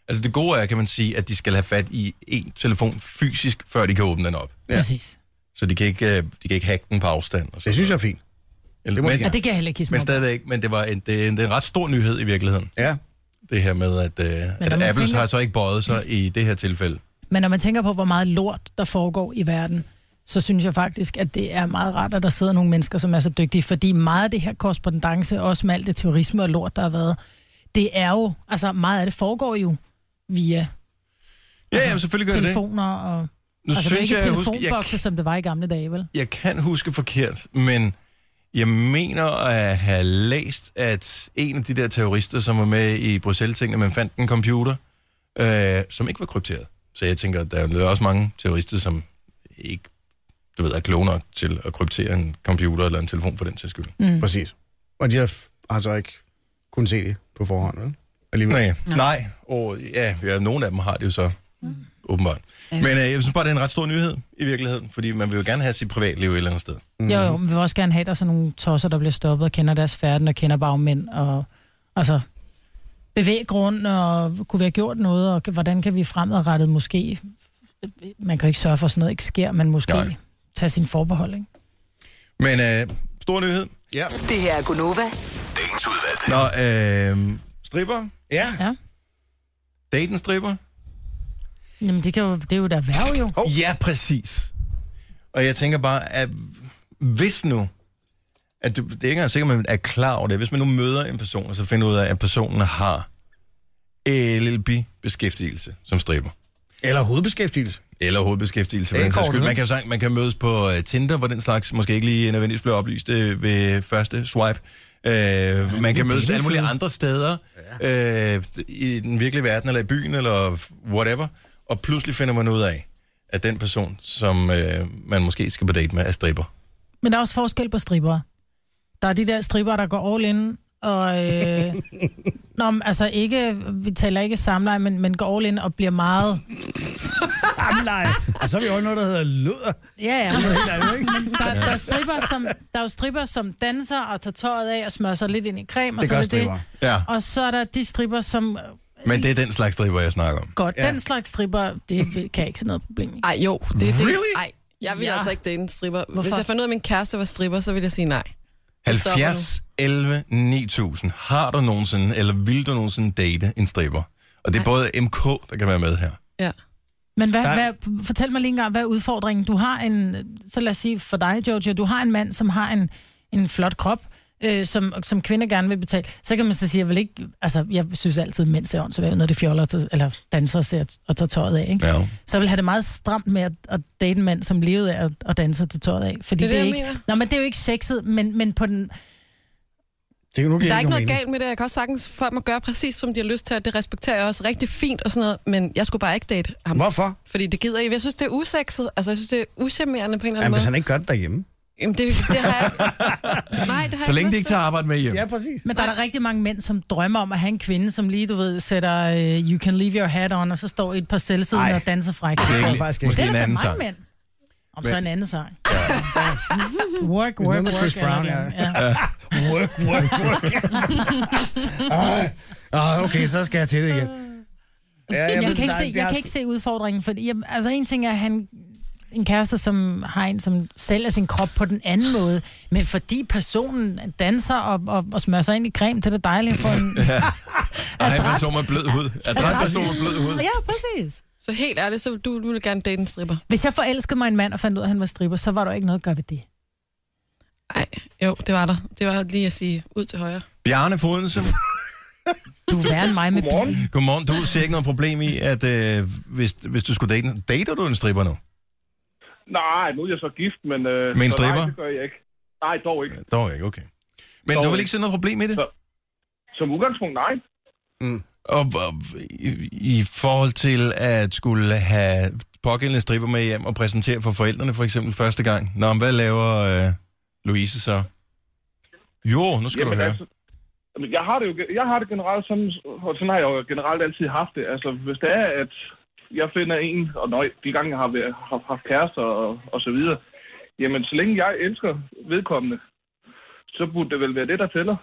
[SPEAKER 1] Altså det gode er, kan man sige, at de skal have fat i en telefon fysisk, før de kan åbne den op.
[SPEAKER 2] Ja.
[SPEAKER 3] Præcis.
[SPEAKER 1] Så de kan ikke, øh, de kan ikke hacke den på afstand. Og
[SPEAKER 2] Det synes jeg er fint.
[SPEAKER 1] Eller,
[SPEAKER 2] det må de
[SPEAKER 1] men,
[SPEAKER 2] gerne.
[SPEAKER 3] Og det kan jeg heller ikke kisse mig
[SPEAKER 1] men
[SPEAKER 3] op.
[SPEAKER 1] stadigvæk, men det, var en, det, er en, det er en ret stor nyhed i virkeligheden.
[SPEAKER 2] Ja.
[SPEAKER 1] det her med, at, øh, at
[SPEAKER 3] man
[SPEAKER 1] Apple tænker...
[SPEAKER 3] tænker-
[SPEAKER 1] har så ikke bøjet sig i det her tilfælde.
[SPEAKER 3] Men når man tænker på, hvor meget lort, der foregår i verden, så synes jeg faktisk, at det er meget rart, at der sidder nogle mennesker, som er så dygtige. Fordi meget af det her korrespondence, også med alt det terrorisme og lort, der har været, det er jo, altså meget af det foregår jo via
[SPEAKER 1] Ja, ja, selvfølgelig gør det det.
[SPEAKER 3] telefoner og...
[SPEAKER 1] Nu
[SPEAKER 3] altså, det er jo
[SPEAKER 1] synes
[SPEAKER 3] ikke
[SPEAKER 1] jeg, jeg, husker,
[SPEAKER 3] telefonbokse,
[SPEAKER 1] jeg,
[SPEAKER 3] som det var i gamle dage, vel?
[SPEAKER 1] jeg kan huske forkert, men Jeg mener at have læst, at en af de der terrorister, som var med i Bruxelles-tingene, man fandt en computer, øh, som ikke var krypteret. Så jeg tænker, at der er også mange terrorister, som ikke du ved, er kloge nok til at kryptere en computer eller en telefon for den til skyld. Mm.
[SPEAKER 2] Præcis. Og de har, f- har så ikke kun se det på forhånd, vel? Alligevel.
[SPEAKER 1] Nej, nej. Og, ja, ja, nogle af dem har det jo så, åbenbart. Men øh, jeg synes bare, det er en ret stor nyhed i virkeligheden, fordi man vil jo gerne have sit privatliv et eller andet sted.
[SPEAKER 2] Mm.
[SPEAKER 3] Jo, jo, men vi vil også gerne have, at der er sådan nogle tosser, der bliver stoppet og kender deres færden og kender bagmænd og altså, bevæggrund og kunne vi have gjort noget, og hvordan kan vi fremadrettet måske... Man kan jo ikke sørge for, at sådan noget ikke sker, men måske
[SPEAKER 1] Nej.
[SPEAKER 3] Nej. tage sin forbehold, ikke?
[SPEAKER 1] Men øh, stor nyhed.
[SPEAKER 2] Ja.
[SPEAKER 7] Det her er Gunova.
[SPEAKER 6] Dagens udvalgte.
[SPEAKER 1] Nå, øh, stripper.
[SPEAKER 2] Ja.
[SPEAKER 3] Ja.
[SPEAKER 1] Daten stripper.
[SPEAKER 3] Jamen, det, kan jo, det er jo et erhverv, jo.
[SPEAKER 1] Oh. Ja, præcis. Og jeg tænker bare, at hvis nu, at du, det er ikke engang sikkert, at man er klar over det, hvis man nu møder en person, og så finder ud af, at personen har LLB-beskæftigelse som stripper.
[SPEAKER 2] Eller hovedbeskæftigelse.
[SPEAKER 1] Eller hovedbeskæftigelse.
[SPEAKER 2] Det
[SPEAKER 1] for
[SPEAKER 2] er
[SPEAKER 1] den sags
[SPEAKER 2] kortet,
[SPEAKER 1] skyld. Man
[SPEAKER 2] ikke?
[SPEAKER 1] kan, jo sagtens- man kan mødes på uh, Tinder, hvor den slags måske ikke lige nødvendigvis bliver oplyst uh, ved første swipe. Uh, man kan mødes alle mulige andre steder uh, i den virkelige verden, eller i byen, eller whatever. Og pludselig finder man ud af, at den person, som uh, man måske skal på date med, er stripper.
[SPEAKER 3] Men der er også forskel på stripper. Der er de der stripper, der går all in, og... Øh, nå, men, altså ikke... Vi taler ikke samleje, men, men går all in og bliver meget... samleje?
[SPEAKER 2] Og så er vi også noget, der hedder luder.
[SPEAKER 3] Ja, ja. Men der, der, er stripper, som, der er jo stripper, som danser og tager tøjet af og smører sig lidt ind i creme. Og
[SPEAKER 2] Det
[SPEAKER 3] så
[SPEAKER 2] gør
[SPEAKER 3] er
[SPEAKER 2] stripper.
[SPEAKER 1] Ja,
[SPEAKER 3] Og så er der de stripper, som øh,
[SPEAKER 1] men det er den slags stripper, jeg snakker om.
[SPEAKER 3] godt.
[SPEAKER 2] Ja.
[SPEAKER 3] Ja. Den slags stripper, det vil- kan jeg ikke se noget problem i.
[SPEAKER 4] Ej, jo. Det, det,
[SPEAKER 1] Really?
[SPEAKER 4] Ej, jeg vil
[SPEAKER 3] Ja.
[SPEAKER 4] ja. altså ikke date en stripper. Hvorfor? Hvis
[SPEAKER 3] Hvorfor?
[SPEAKER 4] jeg fandt ud af, at min kæreste var stripper, så ville jeg sige nej.
[SPEAKER 1] 70, 11, 9000. Har du nogensinde, eller vil du nogensinde date en stripper? Og det er både MK, der kan være med her.
[SPEAKER 4] Ja.
[SPEAKER 3] Men hvad,
[SPEAKER 2] Der-
[SPEAKER 3] hvad, fortæl mig lige engang, hvad er udfordringen? Du har en, så lad os sige for dig, Jojo, du har en mand, som har en, en flot krop, øh, som, som kvinder gerne vil betale. Så kan man så sige, jeg vil ikke, altså jeg synes altid, at mænd ser åndssvagt ud, når de fjoller, og t- eller danser og, ser, og tager tøjet af, ikke?
[SPEAKER 1] Ja.
[SPEAKER 3] så jeg vil have det meget stramt med at, at date en mand, som levede af at, at danse til tøjet af. Fordi
[SPEAKER 4] Det
[SPEAKER 3] det
[SPEAKER 4] er
[SPEAKER 3] er,
[SPEAKER 4] det,
[SPEAKER 3] ikke,
[SPEAKER 4] jeg mener.
[SPEAKER 3] Nå, men det er jo ikke sexet, men, men på den...
[SPEAKER 2] Det kan nu give
[SPEAKER 4] Der er ikke noget
[SPEAKER 2] mening.
[SPEAKER 4] galt med det. Jeg kan også sagtens, folk må gøre præcis, som de har lyst til, og det respekterer jeg også rigtig fint og sådan noget, men jeg skulle bare ikke date ham.
[SPEAKER 2] Hvorfor?
[SPEAKER 4] Fordi det gider jeg. Jeg synes, det er usekset. Altså, jeg synes, det er uschammerende på en eller anden
[SPEAKER 2] Jamen, hvis
[SPEAKER 4] måde.
[SPEAKER 2] han ikke gør det derhjemme.
[SPEAKER 4] Jamen, det, det har jeg ikke. Nej, det
[SPEAKER 1] Så
[SPEAKER 4] har jeg
[SPEAKER 1] længe de
[SPEAKER 4] lyst
[SPEAKER 1] ikke
[SPEAKER 4] til.
[SPEAKER 1] tager arbejde med hjem.
[SPEAKER 2] præcis.
[SPEAKER 3] Men der er der rigtig mange mænd, som drømmer om at have en kvinde, som lige, du ved, sætter øh, you can leave your hat on, og så står i et par selvsiden
[SPEAKER 2] Ej.
[SPEAKER 3] og danser frækt.
[SPEAKER 1] Det er
[SPEAKER 2] tror
[SPEAKER 1] ikke,
[SPEAKER 2] jeg faktisk
[SPEAKER 1] lige-
[SPEAKER 2] ikke.
[SPEAKER 1] måske en
[SPEAKER 3] Det er der
[SPEAKER 1] anden
[SPEAKER 3] mange
[SPEAKER 1] sang.
[SPEAKER 3] mænd. Om så en anden sang. work, work,
[SPEAKER 2] noget
[SPEAKER 3] work.
[SPEAKER 2] med Chris
[SPEAKER 3] eller
[SPEAKER 2] Brown,
[SPEAKER 3] et eller andet.
[SPEAKER 2] ja. Work, work, work. Ej. Ah, okay, så skal jeg til det igen. Ja,
[SPEAKER 3] Ja. Jeg,
[SPEAKER 2] ved,
[SPEAKER 3] kan ikke
[SPEAKER 2] der-
[SPEAKER 3] se,
[SPEAKER 2] der
[SPEAKER 3] jeg
[SPEAKER 2] er
[SPEAKER 3] kan ikke se udfordringen, fordi jeg, altså en ting er, at han en kæreste, som har en, som sælger sin krop på den anden måde, men fordi personen danser og, og, og smører sig ind i creme, det er da dejligt for en...
[SPEAKER 1] Og han person med blød hud. Adræt person med blød hud.
[SPEAKER 3] ja, præcis.
[SPEAKER 4] Så helt ærligt, så vil du, du vil gerne date en stripper.
[SPEAKER 3] Hvis jeg forelskede mig en mand og fandt ud af, at han var stripper, så var der jo ikke noget at gøre ved det.
[SPEAKER 4] Nej, jo, det var der. Det var lige at sige ud til højre.
[SPEAKER 1] Bjarne Fodensen,
[SPEAKER 3] Du er værre end mig med bil.
[SPEAKER 1] godmorgen. Du ser ikke noget problem i, at øh, hvis, hvis du skulle date... Dater du en stripper nu?
[SPEAKER 8] Nej, nu er jeg så gift, men... Øh,
[SPEAKER 1] Med en
[SPEAKER 8] så
[SPEAKER 1] stripper?
[SPEAKER 8] Nej, det gør jeg ikke. Nej, dog ikke.
[SPEAKER 1] Dog ikke, okay. Men
[SPEAKER 8] Dog
[SPEAKER 1] du vil
[SPEAKER 8] ikke.
[SPEAKER 1] ikke se noget problem i det?
[SPEAKER 8] Så- Som udgangspunkt, nej.
[SPEAKER 1] Og, og i, i forhold til at skulle have pågældende stripper med hjem og præsentere for forældrene for eksempel første gang. Nå, men hvad laver øh, Louise så? Jo, nu skal du høre.
[SPEAKER 8] altså, jamen, jeg har det jo jeg har det generelt sådan, og sådan har jeg jo generelt altid haft det. Altså, hvis det er, at jeg finder en, og når jeg- de gange jeg har, været- har haft kærester og, og så videre, jamen, så længe jeg elsker vedkommende, så burde det vel være det, der tæller.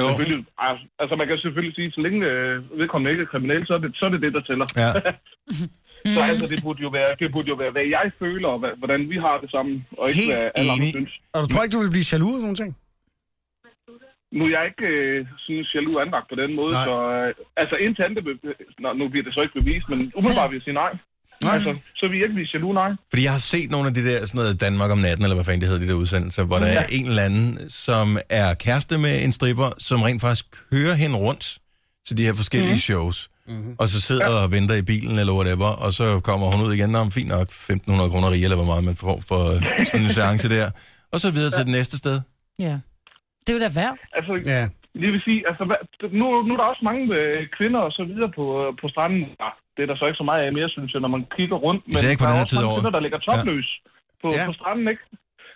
[SPEAKER 1] Jo.
[SPEAKER 8] Selvfølgelig, altså- altså, man kan selvfølgelig sige, så længe øh, vedkommende ikke er kriminel, så er det så er det, det der tæller.
[SPEAKER 1] Ja.
[SPEAKER 8] Så altså, det burde jo være, det burde jo være hvad jeg føler, og hvad, hvordan vi har det sammen, og ikke
[SPEAKER 1] Helt
[SPEAKER 8] hvad alle andre
[SPEAKER 1] enig.
[SPEAKER 8] synes.
[SPEAKER 2] Og du tror ikke, du vil blive jaloux og sådan nogle ting?
[SPEAKER 8] Nu er jeg ikke øh, synes, jeg er anlagt på den måde,
[SPEAKER 2] Nej.
[SPEAKER 8] nej. så øh, altså indtil andet, bev- Nå, nu bliver det så ikke bevist, men umiddelbart vil jeg sige nej. nej. Altså, så vil jeg ikke blive jaloux, nej.
[SPEAKER 1] Fordi jeg har set nogle af de der, sådan noget Danmark om natten, eller hvad fanden det hedder, de der udsendelser, hvor der er en eller anden, som er kæreste med en stripper, som rent faktisk kører hende rundt til de her forskellige
[SPEAKER 3] Mhm.
[SPEAKER 1] mm. shows. Mm-hmm. Og så sidder og venter i bilen, eller whatever, og så kommer hun ud igen, om fint nok 1.500 kroner rig, eller hvor meget man får for øh, sådan en seance der. Og så videre til det næste sted.
[SPEAKER 3] Ja. Det er jo da værd.
[SPEAKER 8] Altså,
[SPEAKER 2] Ja.
[SPEAKER 8] lige vil sige, altså, hvad, nu, nu er der også mange øh, kvinder og så videre på, øh, på stranden. Ja, det er der så ikke så meget af mere, synes jeg, når man kigger rundt. Men
[SPEAKER 1] Især ikke på
[SPEAKER 8] der
[SPEAKER 1] den
[SPEAKER 8] er
[SPEAKER 1] her
[SPEAKER 8] også
[SPEAKER 1] tid af
[SPEAKER 8] mange
[SPEAKER 1] året.
[SPEAKER 8] kvinder, der ligger topløs ja. På,
[SPEAKER 2] Ja.
[SPEAKER 8] ja. på stranden, ikke?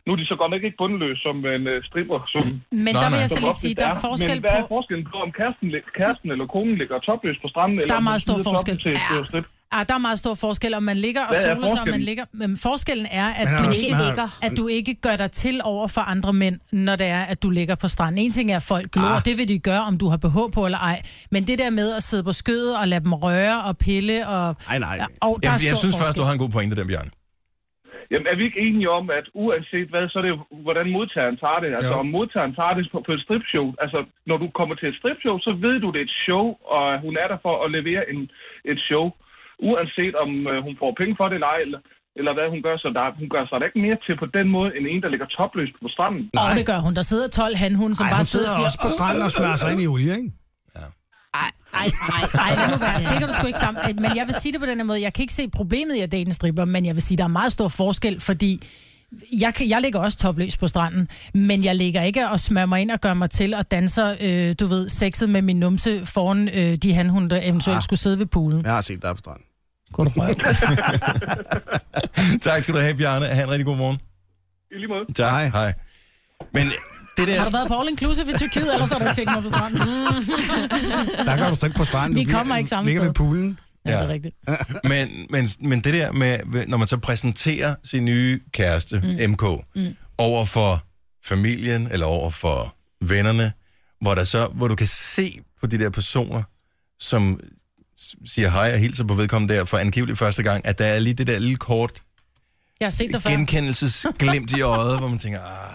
[SPEAKER 8] Nu er de så godt nok ikke bundløse som en øh, stripper, som,
[SPEAKER 3] Men
[SPEAKER 1] Nå,
[SPEAKER 3] der vil
[SPEAKER 1] nej.
[SPEAKER 3] jeg så
[SPEAKER 8] som
[SPEAKER 3] lige
[SPEAKER 8] ofte
[SPEAKER 3] sige, der er forskel
[SPEAKER 8] Men hvad er
[SPEAKER 3] på...
[SPEAKER 8] forskellen på, om kæresten, lig- kæresten eller konen ligger topløs på stranden? Eller
[SPEAKER 3] Der er
[SPEAKER 8] om
[SPEAKER 3] meget
[SPEAKER 8] man
[SPEAKER 3] stor
[SPEAKER 8] sidder
[SPEAKER 3] forskel.
[SPEAKER 8] topløs Til, til at strippe?
[SPEAKER 3] Ah, der er meget stor forskel, om man ligger og
[SPEAKER 8] Hvad er
[SPEAKER 3] soler sig, om man
[SPEAKER 8] forskellen?
[SPEAKER 3] ligger... Men forskellen er, at
[SPEAKER 2] Men han er
[SPEAKER 3] du
[SPEAKER 2] også-
[SPEAKER 3] ikke
[SPEAKER 2] han er-
[SPEAKER 5] ligger.
[SPEAKER 3] at du ikke gør dig til over for andre mænd, når det er, at du ligger på stranden. En ting er, at folk glor, ah. det vil de gøre, om du har BH på eller ej. Men det der med at sidde på skødet og lade dem røre og pille, og,
[SPEAKER 2] Ej, nej.
[SPEAKER 3] ja, og der
[SPEAKER 1] Jeg,
[SPEAKER 3] er
[SPEAKER 1] jeg
[SPEAKER 3] stor
[SPEAKER 1] synes
[SPEAKER 3] forskel.
[SPEAKER 1] faktisk, du har en god pointe der, Bjørn.
[SPEAKER 8] Jamen, er vi ikke enige om, at uanset hvad, så er det jo, hvordan modtageren tager det? Altså,
[SPEAKER 2] Jo.
[SPEAKER 8] om modtageren tager det på, på et stripshow. Altså, når du kommer til et stripshow, så ved du, det er et show, og hun er der for at levere en, et show. Uanset om øh, hun får penge for det eller ej, eller, eller hvad hun gør. Så der, hun gør sig da ikke mere til på den måde, end en, der ligger topløs på stranden.
[SPEAKER 3] Og det gør hun. Der sidder 12 hanhunde, som
[SPEAKER 2] Ej,
[SPEAKER 3] bare
[SPEAKER 2] hun
[SPEAKER 3] sidder
[SPEAKER 2] sidder
[SPEAKER 3] og siger,
[SPEAKER 2] også på stranden og smører sig ind i olie, ikke?
[SPEAKER 5] Ej, nej,
[SPEAKER 3] Nej, det, må være, det kan du sgu ikke sammen. Men jeg vil sige det på den her måde. Jeg kan ikke se problemet i at date en stripper, men jeg vil sige, der er meget stor forskel, fordi jeg, kan, jeg ligger også topløs på stranden, men jeg ligger ikke og smører mig ind og gør mig til og danser, øh, du ved, sexet med min numse foran øh, de hanhunde, der eventuelt skulle sidde ved poolen.
[SPEAKER 2] Jeg har set dig på stranden.
[SPEAKER 3] Godt Ah. røv.
[SPEAKER 1] Tak skal du have, Bjarne. Ha' en rigtig god morgen.
[SPEAKER 8] I lige måde.
[SPEAKER 1] Tak. Hej. Hej. Men det
[SPEAKER 3] Har du
[SPEAKER 1] der...
[SPEAKER 3] været på All Inclusive i Tyrkiet, eller så har du ikke tænkt mig på stranden? Mm,
[SPEAKER 2] Der går du sgu ikke på stranden.
[SPEAKER 3] Vi
[SPEAKER 2] Du
[SPEAKER 3] kommer ikke samme
[SPEAKER 2] Ligger
[SPEAKER 3] sted.
[SPEAKER 2] ved poolen.
[SPEAKER 3] ja, det er
[SPEAKER 1] Ja.
[SPEAKER 3] rigtigt.
[SPEAKER 1] Men, men, men det der med, når man så præsenterer sin nye kæreste, mm. MK, mm. over for familien eller over for vennerne, hvor, der så, hvor du kan se på de der personer, som s- siger hej og hilser på vedkommende der for angiveligt første gang, at der er lige det der lille kort
[SPEAKER 3] Jeg har set dig før.
[SPEAKER 1] genkendelsesglimt i øjet, hvor man tænker, ah,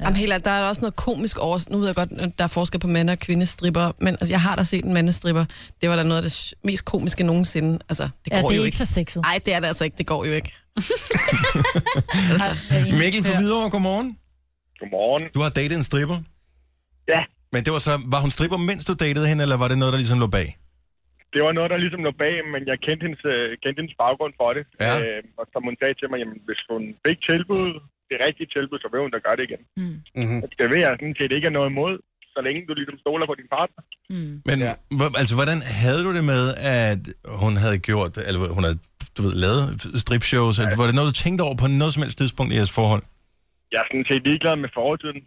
[SPEAKER 4] Ja. Jamen helt ærligt, der er også noget komisk over... Nu ved jeg godt, at der er forskel på mand- og kvindestripper, men altså, jeg har da set en mandestripper. Det var da noget af det s- mest komiske nogensinde. Altså, det går
[SPEAKER 3] Ja, det
[SPEAKER 4] jo
[SPEAKER 3] er
[SPEAKER 4] ikke.
[SPEAKER 3] ikke så sexet.
[SPEAKER 4] Nej, det er det altså ikke. Det går jo ikke.
[SPEAKER 1] Mikkel fra Hvidovre, godmorgen.
[SPEAKER 8] Godmorgen.
[SPEAKER 1] Du har datet en stripper.
[SPEAKER 8] Ja.
[SPEAKER 1] Men det var så, var hun stripper, mens du datede hende, eller var det noget, der ligesom lå bag?
[SPEAKER 8] det var noget, der ligesom lå bag, men jeg kendte hendes, øh, kendte hendes baggrund for det.
[SPEAKER 1] Ja.
[SPEAKER 8] Øh, og som hun sagde til mig, jamen, hvis hun fik tilbud, det rigtige tilbud, så vil hun da gøre det igen.
[SPEAKER 3] Mm.
[SPEAKER 2] Mhm.
[SPEAKER 8] Og Det vil jeg sådan set ikke have noget imod, så længe du ligesom stoler på din partner.
[SPEAKER 1] Men ja.
[SPEAKER 2] Ja.
[SPEAKER 1] altså, hvordan havde du det med, at hun havde gjort, eller hun havde, du ved, lavet stripshows? Ja. Var det noget, du tænkte over på noget som helst tidspunkt i jeres forhold?
[SPEAKER 8] Jeg er sådan set ligeglad med fortiden.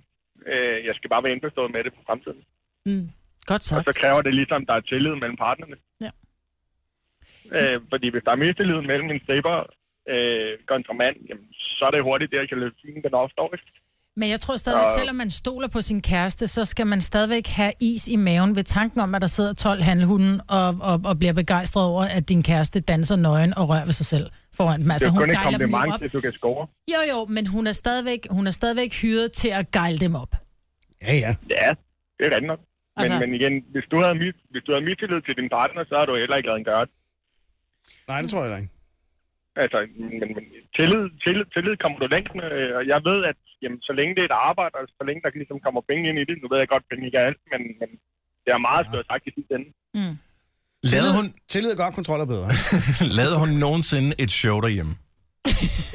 [SPEAKER 8] Øh, jeg skal bare være indforstået med det på fremtiden.
[SPEAKER 3] Mm. Godt
[SPEAKER 8] Og
[SPEAKER 3] så.
[SPEAKER 8] så kræver det ligesom, der er tillid mellem partnerne.
[SPEAKER 3] Ja.
[SPEAKER 8] Øh, fordi hvis der er mistillid mellem en stripper øh, kontra mand, jamen, så er det hurtigt, det jeg kan løbe fint, den opstår. ikke?
[SPEAKER 3] Men jeg tror stadigvæk,
[SPEAKER 8] Og-
[SPEAKER 3] selvom man stoler på sin kæreste, så skal man stadigvæk have is i maven ved tanken om, at der sidder 12 handelhunden og, og, og bliver begejstret over, at din kæreste danser nøgen og rører ved sig selv foran dem.
[SPEAKER 8] Det
[SPEAKER 3] Altså,
[SPEAKER 8] er jo
[SPEAKER 3] hun
[SPEAKER 8] kun et
[SPEAKER 3] gejler dem jo
[SPEAKER 8] kompliment,
[SPEAKER 3] op.
[SPEAKER 8] hvis du kan score.
[SPEAKER 3] Jo, jo, men hun er stadigvæk, hun er stadigvæk hyret til at gejle dem op.
[SPEAKER 2] Ja, ja.
[SPEAKER 8] Ja, det er rigtigt nok. Men,
[SPEAKER 3] Altså-
[SPEAKER 8] altså... men igen, hvis du, havde, mis- hvis du havde mistillid til din partner, så har du heller ikke lavet en gøre det.
[SPEAKER 2] Nej, det tror jeg da ikke.
[SPEAKER 8] Altså, men, men tillid, tillid, tillid kommer du længst med, øh, og jeg ved, at jamen, så længe det er et arbejde, og så længe der ligesom kommer penge ind i det, nu ved jeg godt, at penge ikke er alt, men, men det er meget større sagt i sidste ende.
[SPEAKER 1] Lavede hun,
[SPEAKER 2] Tillid er godt, kontrol er bedre.
[SPEAKER 1] lavede hun nogensinde et show derhjemme?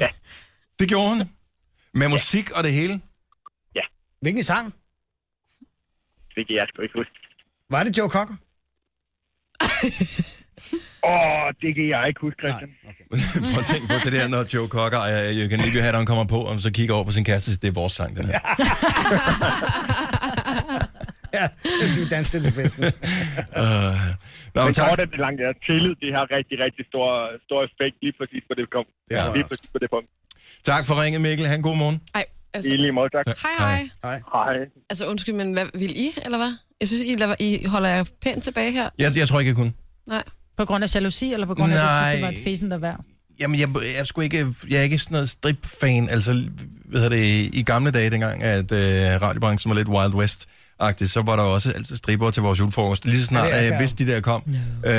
[SPEAKER 8] Ja.
[SPEAKER 1] Det gjorde hun? Med musik og det hele?
[SPEAKER 2] Hvilken sang?
[SPEAKER 8] Det kan jeg sgu ikke huske.
[SPEAKER 2] Var det Joe Cocker?
[SPEAKER 8] Åh, det kan jeg ikke huske, Christian. Nej.
[SPEAKER 2] okay.
[SPEAKER 1] Prøv at tænke på det der, når Joe Cocker og øh, Jørgen Libby han kommer på, og så kigger over på sin kæreste, og siger, det er vores sang, den her.
[SPEAKER 2] Ja, det skal vi danse til til festen.
[SPEAKER 1] Øh, Nå, men
[SPEAKER 8] Men
[SPEAKER 1] tak.
[SPEAKER 8] kort er det langt, er tillid, det har rigtig, rigtig stor, stor effekt lige præcis på det, kom.
[SPEAKER 2] Det tror jeg
[SPEAKER 8] lige
[SPEAKER 2] også.
[SPEAKER 8] præcis på det punkt.
[SPEAKER 1] tak for ringet, Mikkel. Han god morgen.
[SPEAKER 4] Ej, altså,
[SPEAKER 8] I lige måde, tak.
[SPEAKER 4] hej hej.
[SPEAKER 8] Hej.
[SPEAKER 4] Altså undskyld, men hvad, vil I, eller hvad? Jeg synes, I, lader, I holder jer pænt tilbage her.
[SPEAKER 1] Jeg, jeg tror ikke, jeg kunne.
[SPEAKER 4] Nej.
[SPEAKER 3] På grund af jalousi, eller på grund af, at du synes, det
[SPEAKER 1] Nej.
[SPEAKER 3] var et fesen, der værd.
[SPEAKER 1] Jamen, jeg, jeg, er sgu ikke, jeg er ikke sådan noget strip-fan. Altså, hvad hedder det, i gamle dage dengang, at øh, radiobranchen var lidt Wild West, agtigt så var der også altid stripper til vores julefrokost. Lige så snart
[SPEAKER 2] Ja, det er
[SPEAKER 1] ja, jeg
[SPEAKER 2] fair.
[SPEAKER 1] vidste, de der kom, øh,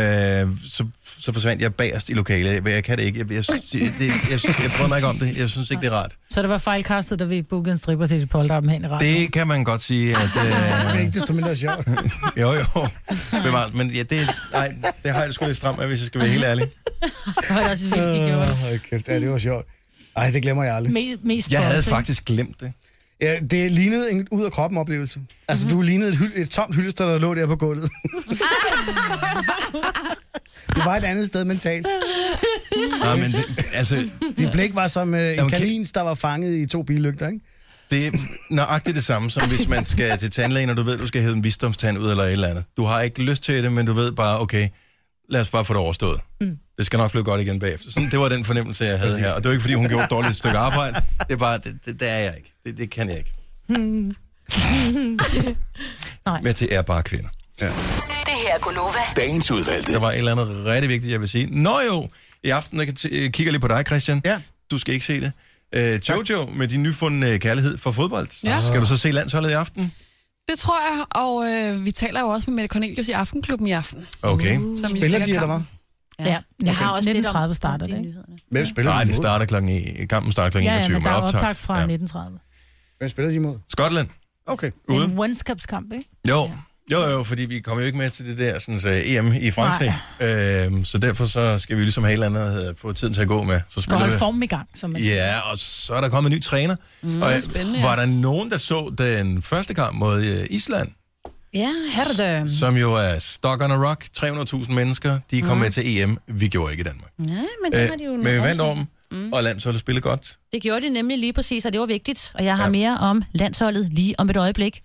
[SPEAKER 1] så, så forsvandt jeg bagerst i lokalet. Men jeg kan det ikke. Jeg, jeg, jeg, det, jeg, jeg prøver mig ikke om det. Jeg synes ikke, det er rart.
[SPEAKER 3] Så det var fejlkastet, da vi bookede en stripper til dit polterappen hen i radioen.
[SPEAKER 1] Det kan man godt sige, at...
[SPEAKER 2] Det
[SPEAKER 1] Øh,
[SPEAKER 2] er ikke desto mindre sjovt.
[SPEAKER 1] jo, jo. Bevaret. Men ja, det, nej, det har jeg det sgu lidt stramt med, hvis jeg skal være helt ærlig.
[SPEAKER 3] Det Øh. var også virkelig gjort.
[SPEAKER 2] Åh, hold kæft, ja, det var sjovt. Ej, det glemmer jeg aldrig.
[SPEAKER 3] Mest, mest
[SPEAKER 1] Jeg havde
[SPEAKER 3] tolv, ikke?
[SPEAKER 1] faktisk glemt det.
[SPEAKER 2] Ja, det lignede en ud-af-kroppen-oplevelse. Altså,
[SPEAKER 5] Mhm.
[SPEAKER 2] mm-hmm. du lignede et, hyld, et tomt hyldester, der lå der på gulvet. du var et andet sted mentalt.
[SPEAKER 1] Nej, men det, altså,
[SPEAKER 2] Dit blik var som øh, en
[SPEAKER 1] Jamen, kan-
[SPEAKER 2] kanins, der var fanget i to billygter, ikke?
[SPEAKER 1] det er nøjagtigt det samme, som hvis man skal til tandlægen, og du ved, du skal hæve en visdomstand ud eller et eller andet. Du har ikke lyst til det, men du ved bare, okay, lad os bare få det overstået. Mm. Det skal nok blive godt igen bagefter. Sådan, det var den fornemmelse, jeg havde her. Og det var ikke, fordi hun gjorde et dårligt stykke arbejde. Det er bare, det, det, det er jeg ikke. Det, det kan jeg ikke.
[SPEAKER 3] Nej.
[SPEAKER 1] Med til er bare kvinder.
[SPEAKER 7] Det her er Gunova.
[SPEAKER 6] Dagens udvalgte.
[SPEAKER 1] Der var et eller andet rigtig vigtigt, jeg vil sige. Nå jo, i aften jeg kan t- øh, kigger jeg lige på dig, Christian.
[SPEAKER 2] Ja.
[SPEAKER 1] Du skal ikke se det. Øh, Jojo, med din nyfundne kærlighed for fodbold.
[SPEAKER 4] Ja.
[SPEAKER 1] Skal du så se landsholdet i aften?
[SPEAKER 4] Det tror jeg, og øh, vi taler jo også med Mette Cornelius i Aftenklubben i aften.
[SPEAKER 1] Okay.
[SPEAKER 4] Som jo
[SPEAKER 2] Spiller
[SPEAKER 4] dækker
[SPEAKER 2] de, eller hvad?
[SPEAKER 4] kampen.
[SPEAKER 3] Ja, jeg har også
[SPEAKER 5] 1930
[SPEAKER 3] 1930 starter det,
[SPEAKER 5] i
[SPEAKER 3] ikke?
[SPEAKER 5] nyhederne.
[SPEAKER 2] Hvem spiller
[SPEAKER 1] Nej,
[SPEAKER 2] de
[SPEAKER 1] det
[SPEAKER 2] imod?
[SPEAKER 1] starter klokken i, kampen starter klokken
[SPEAKER 3] Ja, ja,
[SPEAKER 1] 21,
[SPEAKER 3] men der er optag fra
[SPEAKER 1] Ja.
[SPEAKER 3] 1930.
[SPEAKER 2] Hvem spiller de imod?
[SPEAKER 1] Skotland.
[SPEAKER 2] Okay.
[SPEAKER 3] Det er
[SPEAKER 1] Ude.
[SPEAKER 3] en venskabskamp, ikke?
[SPEAKER 1] Jo. Jo, jo, fordi vi kommer jo ikke med til det der sådan, så EM i Frankrig. Øhm, så derfor så skal vi ligesom have et eller andet øh, få tiden til at gå med. Så
[SPEAKER 3] Skal
[SPEAKER 1] spiller
[SPEAKER 3] holde
[SPEAKER 1] vi.
[SPEAKER 3] formen i gang, som man siger.
[SPEAKER 1] Ja, og så er der kommet en ny træner. Mm, og, øh,
[SPEAKER 4] spændende, ja.
[SPEAKER 1] Var der nogen, der så den første kamp mod øh, Island?
[SPEAKER 5] Ja, her er det.
[SPEAKER 1] som jo er Stock on a Rock, 300.000 mennesker, de kom mm. med til EM, vi gjorde ikke i Danmark.
[SPEAKER 5] Ja, men det har de jo
[SPEAKER 1] Øh, men vi
[SPEAKER 5] noget
[SPEAKER 1] vandt
[SPEAKER 5] om.
[SPEAKER 1] over dem, og landsholdet spillede godt.
[SPEAKER 5] Det gjorde de nemlig lige præcis, og det var vigtigt. Og jeg har
[SPEAKER 1] Ja.
[SPEAKER 5] ja. mere om landsholdet lige om et øjeblik.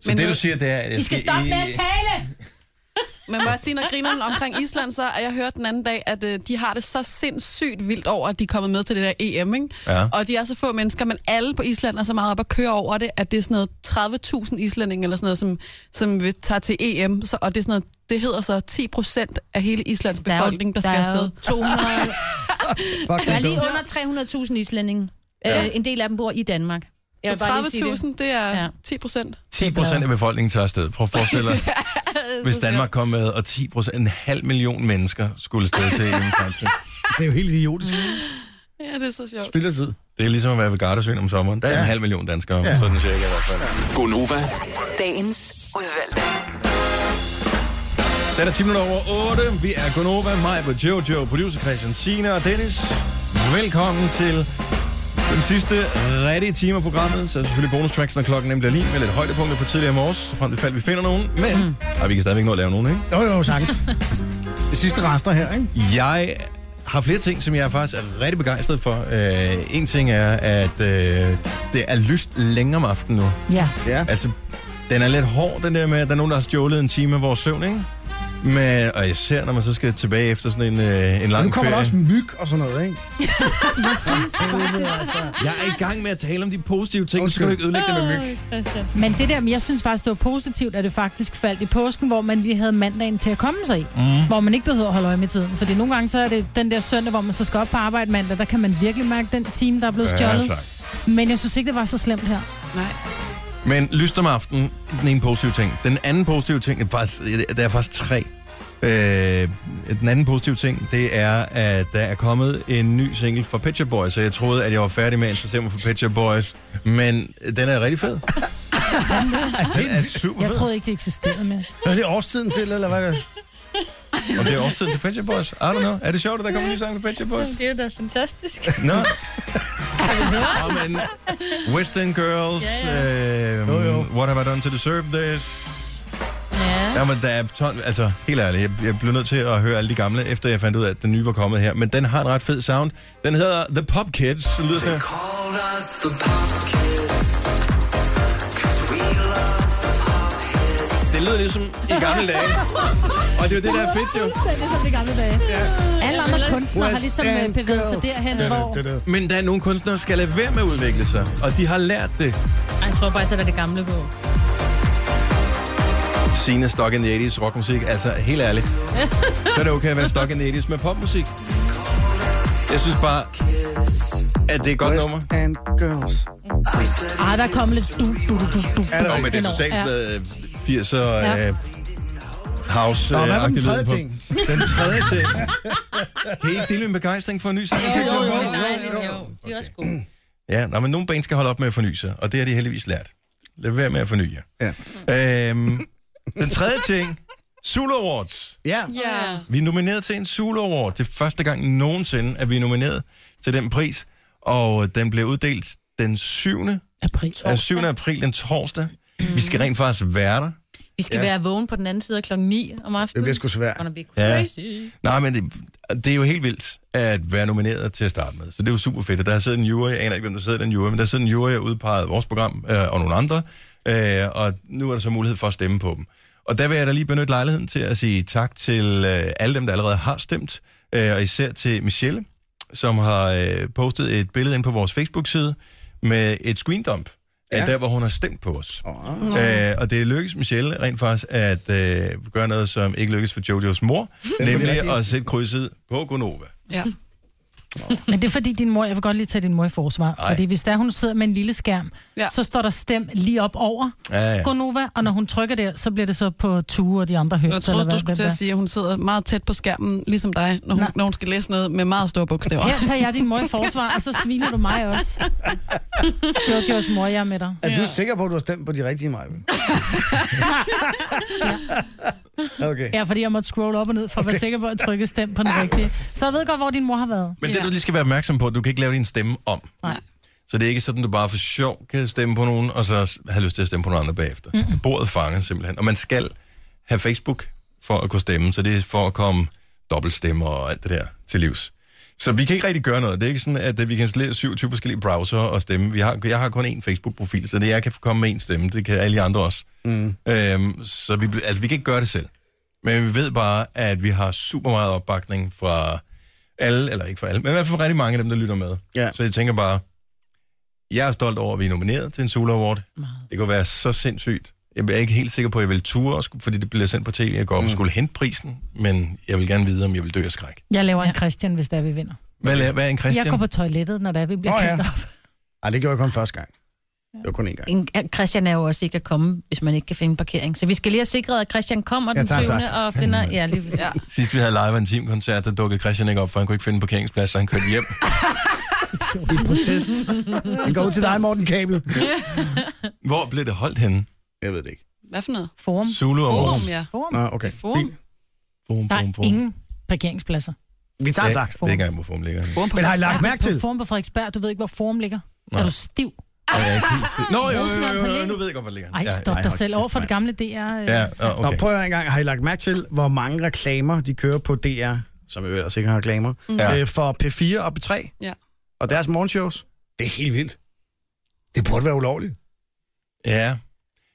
[SPEAKER 1] Så
[SPEAKER 4] Men
[SPEAKER 1] det,
[SPEAKER 4] nu-
[SPEAKER 1] du siger, det er... At jeg
[SPEAKER 5] I skal stoppe med at
[SPEAKER 1] ikke-
[SPEAKER 5] tale!
[SPEAKER 4] Men må jeg sige, når grineren omkring Island, så og jeg hørte den anden dag, at øh, de har det så sindssygt vildt over, at de er kommet med til det der EM, ikke?
[SPEAKER 1] Ja.
[SPEAKER 4] Og de er så få mennesker, men alle på Island er så meget op at køre over det, at det er sådan noget 30.000 islændinge eller sådan noget, som, som vil tage til EM, så, og det er sådan noget, det hedder så 10 procent af hele Islands
[SPEAKER 5] Der er jo,
[SPEAKER 4] befolkning, der,
[SPEAKER 5] der
[SPEAKER 4] skal
[SPEAKER 5] er
[SPEAKER 4] afsted.
[SPEAKER 5] jo 200,
[SPEAKER 2] Fuck,
[SPEAKER 5] der
[SPEAKER 2] det
[SPEAKER 5] er lige
[SPEAKER 2] dumt.
[SPEAKER 5] under 300.000 islændinge. Ja. Øh, en del af dem bor i Danmark. Jeg vil bare lige sige det.
[SPEAKER 4] Så 30.000, det er
[SPEAKER 5] Ja.
[SPEAKER 4] 10 procent.
[SPEAKER 1] 10 procent af befolkningen tager afsted. Prøv at forestille dig, hvis Danmark kom med, og 10 procent, en halv million mennesker skulle afsted til EM. -kampen.
[SPEAKER 2] Det er jo helt idiotisk.
[SPEAKER 4] Ja, det er så sjovt.
[SPEAKER 2] Spillertid.
[SPEAKER 1] Det er ligesom at være ved Gardasøen om sommeren. Der er ja. en halv million danskere, ja. sådan cirka i hvert fald.
[SPEAKER 6] Gonova.
[SPEAKER 7] Dagens udvalgte.
[SPEAKER 1] Den er 10 minutter over 8. Vi er Gonova, mig på Jojo, producer Christian Sina og Dennis. Velkommen til den sidste rigtige time af programmet. Så er selvfølgelig bonus tracks, når klokken nemlig er lige med lidt højdepunkter for tidligere morges, så frem til fald vi finder nogen. Men mm. ej, vi kan stadigvæk nå at lave nogen, ikke?
[SPEAKER 2] Jo, jo, sagtens. Det sidste rester her, ikke?
[SPEAKER 1] Jeg har flere ting, som jeg faktisk er rigtig begejstret for. Øh, en ting er, at øh, det er lyst længere om aftenen nu.
[SPEAKER 3] Ja.
[SPEAKER 2] Ja.
[SPEAKER 1] Altså, den er lidt hård, den der med, at der er nogen, der har stjålet en time af vores søvn, ikke? Men, og især, når man så skal tilbage efter sådan en, øh, en
[SPEAKER 2] Nu
[SPEAKER 1] lang
[SPEAKER 2] kommer
[SPEAKER 1] ferie.
[SPEAKER 2] der også myg og sådan noget, ikke?
[SPEAKER 1] Jeg er i gang med at tale om de positive ting, så skal
[SPEAKER 2] Undskyld.
[SPEAKER 1] du ikke ødelægge det altså, med myg.
[SPEAKER 3] Men det der, men jeg synes faktisk, det var positivt, at det faktisk faldt i påsken, hvor man lige havde mandagen til at komme sig i.
[SPEAKER 1] Mhm.
[SPEAKER 3] Mm. Hvor man ikke behøver at holde øje med tiden. Fordi nogle gange, så er det den der søndag, hvor man så skal op på arbejde mandag, der kan man virkelig mærke den time, der er blevet stjålet.
[SPEAKER 1] tak.
[SPEAKER 3] Men jeg synes ikke, det var så slemt her.
[SPEAKER 4] Nej.
[SPEAKER 1] Men lyst om aftenen, den ene positive ting. Den anden positive ting, er faktisk, der er faktisk tre. Øh, den anden positive ting, det er, at der er kommet en ny single fra Pet Shop Boys, så jeg troede, at jeg var færdig med at interessere mig for Pet Shop Boys, men den er rigtig fed. den er super
[SPEAKER 3] Jeg
[SPEAKER 1] fed.
[SPEAKER 3] troede ikke, det eksisterede mere.
[SPEAKER 2] Er det årstiden til, eller hvad? er det?
[SPEAKER 1] Om det er årstid til Pet Shop Boys? I don't know. Er det sjovt, at der kommer en ny sang fra Pet Shop Boys?
[SPEAKER 5] Det er jo da fantastisk.
[SPEAKER 1] Nå. Nå, men Western Girls, øh,
[SPEAKER 2] Jo, jo.
[SPEAKER 1] What Have I Done to Deserve This?
[SPEAKER 5] Ja.
[SPEAKER 1] Ja, men der er ton, altså helt ærligt, jeg, jeg blev nødt til at høre alle de gamle, efter jeg fandt ud af, at den nye var kommet her. Men den har en ret fed sound. Den hedder The Pop Kids. Det lyder sådan her. Det lyder ligesom i gamle dage. Og det er jo det, der er fedt, jo.
[SPEAKER 3] Fuldstændig som de gamle dage. Alle andre kunstnere har ligesom øh,
[SPEAKER 2] Western
[SPEAKER 3] bevæget sig
[SPEAKER 2] girls.
[SPEAKER 3] derhen,
[SPEAKER 2] Det er det,
[SPEAKER 3] hvor...
[SPEAKER 2] det er det.
[SPEAKER 1] Men der er nogle kunstnere, der skal lade være med at udvikle sig. Og de har lært det.
[SPEAKER 5] Ej, jeg tror bare, så er det gamle på.
[SPEAKER 1] Sine Stock in the 80's rockmusik. Altså, helt ærligt. Så er det okay at være Stock in the 80's med popmusik. Jeg synes bare, at det er et godt nummer.
[SPEAKER 2] and girls.
[SPEAKER 3] Ah, der er kommet lidt du, du, du, du, du.
[SPEAKER 2] Er der
[SPEAKER 1] Nå, men det er
[SPEAKER 3] Enormt,
[SPEAKER 1] totalt
[SPEAKER 3] ja.
[SPEAKER 1] sådan noget øh, 80'er
[SPEAKER 3] Ja.
[SPEAKER 1] ja. øh, house
[SPEAKER 2] Nå,
[SPEAKER 1] øh,
[SPEAKER 2] hvad var
[SPEAKER 1] agtig
[SPEAKER 2] den
[SPEAKER 1] lyd
[SPEAKER 2] tredje
[SPEAKER 1] på.
[SPEAKER 2] ting?
[SPEAKER 1] Den tredje ting. Kan I ikke dele en begejstring for en ny sang?
[SPEAKER 5] Jo, jo,
[SPEAKER 1] Okay.
[SPEAKER 5] dejligt, jo. Det er også godt.
[SPEAKER 1] Ja, nå, men nogle bands skal holde op med at forny sig, og det har de heldigvis lært. Lad være med at forny jer.
[SPEAKER 2] Ja.
[SPEAKER 1] Øhm, den tredje ting, Zulu Awards.
[SPEAKER 2] Ja.
[SPEAKER 4] Ja.
[SPEAKER 1] Vi er nomineret til en Zulu Award. Det er første gang nogensinde, at vi er nomineret til øh, den pris, og den blev uddelt den 7.
[SPEAKER 5] April.
[SPEAKER 1] Torsdag. 7. april, den torsdag. Vi skal rent faktisk være der.
[SPEAKER 5] Vi skal
[SPEAKER 2] Ja.
[SPEAKER 5] ja. være vågen på den anden side af klokken 9 om aftenen.
[SPEAKER 2] Det bliver sgu svært.
[SPEAKER 5] Gonna be
[SPEAKER 1] Ja.
[SPEAKER 5] crazy.
[SPEAKER 1] Nej, men det, det er jo helt vildt at være nomineret til at starte med. Så det er jo super fedt. Og Der sidder en jury, jeg aner ikke, hvem der sidder i den jury, men der sidder en jury, jeg udpeget vores program øh, og nogle andre. Øh, og nu er der så mulighed for at stemme på dem. Og der vil jeg da lige benytte lejligheden til at sige tak til øh, alle dem, der allerede har stemt. Øh, og især til Michelle, som har øh, postet et billede ind på vores Facebook-side med et screendump af
[SPEAKER 2] Ja.
[SPEAKER 1] der, hvor hun har stemt på os.
[SPEAKER 2] Åh.
[SPEAKER 1] Øh, og det lykkedes Michelle rent faktisk at øh, gøre noget, som ikke lykkedes for Jojos mor, nemlig at sætte krydset på Gonova.
[SPEAKER 4] Ja.
[SPEAKER 3] Men det er fordi din mor, jeg vil godt lige tage din mor i forsvar.
[SPEAKER 1] Ej.
[SPEAKER 3] Ej. Fordi hvis der hun sidder med en lille skærm,
[SPEAKER 4] Ja.
[SPEAKER 3] ja. så står der stem lige op over
[SPEAKER 1] Ja, ja.
[SPEAKER 3] Gonova, og når hun trykker der, så bliver det så på Tue og de andre høns.
[SPEAKER 4] Jeg troede,
[SPEAKER 3] eller
[SPEAKER 4] du
[SPEAKER 3] hvad
[SPEAKER 4] skulle
[SPEAKER 3] det
[SPEAKER 4] til at
[SPEAKER 3] er.
[SPEAKER 4] sige, at hun sidder meget tæt på skærmen, ligesom dig, når hun,
[SPEAKER 3] Nej.
[SPEAKER 4] når hun skal læse noget med meget store bogstaver.
[SPEAKER 3] Her tager jeg din mor i forsvar, og så sviner du mig også. Jojos mor, jeg er med dig.
[SPEAKER 2] Er du sikker på, at du har stemt på de rigtige, Maja? Okay.
[SPEAKER 3] Ja, fordi jeg måtte scrolle op og ned for at være sikker på at trykke stem på den rigtige. Så jeg ved godt, hvor din mor har været.
[SPEAKER 1] Men det,
[SPEAKER 4] Ja.
[SPEAKER 1] du lige skal være opmærksom på, du kan ikke lave din stemme om.
[SPEAKER 3] Nej.
[SPEAKER 1] Så det er ikke sådan, du bare for sjov kan stemme på nogen, og så have lyst til at stemme på nogen andre bagefter. Mm. Bordet fanger simpelthen. Og man skal have Facebook for at kunne stemme, så det er for at komme dobbeltstemmer og alt det der til livs. Så vi kan ikke rigtig gøre noget. Det er ikke sådan, at øh, vi kan installere 27 forskellige browser og stemme. Vi har, jeg har kun én Facebook-profil, så det jeg kan komme med én stemme. Det kan alle de andre også. Mm. Øhm, så vi, bl- altså, vi kan ikke gøre det selv. Men vi ved bare, at vi har super meget opbakning fra alle, eller ikke fra alle, men i hvert fald fra rigtig mange af dem, der lytter med.
[SPEAKER 2] Ja.
[SPEAKER 1] Så jeg tænker bare, jeg er stolt over, at vi er nomineret til en Solo Award. Det kunne være så sindssygt. Jeg er ikke helt sikker på, at jeg vil ture, også, fordi det bliver sendt på tv. Jeg går op og skulle hente prisen, men jeg vil gerne vide, om jeg vil dø af skræk.
[SPEAKER 3] Jeg laver en Christian, hvis der vi vinder.
[SPEAKER 1] Hvad, la- hvad er en Christian?
[SPEAKER 3] Jeg går på toilettet, når der vi bliver
[SPEAKER 2] Nå ja.
[SPEAKER 3] kendt op.
[SPEAKER 2] Ej, det gjorde jeg kun første gang. Det var kun én gang.
[SPEAKER 5] En, Christian er jo også ikke at komme, hvis man ikke kan finde parkering. Så vi skal lige have sikret, at Christian kommer den
[SPEAKER 2] tak, tak.
[SPEAKER 5] 7. og finder... Ja, lige præcis.
[SPEAKER 4] Ja.
[SPEAKER 1] Sidst vi havde live en teamkoncert, der dukkede Christian ikke op, for han kunne ikke finde en parkeringsplads, så han kørte hjem.
[SPEAKER 2] I protest. Det går ud til dig, Morten Kabel.
[SPEAKER 1] Hvor blev det holdt henne?
[SPEAKER 2] Jeg ved det ikke.
[SPEAKER 4] Hvad for noget?
[SPEAKER 3] Forum.
[SPEAKER 1] Zulu og
[SPEAKER 4] Forum,
[SPEAKER 1] Mors.
[SPEAKER 4] ja.
[SPEAKER 3] Forum.
[SPEAKER 2] Nå, okay.
[SPEAKER 4] Forum.
[SPEAKER 1] Forum,
[SPEAKER 3] Der er ingen parkeringspladser.
[SPEAKER 2] Vi tager en
[SPEAKER 1] Jeg
[SPEAKER 2] saks.
[SPEAKER 1] ved ikke engang, hvor forum ligger. henne.
[SPEAKER 4] Forum på
[SPEAKER 2] Men har I lagt mærke til?
[SPEAKER 3] På Forum på Frederiksberg, du ved ikke, hvor Forum ligger.
[SPEAKER 1] Nej.
[SPEAKER 3] Nej. Er du stiv?
[SPEAKER 1] Og jeg er ikke helt sikker. Nå, jo,
[SPEAKER 3] Rosen er
[SPEAKER 1] jo,
[SPEAKER 3] altså
[SPEAKER 1] jo, jo,
[SPEAKER 3] lidt-
[SPEAKER 1] nu ved jeg godt, hvor det ligger.
[SPEAKER 3] Ej, stop
[SPEAKER 2] ej,
[SPEAKER 3] dig
[SPEAKER 2] hold
[SPEAKER 3] selv
[SPEAKER 2] kæft,
[SPEAKER 3] over for det gamle DR. øh.
[SPEAKER 1] Ja, ja,
[SPEAKER 2] Nå,
[SPEAKER 1] okay.
[SPEAKER 2] prøv at høre engang. Har I lagt mærke til, hvor mange reklamer, de kører på DR, som jo ellers ikke har reklamer,
[SPEAKER 1] Ja.
[SPEAKER 2] ja. øh, for P4 og P3
[SPEAKER 4] Ja.
[SPEAKER 2] og deres morgenshows? Det er helt vildt. Det burde være ulovligt.
[SPEAKER 1] Ja.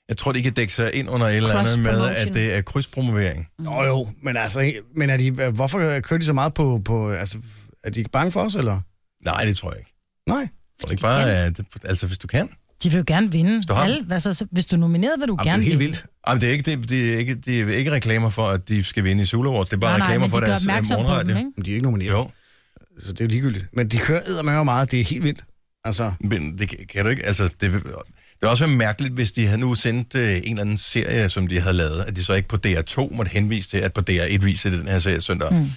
[SPEAKER 1] Jeg tror, det kan dække sig ind under et eller andet med,
[SPEAKER 5] Cross-promotion.
[SPEAKER 1] at det er krydspromovering.
[SPEAKER 2] Nå jo, men altså, men er de, hvorfor kører de så meget på, på altså, er de ikke bange for os, eller?
[SPEAKER 1] Nej, det tror jeg ikke.
[SPEAKER 2] Nej.
[SPEAKER 1] Tror du ikke bare, at, altså hvis du kan.
[SPEAKER 3] De vil jo gerne vinde.
[SPEAKER 1] du har dem.
[SPEAKER 3] Alle, altså, så- hvis du er nomineret, vil du
[SPEAKER 2] Jamen, det er
[SPEAKER 3] gerne
[SPEAKER 2] jo helt
[SPEAKER 3] vinde.
[SPEAKER 2] vildt.
[SPEAKER 1] Jamen, det er, ikke, det, det, er ikke, det er ikke reklamer for, at de skal vinde i Sula Awards. Det er bare
[SPEAKER 3] nej, nej,
[SPEAKER 1] reklamer
[SPEAKER 3] men
[SPEAKER 1] for
[SPEAKER 3] de gør
[SPEAKER 1] deres øh,
[SPEAKER 3] opmærksom på
[SPEAKER 1] morgenradio.
[SPEAKER 3] dem, ikke?
[SPEAKER 2] Men de er jo ikke nomineret,
[SPEAKER 1] Jo,
[SPEAKER 2] så det er jo ligegyldigt. Men de kører eddermame meget, det er helt vildt. Altså,
[SPEAKER 1] men det kan- kan du ikke. Altså, det, vil- det er også være mærkeligt, hvis de havde nu sendt øh, en eller anden serie, som de havde lavet, at de så ikke på DR2 måtte henvise til, at på DR1 viser det den her serie søndag. Mm.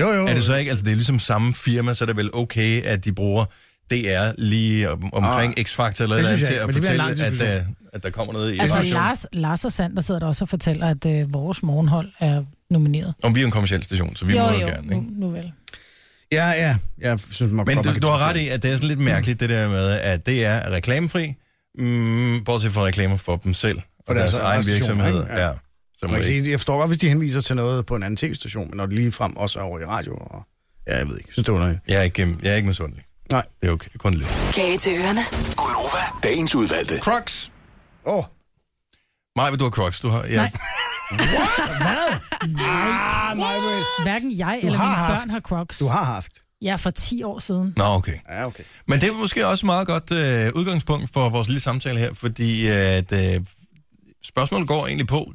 [SPEAKER 2] jo jo.
[SPEAKER 1] Er det så ikke, altså det er ligesom samme firma, så er det vel okay, at de bruger DR lige om, omkring ah, X-Factor eller
[SPEAKER 2] det
[SPEAKER 1] noget andet
[SPEAKER 2] synes jeg
[SPEAKER 1] til
[SPEAKER 2] ikke,
[SPEAKER 1] at
[SPEAKER 2] men det bliver
[SPEAKER 1] fortælle,
[SPEAKER 2] en lang
[SPEAKER 1] at,
[SPEAKER 2] diskussion.
[SPEAKER 1] der, at der kommer noget i
[SPEAKER 3] Altså,
[SPEAKER 1] radioen?
[SPEAKER 3] Lars, Lars og Sander sidder der også og fortæller, at øh, vores morgenhold er nomineret.
[SPEAKER 1] Om vi er en kommersiel station, så vi må jo Mm. gerne,
[SPEAKER 3] nu,
[SPEAKER 1] ikke?
[SPEAKER 3] nu vel.
[SPEAKER 2] Ja, ja. Jeg synes, man
[SPEAKER 1] Men
[SPEAKER 2] godt,
[SPEAKER 1] du,
[SPEAKER 2] man kan
[SPEAKER 1] du har ret
[SPEAKER 2] diskutere.
[SPEAKER 1] i, at det er sådan lidt mærkeligt, det der med, at det er reklamefri, mm, bortset fra reklamer for dem selv og for deres,
[SPEAKER 2] deres
[SPEAKER 1] deres
[SPEAKER 2] egen
[SPEAKER 1] egen
[SPEAKER 2] station,
[SPEAKER 1] virksomhed.
[SPEAKER 2] ikke?
[SPEAKER 1] Ja.
[SPEAKER 2] Ja.
[SPEAKER 1] Ja. Så må
[SPEAKER 2] Man kan
[SPEAKER 1] det ikke.
[SPEAKER 2] sige, jeg forstår godt, hvis de henviser til noget på en anden tv-station, men når det lige frem også er over i radio. Og... Ja, jeg ved ikke. Synes det var noget.
[SPEAKER 1] Jeg er ikke, øhm, jeg er ikke misundelig.
[SPEAKER 2] Nej.
[SPEAKER 1] Det er okay. Kun lidt.
[SPEAKER 7] Kage til ørerne.
[SPEAKER 6] Gonova, dagens udvalgte.
[SPEAKER 1] Crocs.
[SPEAKER 2] Åh, oh,
[SPEAKER 1] Maja, du har Crocs. Du har, ja.
[SPEAKER 3] Nej. Hverken jeg eller
[SPEAKER 2] har
[SPEAKER 3] mine
[SPEAKER 2] haft.
[SPEAKER 3] børn har Crocs.
[SPEAKER 2] du har haft.
[SPEAKER 3] Jeg er for 10 år siden.
[SPEAKER 1] Nå, okay.
[SPEAKER 2] Ja, okay.
[SPEAKER 1] Men det er måske også meget godt øh, udgangspunkt for vores lille samtale her, fordi øh, at, øh, spørgsmålet går egentlig på,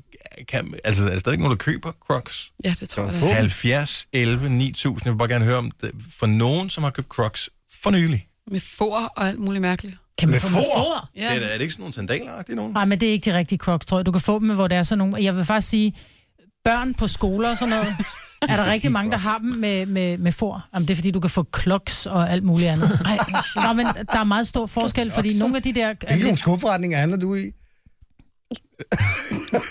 [SPEAKER 1] kan, altså er der stadig nogen, der køber Crocs?
[SPEAKER 4] Ja, det tror jeg.
[SPEAKER 2] Få
[SPEAKER 4] da.
[SPEAKER 2] dem.
[SPEAKER 1] 70, 11, 9000. Jeg vil bare gerne høre om det, for nogen, som har købt Crocs for nylig.
[SPEAKER 4] Med for og alt muligt mærkeligt.
[SPEAKER 5] Kan man få med
[SPEAKER 1] får?
[SPEAKER 5] for?
[SPEAKER 4] Ja.
[SPEAKER 1] Det er, da- er det ikke sådan nogle sandaler? Det er nogen.
[SPEAKER 3] Nej, men det er ikke de rigtige Crocs, tror jeg. Du kan få dem, med, hvor der er sådan nogle... Jeg vil faktisk sige, børn på skoler og sådan noget, er der rigtig mange, der har dem med, med, med for. Jamen, det er fordi, du kan få kloks og alt muligt andet. Ej, nå, men der er meget stor forskel, fordi nogle af de der... øh, Det
[SPEAKER 2] Hvilken skufforretning handler du i?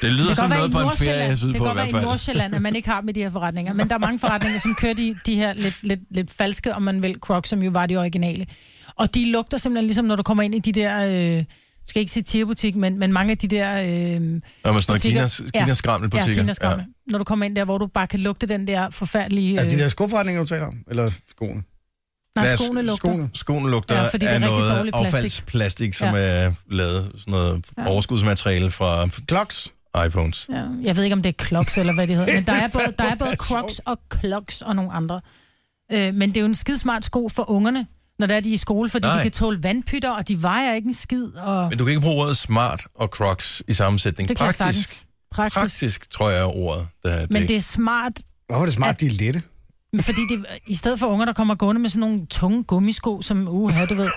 [SPEAKER 1] Det lyder
[SPEAKER 3] kan
[SPEAKER 1] som
[SPEAKER 3] godt være
[SPEAKER 1] noget på
[SPEAKER 3] i
[SPEAKER 1] en ferie,
[SPEAKER 3] Nordsjælland,
[SPEAKER 1] jeg synes
[SPEAKER 3] det kan
[SPEAKER 1] på i
[SPEAKER 3] godt være
[SPEAKER 1] hvert
[SPEAKER 3] i
[SPEAKER 1] fald.
[SPEAKER 3] Nordsjælland, at man ikke har med de her forretninger. Men der er mange forretninger, som kører de, de her lidt, lidt, lidt falske, om man vil, Crocs, som jo var de originale. Og de lugter simpelthen ligesom, når du kommer ind i de der... Øh, jeg skal ikke sige tierbutik, men, men mange af de der... Øh,
[SPEAKER 1] Og med sådan noget
[SPEAKER 3] Butikker.
[SPEAKER 1] Kinas, Kinas skrammelbutikker.
[SPEAKER 3] Ja, Kinas ja. Når du kommer ind der, hvor du bare kan lugte den der forfærdelige...
[SPEAKER 2] Altså de
[SPEAKER 3] øh,
[SPEAKER 2] der skoforretninger, du taler om? Eller skoene?
[SPEAKER 1] Lad
[SPEAKER 3] nej,
[SPEAKER 1] os-
[SPEAKER 3] skoene lugter.
[SPEAKER 2] Skoene.
[SPEAKER 1] Skoen lugter
[SPEAKER 3] Ja,
[SPEAKER 1] ja,
[SPEAKER 3] fordi det er
[SPEAKER 1] af
[SPEAKER 3] rigtig
[SPEAKER 1] noget
[SPEAKER 3] dårlig plastik.
[SPEAKER 1] affaldsplastik, som
[SPEAKER 3] Ja.
[SPEAKER 1] ja. er lavet sådan noget
[SPEAKER 3] Ja.
[SPEAKER 1] ja. overskudsmateriale fra f-
[SPEAKER 2] Kloks.
[SPEAKER 1] iPhones.
[SPEAKER 3] Ja, jeg ved ikke, om det er Crocs eller hvad det hedder, men der er både, der er både Crocs og Clocks og nogle andre. Øh, men det er jo en skidesmart sko for ungerne, når der er de er i skole, fordi Nej.
[SPEAKER 1] Nej.
[SPEAKER 3] de kan tåle vandpytter, og de vejer ikke en skid. Og...
[SPEAKER 1] Men du kan ikke bruge ordet smart og crocs i sammensætning.
[SPEAKER 3] Det kan jeg
[SPEAKER 1] praktisk,
[SPEAKER 3] sagtens. Praktisk. Praktisk.
[SPEAKER 1] praktisk, tror jeg er ordet. Der er
[SPEAKER 3] Men det er smart,
[SPEAKER 2] Hvorfor er det smart, de er lette?
[SPEAKER 3] fordi det, i stedet for unger, der kommer gående med sådan nogle tunge gummisko, som uha, du ved.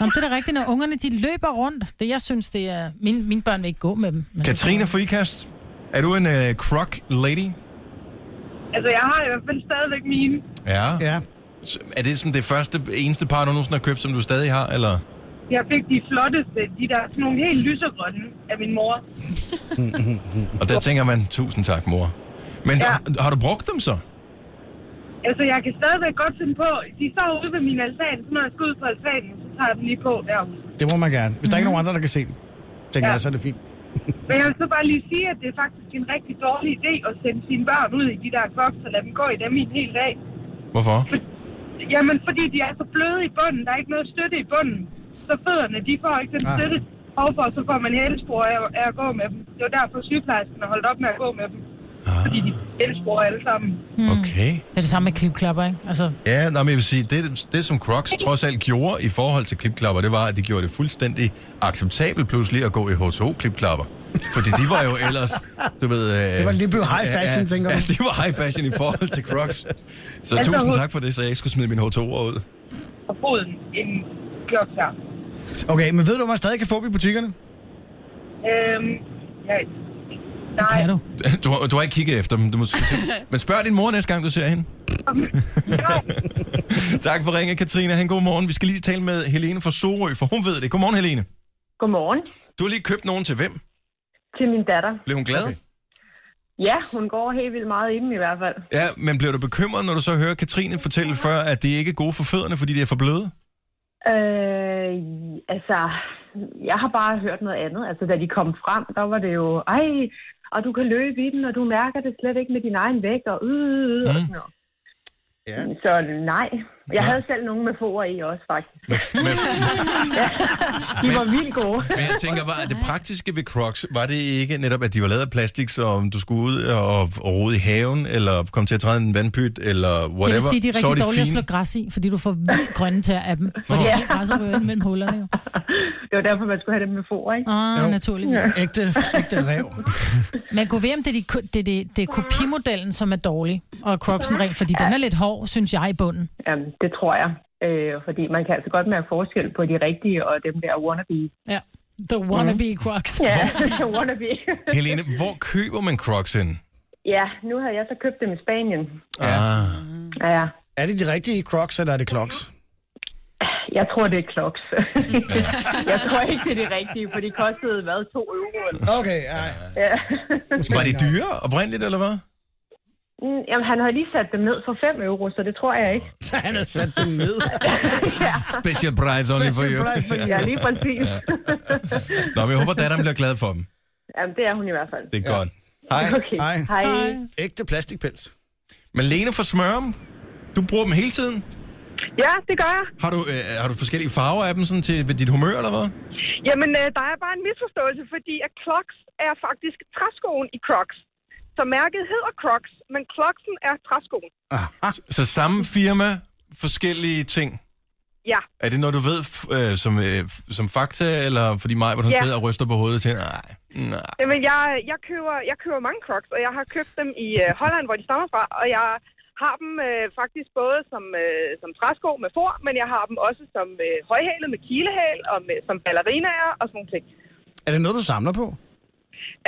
[SPEAKER 3] Nå, men det er da rigtigt, når ungerne de løber rundt. Det, jeg synes, det er... Mine, mine børn vil ikke gå med dem. Men
[SPEAKER 1] Katrine Frikast, er du en uh, croc lady?
[SPEAKER 9] Altså, jeg har i hvert fald stadigvæk mine.
[SPEAKER 1] Ja.
[SPEAKER 2] Ja.
[SPEAKER 1] Så Er det sådan det første, eneste par, du nogensinde har købt, som du stadig har, eller?
[SPEAKER 9] Jeg fik de flotteste, de der sådan nogle helt lysegrønne af min mor.
[SPEAKER 1] Og der tænker man, tusind tak, mor. Men ja.
[SPEAKER 9] Ja.
[SPEAKER 1] har, har du brugt dem så?
[SPEAKER 9] Altså, jeg kan stadigvæk godt finde på, de står ude ved min altan, så når jeg skal ud på altanen, så tager jeg dem lige på derude.
[SPEAKER 2] Det må man gerne. Hvis der ikke er nogen andre, der kan se dem, tænker
[SPEAKER 9] Ja.
[SPEAKER 2] jeg, så er det fint.
[SPEAKER 9] Men jeg vil så bare lige sige, at det er faktisk en rigtig dårlig idé at sende sine børn ud i de der koks og lade dem gå i dem i en hel dag.
[SPEAKER 1] Hvorfor?
[SPEAKER 9] Jamen, fordi de er så bløde i bunden, der er ikke noget støtte i bunden. Så fødderne, de får ikke den
[SPEAKER 2] Ah.
[SPEAKER 9] støtte. Overfor, så får man hælspor af, af at gå med dem. Det var derfor sygeplejersken holdt op med at gå med dem. Fordi de hælspor alle sammen.
[SPEAKER 1] Okay.
[SPEAKER 3] Det er det samme med klipklapper, ikke? Altså,
[SPEAKER 1] Ja, nej, men jeg vil sige, det, det som Crocs trods alt gjorde i forhold til klipklapper, det var, at de gjorde det fuldstændig acceptabelt pludselig at gå i HTO-klipklapper. Fordi de var jo ellers, du ved... Øh, det
[SPEAKER 2] var lige blevet high fashion,
[SPEAKER 1] ja,
[SPEAKER 2] tænker du?
[SPEAKER 1] Ja, de var high fashion i forhold til Crocs. Så
[SPEAKER 9] Altså,
[SPEAKER 1] tusind
[SPEAKER 9] hun-
[SPEAKER 1] tak for det, så jeg ikke skulle smide mine HTO'er ud.
[SPEAKER 9] Og foden en klok her.
[SPEAKER 2] Okay, men ved du, om man stadig kan få dem i butikkerne?
[SPEAKER 9] Øhm, ja.
[SPEAKER 3] det
[SPEAKER 9] Nej,
[SPEAKER 3] kan du.
[SPEAKER 1] Du, har- du har ikke kigget efter dem, du måske Men spørg din mor næste gang, du ser hende. tak for ringe, Katrine. Han god morgen. Vi skal lige tale med Helene fra Sorø, for hun ved det. Godmorgen, Helene.
[SPEAKER 9] Godmorgen
[SPEAKER 1] Du har lige købt nogen til hvem?
[SPEAKER 9] til min datter.
[SPEAKER 1] Blev hun glad?
[SPEAKER 2] Okay.
[SPEAKER 9] Ja, hun går helt vildt meget i dem i hvert fald.
[SPEAKER 1] Ja, men bliver du bekymret, når du så hører Katrine fortælle før, at det ikke er gode for fødderne, fordi de er for bløde?
[SPEAKER 9] Øh, altså, jeg har bare hørt noget andet. Altså, da de kom frem, der var det jo, ej, og du kan løbe i den, og du mærker det slet ikke med din egen vægt, og øh, øh, og
[SPEAKER 1] Mm.
[SPEAKER 9] sådan noget.
[SPEAKER 2] Ja.
[SPEAKER 9] Så nej. Jeg
[SPEAKER 1] Nej.
[SPEAKER 9] havde selv nogen med forer i også, faktisk.
[SPEAKER 1] Men,
[SPEAKER 9] De var vildt gode.
[SPEAKER 1] men jeg tænker bare, at det praktiske ved Crocs, var det ikke netop, at de var lavet af plastik, så om du skulle ud og, og rode i haven, eller komme til at træde i en vandpyt, eller whatever,
[SPEAKER 3] Jeg vil sige, de er
[SPEAKER 1] så var
[SPEAKER 3] rigtig
[SPEAKER 1] de
[SPEAKER 3] dårlige at slå
[SPEAKER 1] fine.
[SPEAKER 3] græs i, fordi du får vildt grønne tær af dem. Fordi
[SPEAKER 1] Nå.
[SPEAKER 3] hele græsset ryger ind mellem hullerne jo.
[SPEAKER 9] Det var derfor, man skulle have dem med forer, ikke?
[SPEAKER 3] Ah,
[SPEAKER 2] Jo.
[SPEAKER 3] naturligvis.
[SPEAKER 2] Ægte, ægte rev.
[SPEAKER 3] Man kunne ved, om det er, de, ko- det, er det, det er kopimodellen, som er dårlig, og Crocsen rent, fordi den er lidt hård, synes jeg, i bunden.
[SPEAKER 9] Jamen, det tror jeg. Øh, fordi man kan altså godt mærke forskel på de rigtige og dem der wannabe.
[SPEAKER 3] Ja. The wannabe
[SPEAKER 1] Mhm.
[SPEAKER 3] Crocs.
[SPEAKER 9] Ja, wannabe.
[SPEAKER 1] Helene, hvor køber man Crocs hen?
[SPEAKER 9] Ja, nu havde jeg så købt dem i Spanien.
[SPEAKER 1] Ah,
[SPEAKER 9] Ja, ja.
[SPEAKER 2] Er det de rigtige crocs, eller er det kloks?
[SPEAKER 9] Jeg tror, det er kloks. jeg tror ikke, det er det rigtige, for de kostede, hvad, to euro? Eller?
[SPEAKER 2] Okay, ej.
[SPEAKER 9] Ja.
[SPEAKER 1] var det dyre oprindeligt, eller hvad?
[SPEAKER 9] Mm, Jamen, han havde lige sat dem ned for 5 euro, så det tror jeg ikke.
[SPEAKER 2] Så han har sat dem ned.
[SPEAKER 1] Special price only for you.
[SPEAKER 9] Ja, lige præcis.
[SPEAKER 1] Nå, men jeg håber, datteren bliver glad for dem.
[SPEAKER 9] Jamen, det er hun i hvert fald.
[SPEAKER 1] Det er ja. godt. Hej.
[SPEAKER 9] Okay.
[SPEAKER 2] Hej.
[SPEAKER 9] Hej.
[SPEAKER 2] Ægte plastikpels.
[SPEAKER 1] Men Lene fra Smørum, du bruger dem hele tiden?
[SPEAKER 9] Ja, det gør jeg.
[SPEAKER 1] Har du, øh, har du forskellige farver af dem sådan til ved dit humør, eller hvad?
[SPEAKER 9] Jamen, øh, der er bare en misforståelse, fordi at Crocs er faktisk træskoen i Crocs. Så mærket hedder Crocs, men Crocsen er træskoen.
[SPEAKER 2] Ah.
[SPEAKER 1] Så samme firma, forskellige ting.
[SPEAKER 9] Ja.
[SPEAKER 1] Er det noget, du ved f- øh, som, øh, f- som fakta, eller fordi mig, hvor hun
[SPEAKER 9] Ja.
[SPEAKER 1] sidder og ryster på hovedet til, nej, nej.
[SPEAKER 9] Jamen, jeg, jeg, køber, jeg køber mange Crocs, og jeg har købt dem i øh, Holland, hvor de stammer fra, og jeg har dem øh, faktisk både som, øh, som træsko med for, men jeg har dem også som øh, højhælet med kilehæl, og med, som ballerinaer og sådan nogle ting.
[SPEAKER 2] Er det noget, du samler på?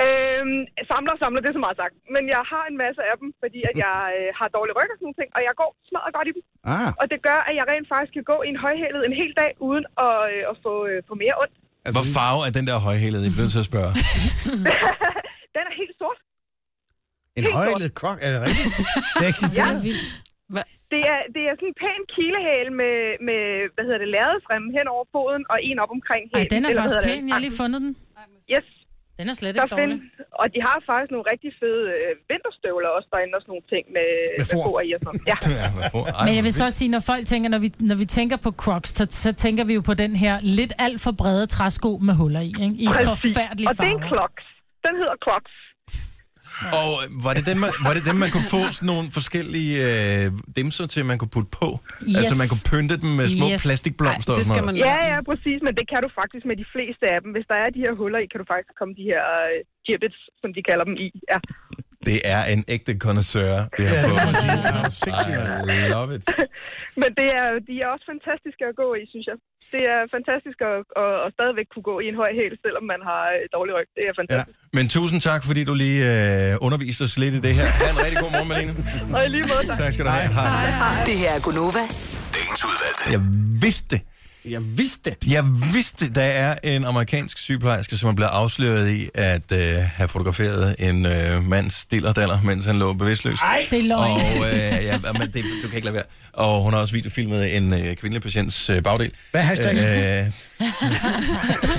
[SPEAKER 9] Øhm, samler, samler, det er så meget sagt. Men jeg har en masse af dem, fordi at jeg øh, har dårlig ryg og sådan nogle ting, og jeg går smadret godt i dem.
[SPEAKER 2] Ah,
[SPEAKER 9] Og det gør, at jeg rent faktisk kan gå i en højhælet en hel dag, uden at, øh, at få, øh, få mere ondt.
[SPEAKER 1] Altså, hvor farve er den der højhælede? Jeg bliver nødt til at spørge.
[SPEAKER 9] Den er helt sort.
[SPEAKER 2] en højlet krok, er det rigtigt? Det eksisterer.
[SPEAKER 5] vildt.
[SPEAKER 9] Det er, det er sådan en pæn kilehæl med, med hvad hedder det, lærredfremme hen over foden og en op omkring hælen.
[SPEAKER 3] Ej, den er
[SPEAKER 9] eller hvad
[SPEAKER 3] faktisk
[SPEAKER 9] hedder det,
[SPEAKER 3] pæn. Jeg har lige
[SPEAKER 9] anklen.
[SPEAKER 3] fundet den.
[SPEAKER 9] Yes,
[SPEAKER 3] Den er slet
[SPEAKER 9] så
[SPEAKER 3] ikke
[SPEAKER 9] find.
[SPEAKER 3] dårlig.
[SPEAKER 9] Og de har faktisk nogle rigtig fede øh, vinterstøvler også derinde og sådan nogle ting med,
[SPEAKER 2] Med for.
[SPEAKER 9] med for i og sådan. Ja,
[SPEAKER 1] Ja, hvad for- ej,
[SPEAKER 3] Men jeg
[SPEAKER 1] hvor
[SPEAKER 3] vil så også sige, når folk tænker, når vi, når vi tænker på Crocs, så, så tænker vi jo på den her lidt alt for brede træsko med huller i, ikke? I
[SPEAKER 9] præcis.
[SPEAKER 3] forfærdelige
[SPEAKER 9] Og det er en
[SPEAKER 3] farver.
[SPEAKER 9] kloks. Den hedder kloks.
[SPEAKER 1] Og øh, var det, dem, man, var det dem, man kunne få sådan nogle forskellige øh, dimser til, man kunne putte på? Yes. Altså, man kunne pynte dem med små yes.
[SPEAKER 3] Yes.
[SPEAKER 1] plastikblomster
[SPEAKER 4] Ej, det
[SPEAKER 1] og sådan
[SPEAKER 4] skal
[SPEAKER 1] noget.
[SPEAKER 4] man
[SPEAKER 9] Ja, ja, præcis, men det kan du faktisk med de fleste af dem. Hvis der er de her huller i, kan du faktisk komme de her øh, gibbets, som de kalder dem i. Ja.
[SPEAKER 1] Det er en ægte connoisseur, vi har
[SPEAKER 2] Ja,
[SPEAKER 1] fået.
[SPEAKER 2] det må sige.
[SPEAKER 1] Ja,
[SPEAKER 2] Ja, sindssygt,
[SPEAKER 1] I love it.
[SPEAKER 9] Men det er, de er også fantastiske at gå i, synes jeg. Det er fantastisk at, at, at stadigvæk kunne gå i en høj hæl, selvom man har øh, dårlig ryg. Det er fantastisk.
[SPEAKER 1] Men tusind tak, fordi du lige øh, underviste os lidt i det her. Ha' en rigtig god morgen, Malene.
[SPEAKER 9] Og i lige måde, tak.
[SPEAKER 1] Tak skal du have. Hej.
[SPEAKER 7] Det her er Gunova.
[SPEAKER 6] Dagens udvalgte.
[SPEAKER 1] Jeg vidste,
[SPEAKER 2] Jeg vidste det.
[SPEAKER 1] jeg vidste, der er en amerikansk sygeplejerske, som er blevet afsløret i at øh, have fotograferet en øh, mands dillerdaller, mens han lå bevidstløs.
[SPEAKER 3] Det er løgn.
[SPEAKER 1] Og, øh, ja, men det, du kan ikke lade være. Og hun har også videofilmet en øh, kvindelig patients øh, bagdel.
[SPEAKER 2] Hvad er hashtagget?
[SPEAKER 1] Øh,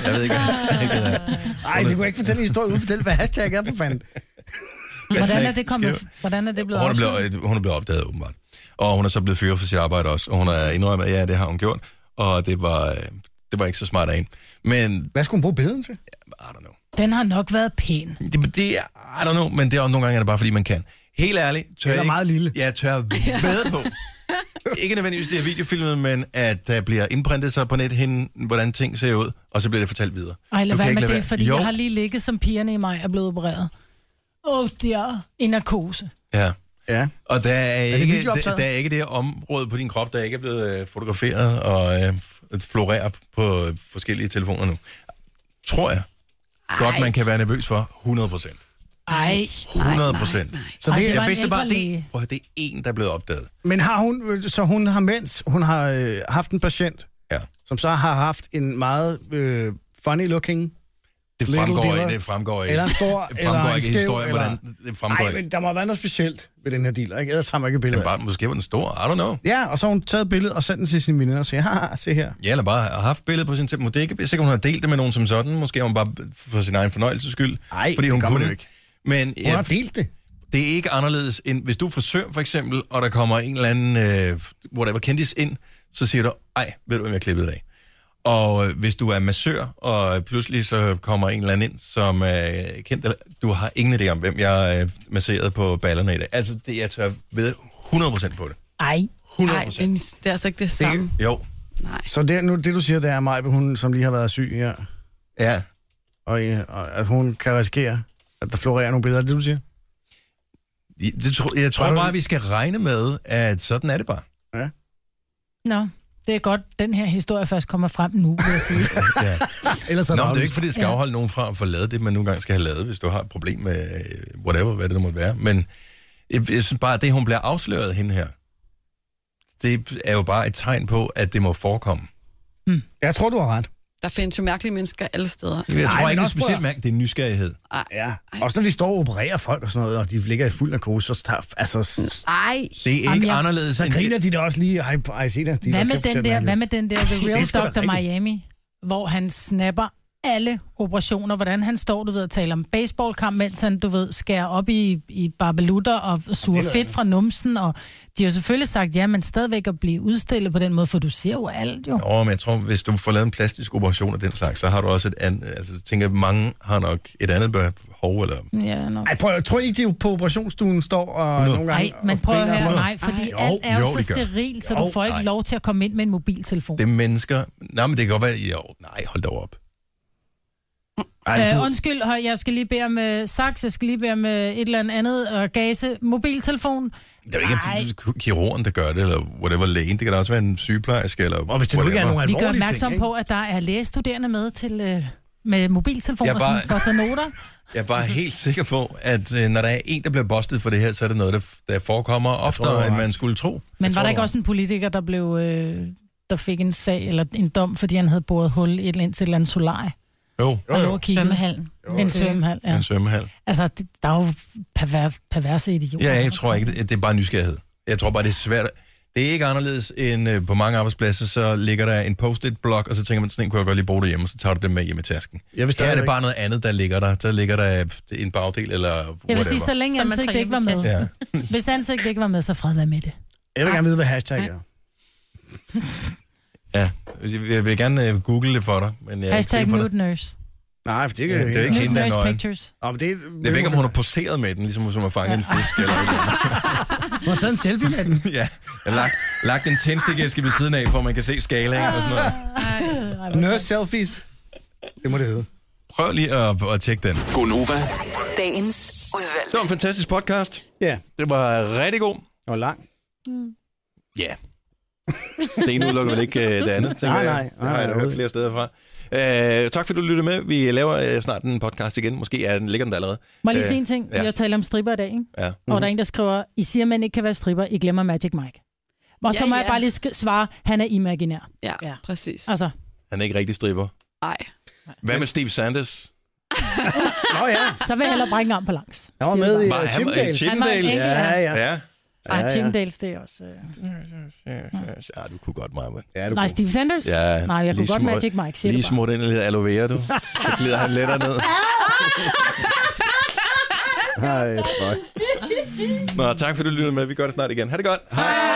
[SPEAKER 1] jeg ved ikke, hvad hashtagget er.
[SPEAKER 2] Nej, det kunne jeg ikke fortælle en historie uden at fortælle, hvad hashtag er for fanden.
[SPEAKER 3] Hvordan er
[SPEAKER 1] Hashtag
[SPEAKER 3] det kommet?
[SPEAKER 1] skæv.
[SPEAKER 3] Hvordan er det blevet
[SPEAKER 1] Hun er
[SPEAKER 3] afsløret?
[SPEAKER 1] blevet, øh, hun er blevet opdaget, åbenbart. Og hun er så blevet fyret for sit arbejde også. Og hun er indrømmet, at ja, det har hun gjort. Og det var, øh, det var ikke så smart af hende. Men,
[SPEAKER 2] Hvad skulle hun bruge beden til?
[SPEAKER 1] I don't know.
[SPEAKER 3] Den har nok været pæn.
[SPEAKER 1] Det, det er, I don't know, men det er, også- nogle gange er det bare, fordi man kan. Helt ærligt, tør
[SPEAKER 2] Eller
[SPEAKER 1] jeg ikke-
[SPEAKER 2] meget lille.
[SPEAKER 1] Jeg tør ved på. ikke nødvendigvis, det er videofilmet, men at der bliver indprintet sig på net hen, hvordan ting ser ud, og så bliver det fortalt videre.
[SPEAKER 3] Ej, lad
[SPEAKER 1] Du kan
[SPEAKER 3] være
[SPEAKER 1] ikke
[SPEAKER 3] med
[SPEAKER 1] lade
[SPEAKER 3] det, fordi
[SPEAKER 1] jo,
[SPEAKER 3] jeg har lige ligget, som pigerne i mig er blevet opereret. Åh, oh, det er en narkose.
[SPEAKER 1] Ja.
[SPEAKER 2] Ja.
[SPEAKER 1] Og der er,
[SPEAKER 2] det
[SPEAKER 1] ikke, der,
[SPEAKER 2] videooptaget?
[SPEAKER 1] der er ikke det her område på din krop, der ikke er blevet øh, fotograferet og øh, f- florerer på øh, forskellige telefoner nu. Tror jeg Ej. godt, man kan være nervøs for. 100 procent.
[SPEAKER 3] Ej,
[SPEAKER 1] 100 procent. Så
[SPEAKER 3] Ej,
[SPEAKER 1] det,
[SPEAKER 3] det
[SPEAKER 1] det,
[SPEAKER 3] var en
[SPEAKER 1] bedste
[SPEAKER 3] ældre
[SPEAKER 1] bare, det, er-
[SPEAKER 3] læge.
[SPEAKER 1] prøv, at høre, det er en, der er blevet opdaget.
[SPEAKER 2] Men har hun, så hun har mens hun har øh, haft en patient,
[SPEAKER 1] Ja.
[SPEAKER 2] som så har haft en meget øh, funny looking,
[SPEAKER 1] Det
[SPEAKER 2] Little
[SPEAKER 1] fremgår
[SPEAKER 2] dealer.
[SPEAKER 1] ikke. Det fremgår ikke.
[SPEAKER 2] eller en stor,
[SPEAKER 1] det
[SPEAKER 2] eller
[SPEAKER 1] fremgår
[SPEAKER 2] en
[SPEAKER 1] ikke i
[SPEAKER 2] skæv,
[SPEAKER 1] historien,
[SPEAKER 2] eller...
[SPEAKER 1] hvordan det fremgår
[SPEAKER 2] Nej,
[SPEAKER 1] ikke.
[SPEAKER 2] men der må være noget specielt ved den her dealer, ikke? Ellers har man ikke
[SPEAKER 1] Den
[SPEAKER 2] billeder.
[SPEAKER 1] bare, måske var den stor, I don't know.
[SPEAKER 2] Ja, og så har hun taget billedet og sendt den til sin veninde og siger, haha, se her.
[SPEAKER 1] Ja, eller bare har haft billedet på sin telefon. Det er ikke sikkert, hun har delt det med nogen som sådan. Måske har hun bare for sin egen fornøjelses skyld.
[SPEAKER 2] Ej,
[SPEAKER 1] fordi
[SPEAKER 2] det
[SPEAKER 1] hun
[SPEAKER 2] gør man
[SPEAKER 1] kunne.
[SPEAKER 2] jo ikke.
[SPEAKER 1] Men
[SPEAKER 2] Hun
[SPEAKER 1] ja,
[SPEAKER 2] har delt det.
[SPEAKER 1] det er ikke anderledes end, hvis du er frisør for eksempel, og der kommer en eller anden, øh, whatever, kendis ind, så siger du, ej, ved du, hvem jeg klippede i dag? Og øh, hvis du er massør, og pludselig så kommer en eller anden ind, som er øh, kendt, eller, du har ingen idé om, hvem jeg øh, masserede på ballerne i dag. Altså, det jeg tør ved 100% på det.
[SPEAKER 3] ej.
[SPEAKER 1] 100%.
[SPEAKER 4] Nej, det, er- det er altså ikke det samme.
[SPEAKER 1] Jo,
[SPEAKER 4] Nej.
[SPEAKER 2] Så det, nu, det du siger, det er mig, hun som lige har været syg her,
[SPEAKER 1] ja.
[SPEAKER 2] og, øh, og at hun kan risikere, at der florerer nogle billeder, er det du siger?
[SPEAKER 1] Det tro, jeg tror
[SPEAKER 2] Var du-
[SPEAKER 1] bare, vi skal regne med, at sådan er det bare.
[SPEAKER 3] Nå, det er godt, den her historie først kommer frem nu, vil jeg sige.
[SPEAKER 1] Ja.
[SPEAKER 2] Ellers
[SPEAKER 1] Nå, men det Ah, er
[SPEAKER 2] der
[SPEAKER 1] jo
[SPEAKER 2] aflyst.
[SPEAKER 1] ikke, fordi det skal
[SPEAKER 3] Ja.
[SPEAKER 1] afholde nogen fra at få lavet det, man nu engang skal have lavet, hvis du har et problem med øh, whatever, hvad det nu måtte være. Men jeg, jeg synes bare, at det, hun bliver afsløret, hende her, det er jo bare et tegn på, at det må forekomme.
[SPEAKER 2] Jeg tror, du har ret.
[SPEAKER 4] Der findes jo mærkelige mennesker alle steder.
[SPEAKER 1] Jeg Ej, tror ikke,
[SPEAKER 2] men
[SPEAKER 1] det er
[SPEAKER 2] også, prøv
[SPEAKER 1] specielt
[SPEAKER 2] at-
[SPEAKER 1] mærke, det er nysgerrighed.
[SPEAKER 2] Ja, også når de står og opererer folk og sådan noget, og de ligger i fuld narkose, så, tager, altså, s-
[SPEAKER 4] Ej,
[SPEAKER 1] Det er ikke
[SPEAKER 3] Jamen, jeg-
[SPEAKER 1] anderledes
[SPEAKER 2] så
[SPEAKER 1] end
[SPEAKER 2] griner de da også lige, ej, ej se deres
[SPEAKER 3] Hvad med, den der, hvad med den der The
[SPEAKER 2] Det er
[SPEAKER 3] Real
[SPEAKER 2] sgu da
[SPEAKER 3] Dr.
[SPEAKER 2] rigtigt.
[SPEAKER 3] Miami, hvor han snapper alle operationer, hvordan han står, du ved, og taler om baseballkamp, mens han, du ved, skærer op i, i barbelutter og suger fedt fra numsen, og de har selvfølgelig sagt ja, men stadigvæk at blive udstillet på den måde, for du ser jo alt, jo.
[SPEAKER 1] Åh, men jeg tror, hvis du får lavet en plastisk operation af den slags, så har du også et andet... Altså, jeg tænker, mange har nok et andet behov, eller...
[SPEAKER 3] Ja, nok.
[SPEAKER 2] Ej, prøv, jeg tror I ikke, de på operationsstuen står og nogle gange...
[SPEAKER 3] Nej, men prøv at
[SPEAKER 2] og
[SPEAKER 3] høre,
[SPEAKER 2] beder-
[SPEAKER 3] nej, fordi
[SPEAKER 1] Jo,
[SPEAKER 3] alt er jo,
[SPEAKER 1] jo,
[SPEAKER 3] så
[SPEAKER 1] det gør.
[SPEAKER 3] sterilt, så
[SPEAKER 1] Jo,
[SPEAKER 3] du får ikke
[SPEAKER 1] nej.
[SPEAKER 3] lov til at komme ind med en mobiltelefon.
[SPEAKER 1] Det er mennesker... Nej, men det kan godt være... Jo, nej, hold da op.
[SPEAKER 2] Ej, hvis
[SPEAKER 3] Øh,
[SPEAKER 2] du-
[SPEAKER 3] undskyld, høj, jeg skal lige bede om uh, saks, jeg skal lige bede om uh, et eller andet andet, og gase, mobiltelefon.
[SPEAKER 1] Det er jo ikke
[SPEAKER 3] Ej.
[SPEAKER 1] Ej. kirurgen, der gør det, eller whatever lægen. Det kan da også være en sygeplejerske, eller
[SPEAKER 2] og hvis det nu ikke er nogen
[SPEAKER 3] Vi
[SPEAKER 2] alvorlige
[SPEAKER 3] gør opmærksom
[SPEAKER 2] ting, ikke?
[SPEAKER 3] på, at der er lægestuderende med til øh, med mobiltelefoner
[SPEAKER 1] Jeg
[SPEAKER 3] og
[SPEAKER 1] bare-
[SPEAKER 3] sådan, for at tage noter.
[SPEAKER 1] Jeg er bare helt sikker på, at øh, når der er en, der bliver bustet for det her, så er det noget, der, f- der forekommer oftere,
[SPEAKER 2] tror, du har
[SPEAKER 1] end
[SPEAKER 2] ret.
[SPEAKER 1] man skulle tro.
[SPEAKER 3] Men
[SPEAKER 2] tror,
[SPEAKER 3] var der
[SPEAKER 2] du
[SPEAKER 3] ikke
[SPEAKER 2] har-
[SPEAKER 3] også en politiker, der blev øh, der fik en sag eller en dom, fordi han havde boret hul i et eller andet til et eller andet solarie?
[SPEAKER 1] Jo,
[SPEAKER 3] Og lå og kiggede.
[SPEAKER 5] Svømmehallen.
[SPEAKER 3] En svømmehal,
[SPEAKER 1] ja.
[SPEAKER 3] ja.
[SPEAKER 1] en svømmehal.
[SPEAKER 3] Altså, det, der er jo pervers, perverse idioter.
[SPEAKER 1] Ja, jeg tror ikke, det, det er bare nysgerrighed. Jeg tror bare, det er svært. Det er ikke anderledes end øh, på mange arbejdspladser, så ligger der en post-it-blok, og så tænker man, sådan en kunne jeg godt lige bruge derhjemme, og så tager du den med hjem i tasken.
[SPEAKER 2] Jeg vil
[SPEAKER 1] Her er det
[SPEAKER 2] stadigvæk-
[SPEAKER 1] bare noget andet, der ligger der. Der ligger der øh, en bagdel eller whatever.
[SPEAKER 3] Jeg vil sige, så længe
[SPEAKER 5] Så man
[SPEAKER 3] ansigtet
[SPEAKER 5] tager
[SPEAKER 3] ikke var
[SPEAKER 5] hjem i
[SPEAKER 3] med.
[SPEAKER 5] tasken.
[SPEAKER 1] Ja.
[SPEAKER 3] Hvis ansigtet ikke var med, så fred være med det.
[SPEAKER 2] Jeg vil gerne vide, hvad hashtag er.
[SPEAKER 1] ja. Jeg vil gerne øh, google det for dig, men jeg er ikke
[SPEAKER 3] Hashtag
[SPEAKER 1] sikker på det.
[SPEAKER 3] nude nurse.
[SPEAKER 2] Nej, for det kan
[SPEAKER 1] Ja,
[SPEAKER 2] jeg
[SPEAKER 1] det er
[SPEAKER 2] ikke.
[SPEAKER 1] ikke-
[SPEAKER 3] Nude
[SPEAKER 1] hende, der er
[SPEAKER 3] nurse
[SPEAKER 1] nøgen.
[SPEAKER 3] pictures.
[SPEAKER 2] Nå, men det er-
[SPEAKER 1] Jeg ved ikke, om hun har poseret med den, ligesom hvis hun har fanget ja. en fisk. Eller,
[SPEAKER 2] Hun har taget en selfie med den.
[SPEAKER 1] ja, eller lagt, lagt en tændstikæske ved siden af, for at man kan se skalaen og sådan noget.
[SPEAKER 2] Nurse selfies. Det må det hedde.
[SPEAKER 1] Prøv lige at, at tjekke den.
[SPEAKER 6] Gonova,
[SPEAKER 7] Dagens udvalg.
[SPEAKER 1] Det var en fantastisk podcast.
[SPEAKER 2] Ja,
[SPEAKER 1] Det var rigtig god.
[SPEAKER 2] det var langt.
[SPEAKER 1] Ja. Det ene udelukker vel ikke øh, det andet. tænker
[SPEAKER 2] Nej,
[SPEAKER 1] jeg.
[SPEAKER 2] nej,
[SPEAKER 1] Det
[SPEAKER 2] nej,
[SPEAKER 1] har jeg da
[SPEAKER 2] nej,
[SPEAKER 1] hørt flere steder fra. Øh, tak fordi du lyttede med. Vi laver øh, snart en podcast igen. Måske er den, ligger den der allerede.
[SPEAKER 3] Må jeg lige
[SPEAKER 1] Øh,
[SPEAKER 3] sige en ting?
[SPEAKER 1] ja.
[SPEAKER 3] Jeg taler om stripper i dag, ikke?
[SPEAKER 1] Ja.
[SPEAKER 3] Og
[SPEAKER 2] Mhm.
[SPEAKER 3] der er en, der skriver, I siger, at man ikke kan være stripper, I glemmer Magic Mike. Og så
[SPEAKER 4] Ja,
[SPEAKER 3] må
[SPEAKER 4] ja.
[SPEAKER 3] jeg bare lige sk- svare, han er imaginær.
[SPEAKER 4] Ja,
[SPEAKER 5] Ja.
[SPEAKER 4] præcis.
[SPEAKER 3] Altså,
[SPEAKER 1] Han er ikke rigtig stripper.
[SPEAKER 4] Nej.
[SPEAKER 1] Hvad med Steve Sanders?
[SPEAKER 2] Nå ja,
[SPEAKER 3] så vil jeg hellere bringe arm på langs.
[SPEAKER 2] jeg var med i
[SPEAKER 1] Var han-
[SPEAKER 2] uh, Chippendales.
[SPEAKER 1] øh,
[SPEAKER 3] Han var en
[SPEAKER 1] Chippendales.
[SPEAKER 3] enkelt,
[SPEAKER 2] Ja,
[SPEAKER 3] ja.
[SPEAKER 2] ja.
[SPEAKER 1] Ja.
[SPEAKER 2] Ja, ja.
[SPEAKER 3] Ej, Jim Dales, Ah, det er også... Øh...
[SPEAKER 1] Ja, du kunne godt meget med.
[SPEAKER 2] Ja, du
[SPEAKER 3] Nej, Steve Sanders?
[SPEAKER 1] Ja,
[SPEAKER 3] Nej, jeg kunne
[SPEAKER 1] lige
[SPEAKER 3] godt
[SPEAKER 1] små-
[SPEAKER 3] Magic Mike, siger
[SPEAKER 1] Lige
[SPEAKER 3] det bare.
[SPEAKER 1] smut ind i lidt aloe vera, du. Så glider han lettere ned.
[SPEAKER 2] Hej, fuck.
[SPEAKER 1] Nå, tak fordi du lyttede med. Vi gør det snart igen. Ha' det godt. Hej.